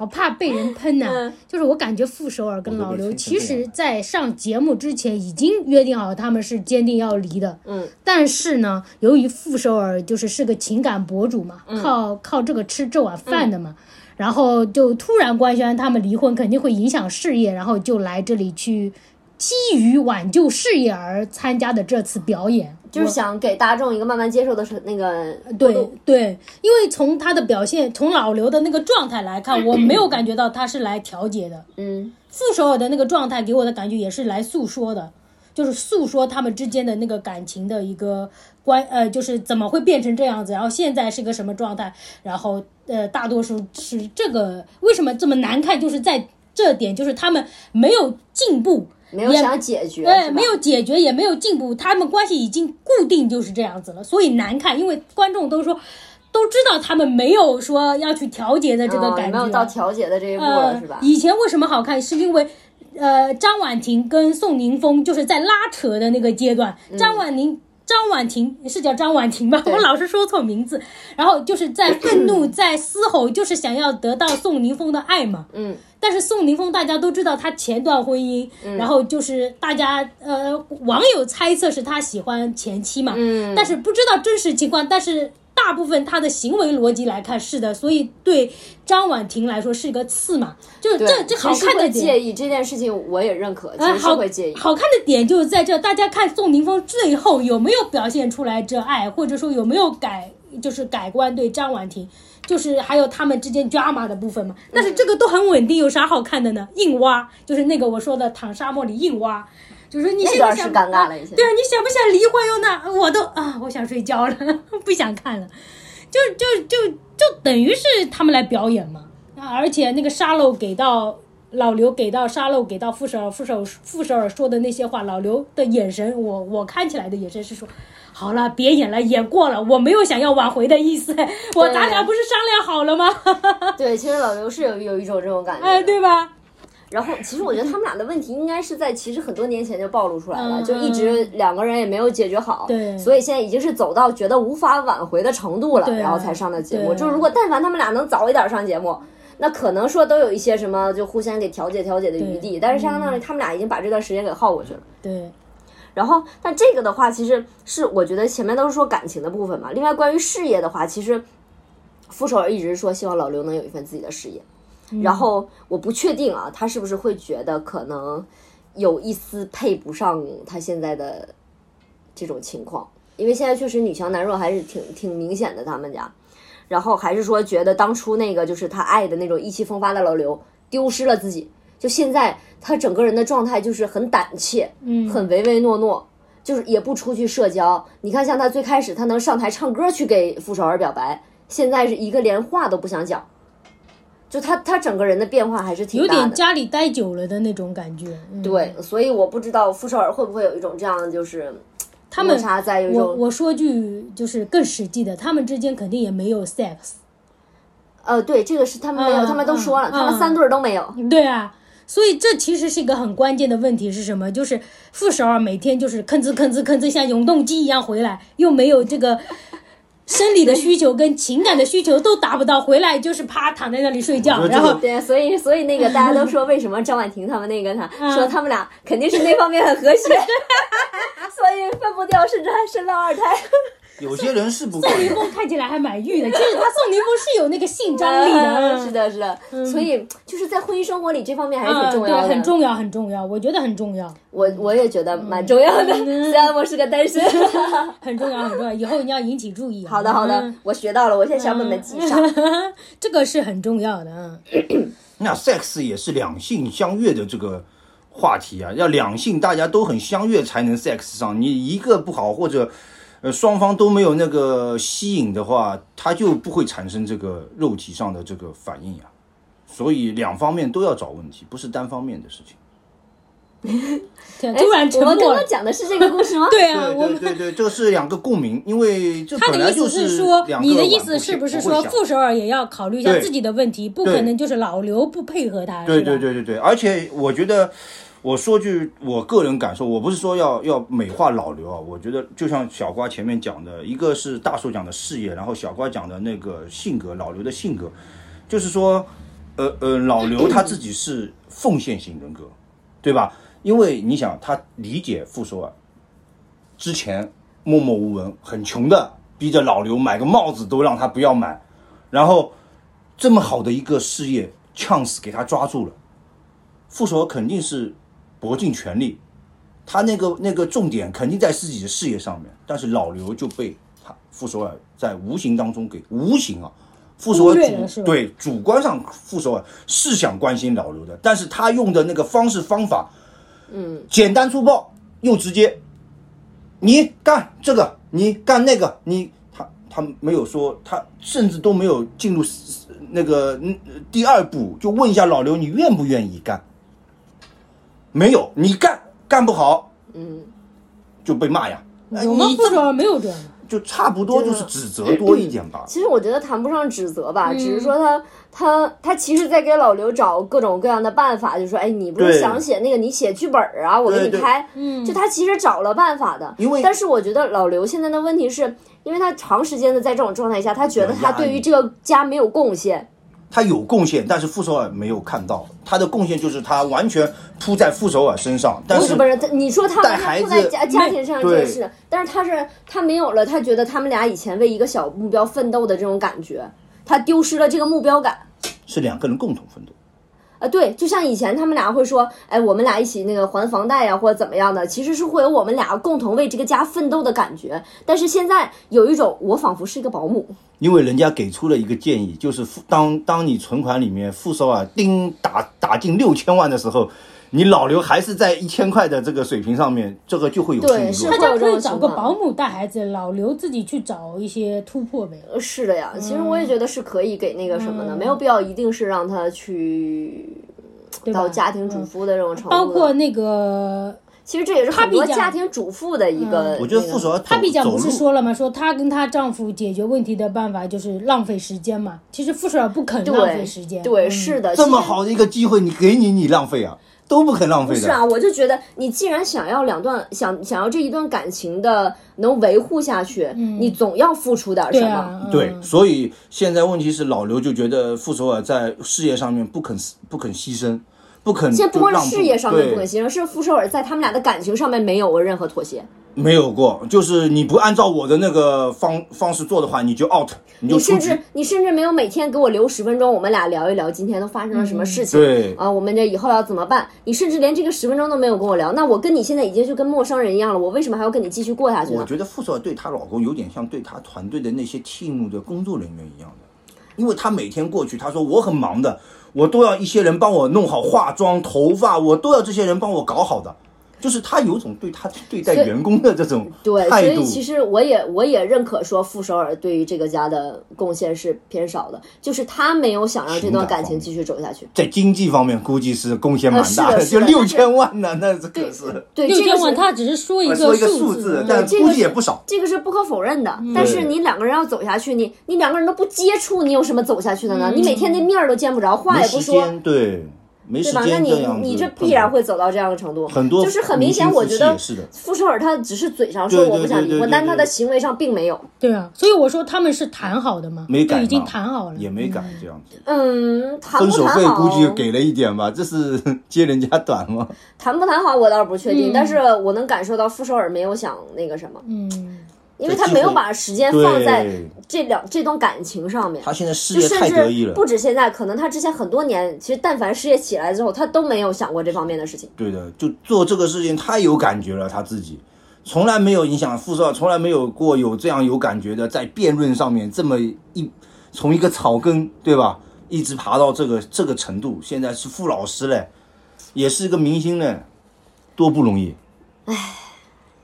B: 我怕被人喷
A: 嗯
B: 呐、就是我感觉傅首尔跟老
C: 我都
B: 刘，
C: 被
B: 其
C: 吹成这样
B: 实在上节目之前已经约定好他们是坚定要离的。
A: 嗯，
B: 但是呢，由于傅首尔就是是个情感博主嘛，
A: 嗯
B: 靠靠这个吃这碗饭的嘛。然后就突然官宣他们离婚，肯定会影响事业，然后就来这里去基于挽救事业而参加的这次表演，
A: 就是想给大众一个慢慢接受的是那个过
B: 对
A: 渡
B: 对，因为从他的表现，从老刘的那个状态来 看，我没有感觉到他是来调解的。
A: 嗯
B: 傅首尔的那个状态给我的感觉也是来诉说的，就是诉说他们之间的那个感情的一个关，呃，就是怎么会变成这样子，然后现在是个什么状态，然后呃，大多数是这个为什么这么难看，就是在这点，就是他们没有进步。
A: 没有
B: 也
A: 想解决，
B: 对，
A: 是吧
B: 没有解决，也没有进步，他们关系已经固定就是这样子了，所以难看，因为观众都说都知道他们没有说要去调节的这个
A: 嗯
B: 感
A: 没
B: 觉，
A: 有到调解的这一步了，
B: 呃
A: 是吧，？
B: 以前为什么好看，是因为。呃，张婉婷跟宋宁峰就是在拉扯的那个阶段，张婉宁、张婉婷是叫张婉婷吧？
A: 嗯对
B: 我老是说错名字。然后就是在愤怒，在嘶吼，就是想要得到宋宁峰的爱嘛。
A: 嗯
B: 但是宋宁峰大家都知道，他前段婚姻，然后就是大家呃网友猜测是他喜欢前妻嘛，
A: 嗯
B: 但是不知道真实情况，但是大部分他的行为逻辑来看是的，所以对张婉婷来说是一个刺嘛，就是
A: 对，
B: 这这好
A: 其实
B: 看的
A: 会
B: 点
A: 介。意这件事情，我也认可，其
B: 啊，
A: 实是
B: 好
A: 会介意。
B: 好看的点就是在这，大家看宋宁峰最后有没有表现出来这爱，或者说有没有改，就是改观对张婉婷，就是还有他们之间 drama 的部分嘛。但是这个都很稳定，有啥好看的呢？硬挖，就是那个我说的躺沙漠里硬挖，就是你
A: 那
B: 现在
A: 段是
B: 想
A: 尴尬了已经
B: 对啊，你想不想离婚又那我都啊，我想睡觉了， 不想看了，就就就就等于是他们来表演嘛。啊而且那个沙漏给到老刘，给到沙漏，给到傅首尔，傅首傅首尔说的那些话，老刘的眼神，我我看起来的眼神是说，好了，别演了，演过了，我没有想要挽回的意思，我咱俩不是商量好了吗？
A: 对，其实老刘是有有一种这种感觉的。
B: 哎，对吧？
A: 然后，其实我觉得他们俩的问题应该是在其实很多年前就暴露出来了，
B: 嗯
A: 就一直两个人也没有解决好，
B: 对
A: 所以现在已经是走到觉得无法挽回的程度了，
B: 对啊
A: 然后才上的节目。
B: 对
A: 就是如果但凡他们俩能早一点上节目，那可能说都有一些什么就互相给调解调解的余地。但是相当
B: 嗯
A: 于他们俩已经把这段时间给耗过去了。
B: 对，
A: 然后，但这个的话，其实是我觉得前面都是说感情的部分嘛。另外，关于事业的话，其实傅首尔一直说希望老刘能有一份自己的事业。然后我不确定啊，他是不是会觉得可能有一丝配不上他现在的这种情况，因为现在确实女强男弱还是挺挺明显的，他们家。然后还是说觉得当初那个就是他爱的那种意气风发的老刘丢失了自己，就现在他整个人的状态就是很胆怯，
B: 嗯，
A: 很唯唯诺诺，就是也不出去社交。你看，像他最开始他能上台唱歌去给傅首尔表白，现在是一个连话都不想讲，就他他整个人的变化还是挺
B: 有
A: 大
B: 点
A: 的。
B: 家里待久了的那种感觉。嗯、
A: 对，所以我不知道傅首尔会不会有一种这样，就是
B: 他们
A: 摩擦在有一
B: 哎我
A: 种
B: 我说句就是更实际的，他们之间肯定也没有 sex。
A: 呃，对，这个是他们没有，
B: 嗯
A: 他们都说了，
B: 嗯
A: 他们
B: 嗯
A: 三对儿都没有。
B: 对啊，所以这其实是一个很关键的问题是什么？就是傅首尔每天就是吭哧吭哧吭哧像永动机一样回来，又没有这个生理的需求跟情感的需求都达不到，回来就是啪躺在那里睡觉，
C: 我觉得
B: 然
C: 这个
B: 后。
A: 对，所以所以那个大家都 说，为什么张婉婷他们那个呢？
B: 嗯
A: 说他们俩肯定是那方面很和谐， 所以分不掉，甚至还生了二 胎。
C: 有些人是不
B: 宋宁峰看起来还蛮欲的，其实他宋宁峰是有那个性张力 的，
A: 嗯是的，是的，所以就是在婚姻生活里这方面还
B: 嗯，
A: 是挺重要
B: 对，
A: 的。
B: 很重要，嗯很重要，我觉得很重要，
A: 我我也觉得蛮重要的，虽然我是个单 身。
B: 很重要，很重要，以后你要引起注意啊。
A: 好的，好的
B: 嗯，，
A: 我学到了，我现在小本本记上。
B: 这个是很重要的，嗯。
C: 那 sex 也是两性相悦的这个话题啊，要两性大家都很相悦才能 sex 上，你一个不好或者呃双方都没有那个吸引的话，它就不会产生这个肉体上的这个反应呀、啊所以两方面都要找问题，不是单方面的事情。
B: 天
A: 哎
B: 突然沉
A: 我们刚
B: 默了
A: 刚。讲的是这个故事吗？
B: 对啊，
C: 对
B: 我
C: 对
B: 们
C: 对对，这是两个共鸣，因为这
B: 他
C: 本
B: 的
C: 来
B: 意
C: 就
B: 思是
C: 是
B: 说，
C: 两个
B: 你的
C: 碗
B: 意思
C: 不
B: 是不是
C: 会
B: 说
C: 想
B: 傅首尔也要考虑一下
C: 对
B: 自己的问题，不
C: 对
B: 可能就是老刘不配合他，
C: 对
B: 是吧
C: 对对对对，而且我觉得，我说句我个人感受，我不是说要要美化老刘啊，我觉得就像小瓜前面讲的，一个是大叔讲的事业，然后小瓜讲的那个性格，老刘的性格，就是说，呃呃，老刘他自己是奉献型人格，对吧？因为你想，他理解傅首尔之前默默无闻，很穷的，逼着老刘买个帽子都让他不要买，然后这么好的一个事业 chance 给他抓住了，傅首尔肯定是搏尽全力，他那个那个重点肯定在自己的事业上面，但是老刘就被他傅首尔在无形当中给无形啊。傅首
B: 忽略了
C: 尔
B: 是
C: 主
B: 吧
C: 对主观上，傅首尔是想关心老刘的，但是他用的那个方式方法，
A: 嗯，
C: 简单粗暴又直接，你干这个，你干那个，你他他没有说，他甚至都没有进入那个嗯第二步，就问一下老刘，你愿不愿意干？没有，你干干不好，
A: 嗯，
C: 就被骂呀。哎
B: 我们
C: 你
B: 副
C: 这
B: 首尔没有这样的，
C: 就差不多就是指责多一点吧。
A: 其实我觉得谈不上指责
C: 嗯
A: 吧，只是说他他他其实在给老刘找各种各样的办法，就说哎，你不是
C: 对
A: 想写那个，你写剧本儿啊，我给你
C: 对对
A: 拍。
B: 嗯
A: 就他其实找了办法的，
C: 因为
A: 但是我觉得老刘现在的问题是，因为他长时间的在这种状态下，他觉得
C: 有
A: 他
C: 压
A: 对于
C: 力
A: 这个家没有贡献，
C: 他有贡献，但是傅首尔没有看到他的贡献，就是他完全扑在傅首尔身上，但
A: 不
C: 是
A: 不是他，你说他
C: 带
A: 完全
C: 孩
A: 扑在
C: 子
A: 家家庭上
C: 那
A: 这
C: 对
A: 是，但是他是他没有了，他觉得他们俩以前为一个小目标奋斗的这种感觉，他丢失了这个目标感。
C: 是两个人共同奋斗。
A: 啊，对，就像以前他们俩会说，哎，我们俩一起那个还房贷呀、或者怎么样的，其实是会有我们俩共同为这个家奋斗的感觉。但是现在有一种我仿佛是一个保姆，
C: 因为人家给出了一个建议，就是付当当你存款里面傅首尔叮打打进六千万的时候，你老刘还是在一千块的这个水平上面，这个就会有
A: 对
C: 失
A: 是
C: 落
B: 大
A: 会。有这
B: 家可
A: 种
B: 以找个
A: 情况
B: 保姆带孩子，老刘自己去找一些突破呗。
A: 呃是的呀。其实我也觉得是可以给那个什么的，没有必要一定是让他去
B: 对吧
A: 到家庭主妇的这种程度的。
B: 包括那个
A: 其实这也是很
B: 比
A: 多
B: 较
A: 家庭主妇的一个。
C: 我觉得
A: 那个
C: 傅首尔走
B: 她比较
C: 走
B: 不是
C: 路
B: 说了吗？说她跟她丈夫解决问题的办法就是浪费时间嘛。其实傅首尔不肯浪费
A: 对
B: 时间，
A: 对
B: 嗯
A: 是的，
C: 这
A: 其
C: 么
A: 实
C: 好的一个机会，你给你你浪费啊，都不肯浪费
A: 是
C: 的。
A: 啊，我就觉得你既然想要两段，想想要这一段感情的能维护下去，你总要付出点什
B: 对
A: 么。
B: 啊，嗯
C: 嗯对，所以现在问题是老刘就觉得傅首尔在事业上面不肯不肯牺牲，不肯
A: 现在不光
C: 就让
A: 是事业上面不肯
C: 对
A: 牺牲，是傅首尔在他们俩的感情上面没有过任何妥协。
C: 没有过，就是你不按照我的那个方方式做的话，你就 out，你就
A: 你
C: 出
A: 甚
C: 局
A: 至。你甚至没有每天给我留十分钟，我们俩聊一聊今天都发生了什么事情。
C: 嗯对
A: 啊，我们这以后要怎么办？你甚至连这个十分钟都没有跟我聊，那我跟你现在已经就跟陌生人一样了，我为什么还要跟你继续过下去
C: 我
A: 呢？
C: 觉得傅首尔对她老公有点像对她团队的那些 team 的工作人员一样的，因为她每天过去，她说我很忙的，我都要一些人帮我弄好化妆、头发，我都要这些人帮我搞好的，就是她有种对她对待
A: 所以
C: 员工的这种
A: 对，所
C: 态
A: 以
C: 度。
A: 其实我也我也认可说傅首尔对于这个家的贡献是偏少的，就是他没有想让这段感情继续走下去。
C: 在经济方面，估计是贡献蛮大
A: 呃
C: 的，
A: 是的是的
C: 就六千万呢，那这可是
A: 对，
B: 六
A: 这个
B: 千万，
A: 是
B: 她只是说一
C: 呃说
B: 个
C: 一个数
B: 字
C: 字，，
B: 嗯
C: 但
A: 这个
C: 估计
A: 是
C: 也不少。
A: 这个是不可否认的。但是你两个人要走下去，你你两个人都不接触，你有什么走下去的呢？你每
B: 嗯
A: 天那面儿都见不着，话
C: 没
A: 也不
C: 时
A: 说。
C: 间，对，没时
A: 对吧？那
C: 间
A: 你
C: 这样子
A: 你这
C: 碰
A: 必然会走到这样的程度，
C: 很多
A: 就是很明显，
C: 明星
A: 我
C: 夫
A: 觉
C: 妻
A: 得
C: 也是的
A: 傅首尔他只是嘴上说
C: 对对
A: 我不想
C: 对
A: 离
C: 对
A: 婚，
C: 对
A: 但他
C: 对
A: 的行为上并没有。
B: 对啊，所以我说他们是谈好的嘛，
C: 没
B: 就
C: 改
B: 已经
C: 嘛
B: 谈好了，
C: 也没敢这样子。
A: 嗯，谈
C: 分
A: 不
C: 手
A: 谈
C: 费
A: 好？哦
C: 估计就给了一点吧，这是 揭人家短吗？
A: 谈不谈好，我倒是不确定，但是我能感受到傅首尔没有想那个什么，
B: 嗯，
A: 因为他没有把时间放在
C: 对，
A: 这两这段感情上面。
C: 他现在事
A: 就
C: 业
A: 甚
C: 太得意
A: 至
C: 了
A: 不。止现在，可能他之前很多年，其实但凡事业起来之后，他都没有想过这方面的事情。
C: 对的，就做这个事情太有感觉了，他自己从来没有影响傅少，从来没有过有这样有感觉的，在辩论上面这么一从一个草根，对吧，一直爬到这个这个程度，现在是傅老师嘞，也是一个明星嘞，多不容易。唉，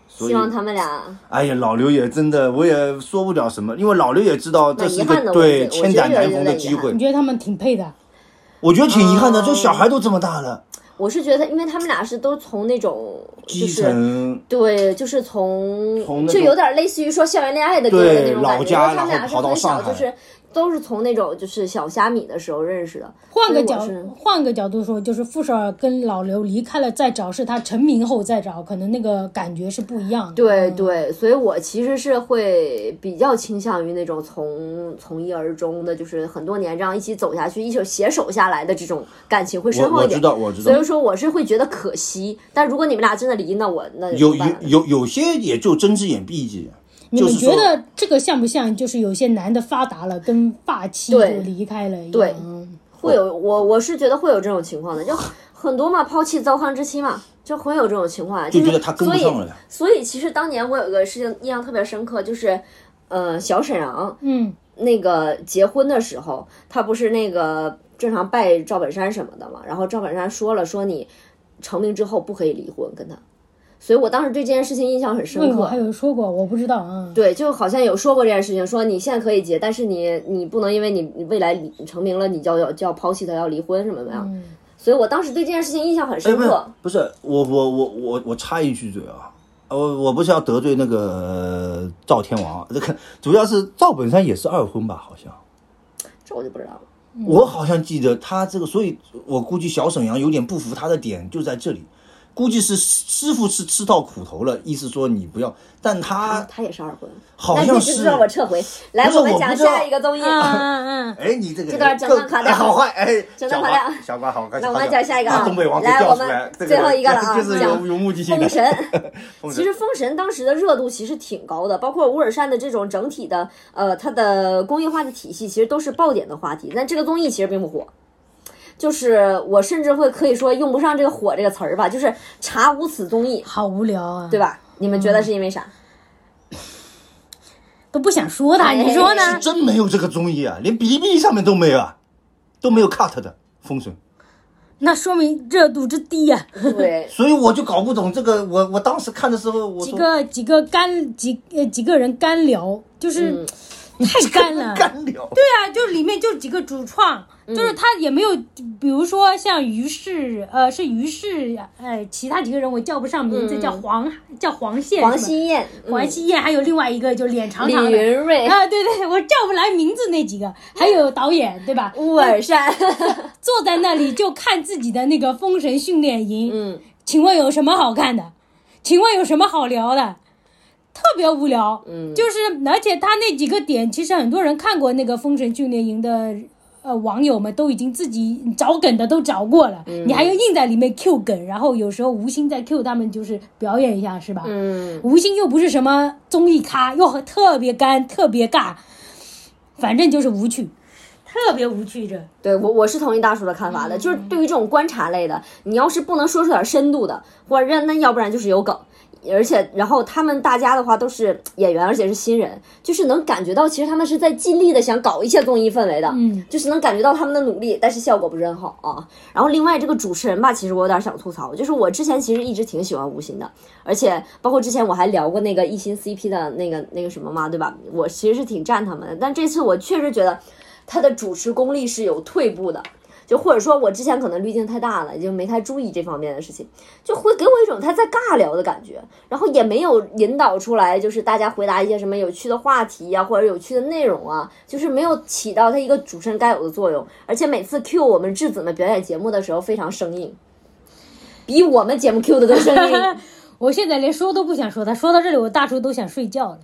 A: 希望他们俩
C: 哎呀，老刘也真的，我也说不了什么，因为老刘也知道这是一
A: 蛮遗憾的
C: 个
A: 我觉得
C: 对千载难逢的机
A: 我
C: 会
B: 你，觉得他们挺配的，
C: 我觉得挺遗憾的。这小孩都这么大了，
A: 我是觉得，因为他们俩是都从那种就
C: 基
A: 是
C: 层
A: 对，就是从
C: 从那
A: 就
C: 种
A: 有点类似于说校园恋爱的那个
C: 对
A: 那种感
C: 老
A: 觉，
C: 家
A: 因为他们俩
C: 然
A: 是
C: 后跑到
A: 很小
C: 上海
A: 就是都是从那种就是小虾米的时候认识的。
B: 换个
A: 所以
B: 角
A: 我是
B: 换个角度说，就是傅首尔跟老刘离开了再找，是他成名后再找，可能那个感觉是不一样的。嗯
A: 对
C: 嗯
A: 对，所以我其实是会比较倾向于那种从从一而终的，就是很多年这样一起走下去，一手携手下来的这种感情会深
C: 我
A: 厚
C: 我
A: 一
C: 知
A: 点。
C: 道，我知
A: 所
C: 道
A: 以，说我是会觉得可惜，但如果你们俩真的离，那我那
C: 有
A: 怎么
C: 有
A: 办呢
C: 有有些也就睁只眼闭一只眼。
B: 你
C: 就
B: 们
C: 是
B: 觉
C: 说，
B: 得这个像不像？就是有些男的发达了，跟发妻就
A: 对
B: 离开了一样。
A: 对
B: 嗯
A: 会有我我是觉得会有这种情况的，就很多嘛，抛弃糟糠之妻嘛，就会有这种情况，啊就
C: 就
A: 是
C: 觉得他跟不上了呀
A: 所以所以其实当年我有一个事情印象特别深刻，就是呃小沈阳
B: 嗯，
A: 那个结婚的时候，他不是那个正常拜赵本山什么的嘛，然后赵本山说了说你成名之后不可以离婚跟他，所以我当时对这件事情印象很深
B: 为我
A: 刻
B: 嗯还。有说过，我不知道啊。
A: 对，就好像有说过这件事情，说你现在可以结，但是你你不能因为你你未来你成名了，你就要要就要抛弃他，要离婚什么的。
B: 嗯
A: 所以我当时对这件事情印象很
C: 哎，
A: 深
C: 不是
A: 刻。
C: 不是，我我我我我插一句嘴啊，我我不是要得罪那个呃赵天王啊，这个主要是赵本山也是二婚吧，好像。
A: 这我就不知道了。
C: 我好像记得他这个，所以我估计小沈阳有点不服他的点就在这里，估计是师师傅是吃到苦头了，意思说你不要，但他
A: 啊他也是二婚，
C: 啊好
A: 嗯那
C: 像
A: 这
C: 是
A: 就让我撤回。来，
C: 不是
A: 我们
C: 我
A: 讲
C: 不知道
A: 下一个综艺。
B: 啊啊啊！
C: 哎，你这个
A: 这段
C: 人
A: 整
C: 够
A: 段垮
C: 哎
A: 掉
C: 好坏哎，
A: 整
C: 小
A: 段垮
C: 瓜
A: 掉
C: 小瓜好快，
A: 那我
C: 小
A: 们
C: 瓜
A: 讲下一个
C: 啊
A: 啊
C: 东北王就
A: 来
C: 掉
A: 我
C: 出
A: 们
C: 来，这
A: 最后一个了啊
C: 就是有
A: 讲
C: 有目的性
A: 封
C: 的。
A: 神，
C: 封
A: 其实封神当时的热度其实挺高的，包括乌尔善的这种整体的呃它的工业化的体系，其实都是爆点的话题。但这个综艺其实并不火，就是我甚至会可以说用不上这个“火”这个词儿吧，就是查无此综艺，
B: 好无聊啊，
A: 对？吧？你们觉得是因为啥？
B: 都不想说他，
A: 哎
B: 你说
A: 是
B: 呢
C: 是？真没有这个综艺啊，连哔哩哔哩上面都没有啊，都没有 cut 的封神，
B: 那说明热度之低啊呀、
A: 对，
C: 所以我就搞不懂这个。我我当时看的时候，我
B: 几
C: 说
B: 个几个干几呃几个人干聊，就是、
A: 嗯
B: 太 干了。
C: 干聊，
B: 对啊，就是里面就几个主创，
A: 嗯
B: 就是他也没有，比如说像于适，呃，是于适，呃，其他几个人我叫不上名字，
A: 嗯
B: 叫黄叫黄宪是吧，
A: 黄希燕、嗯
B: 黄希燕，还有另外一个就脸长
A: 李
B: 长的。
A: 云瑞、
B: 啊，对对，我叫不来名字那几个，还有导演对吧？
A: 乌尔善，
B: 坐在那里就看自己的那个封神训练营，
A: 嗯，
B: 请问有什么好看的？请问有什么好聊的？特别无聊，
A: 嗯
B: 就是而且他那几个点，其实很多人看过那个《封神训练营》的呃网友们都已经自己找梗的都找过了，你还要硬在里面 Q 梗，然后有时候无心再 Q 他们，就是表演一下是吧？
A: 嗯，
B: 吴昕又不是什么综艺咖，又很特别干，特别尬，反正就是无趣，特别无趣 这。
A: 对我我是同意大叔的看法的，就是对于这种观察类的，你要是不能说出点深度的，或者让那要不然就是有梗，而且然后他们大家的话都是演员，而且是新人，就是能感觉到其实他们是在尽力的想搞一些综艺氛围的，
B: 嗯，
A: 就是能感觉到他们的努力，但是效果不是很好啊。然后另外这个主持人吧，其实我有点想吐槽，就是我之前其实一直挺喜欢吴昕的，而且包括之前我还聊过那个一心 CP 的那个那个什么嘛，对吧？我其实是挺站他们的，但这次我确实觉得他的主持功力是有退步的。就或者说，我之前可能滤镜太大了，就没太注意这方面的事情，就会给我一种他在尬聊的感觉，然后也没有引导出来，就是大家回答一些什么有趣的话题呀、或者有趣的内容啊，就是没有起到他一个主持人该有的作用。而且每次 Q 我们质子们表演节目的时候非常生硬，比我们节目 Q 的更生硬。
B: 我现在连说都不想说他，说到这里我大叔都想睡觉了。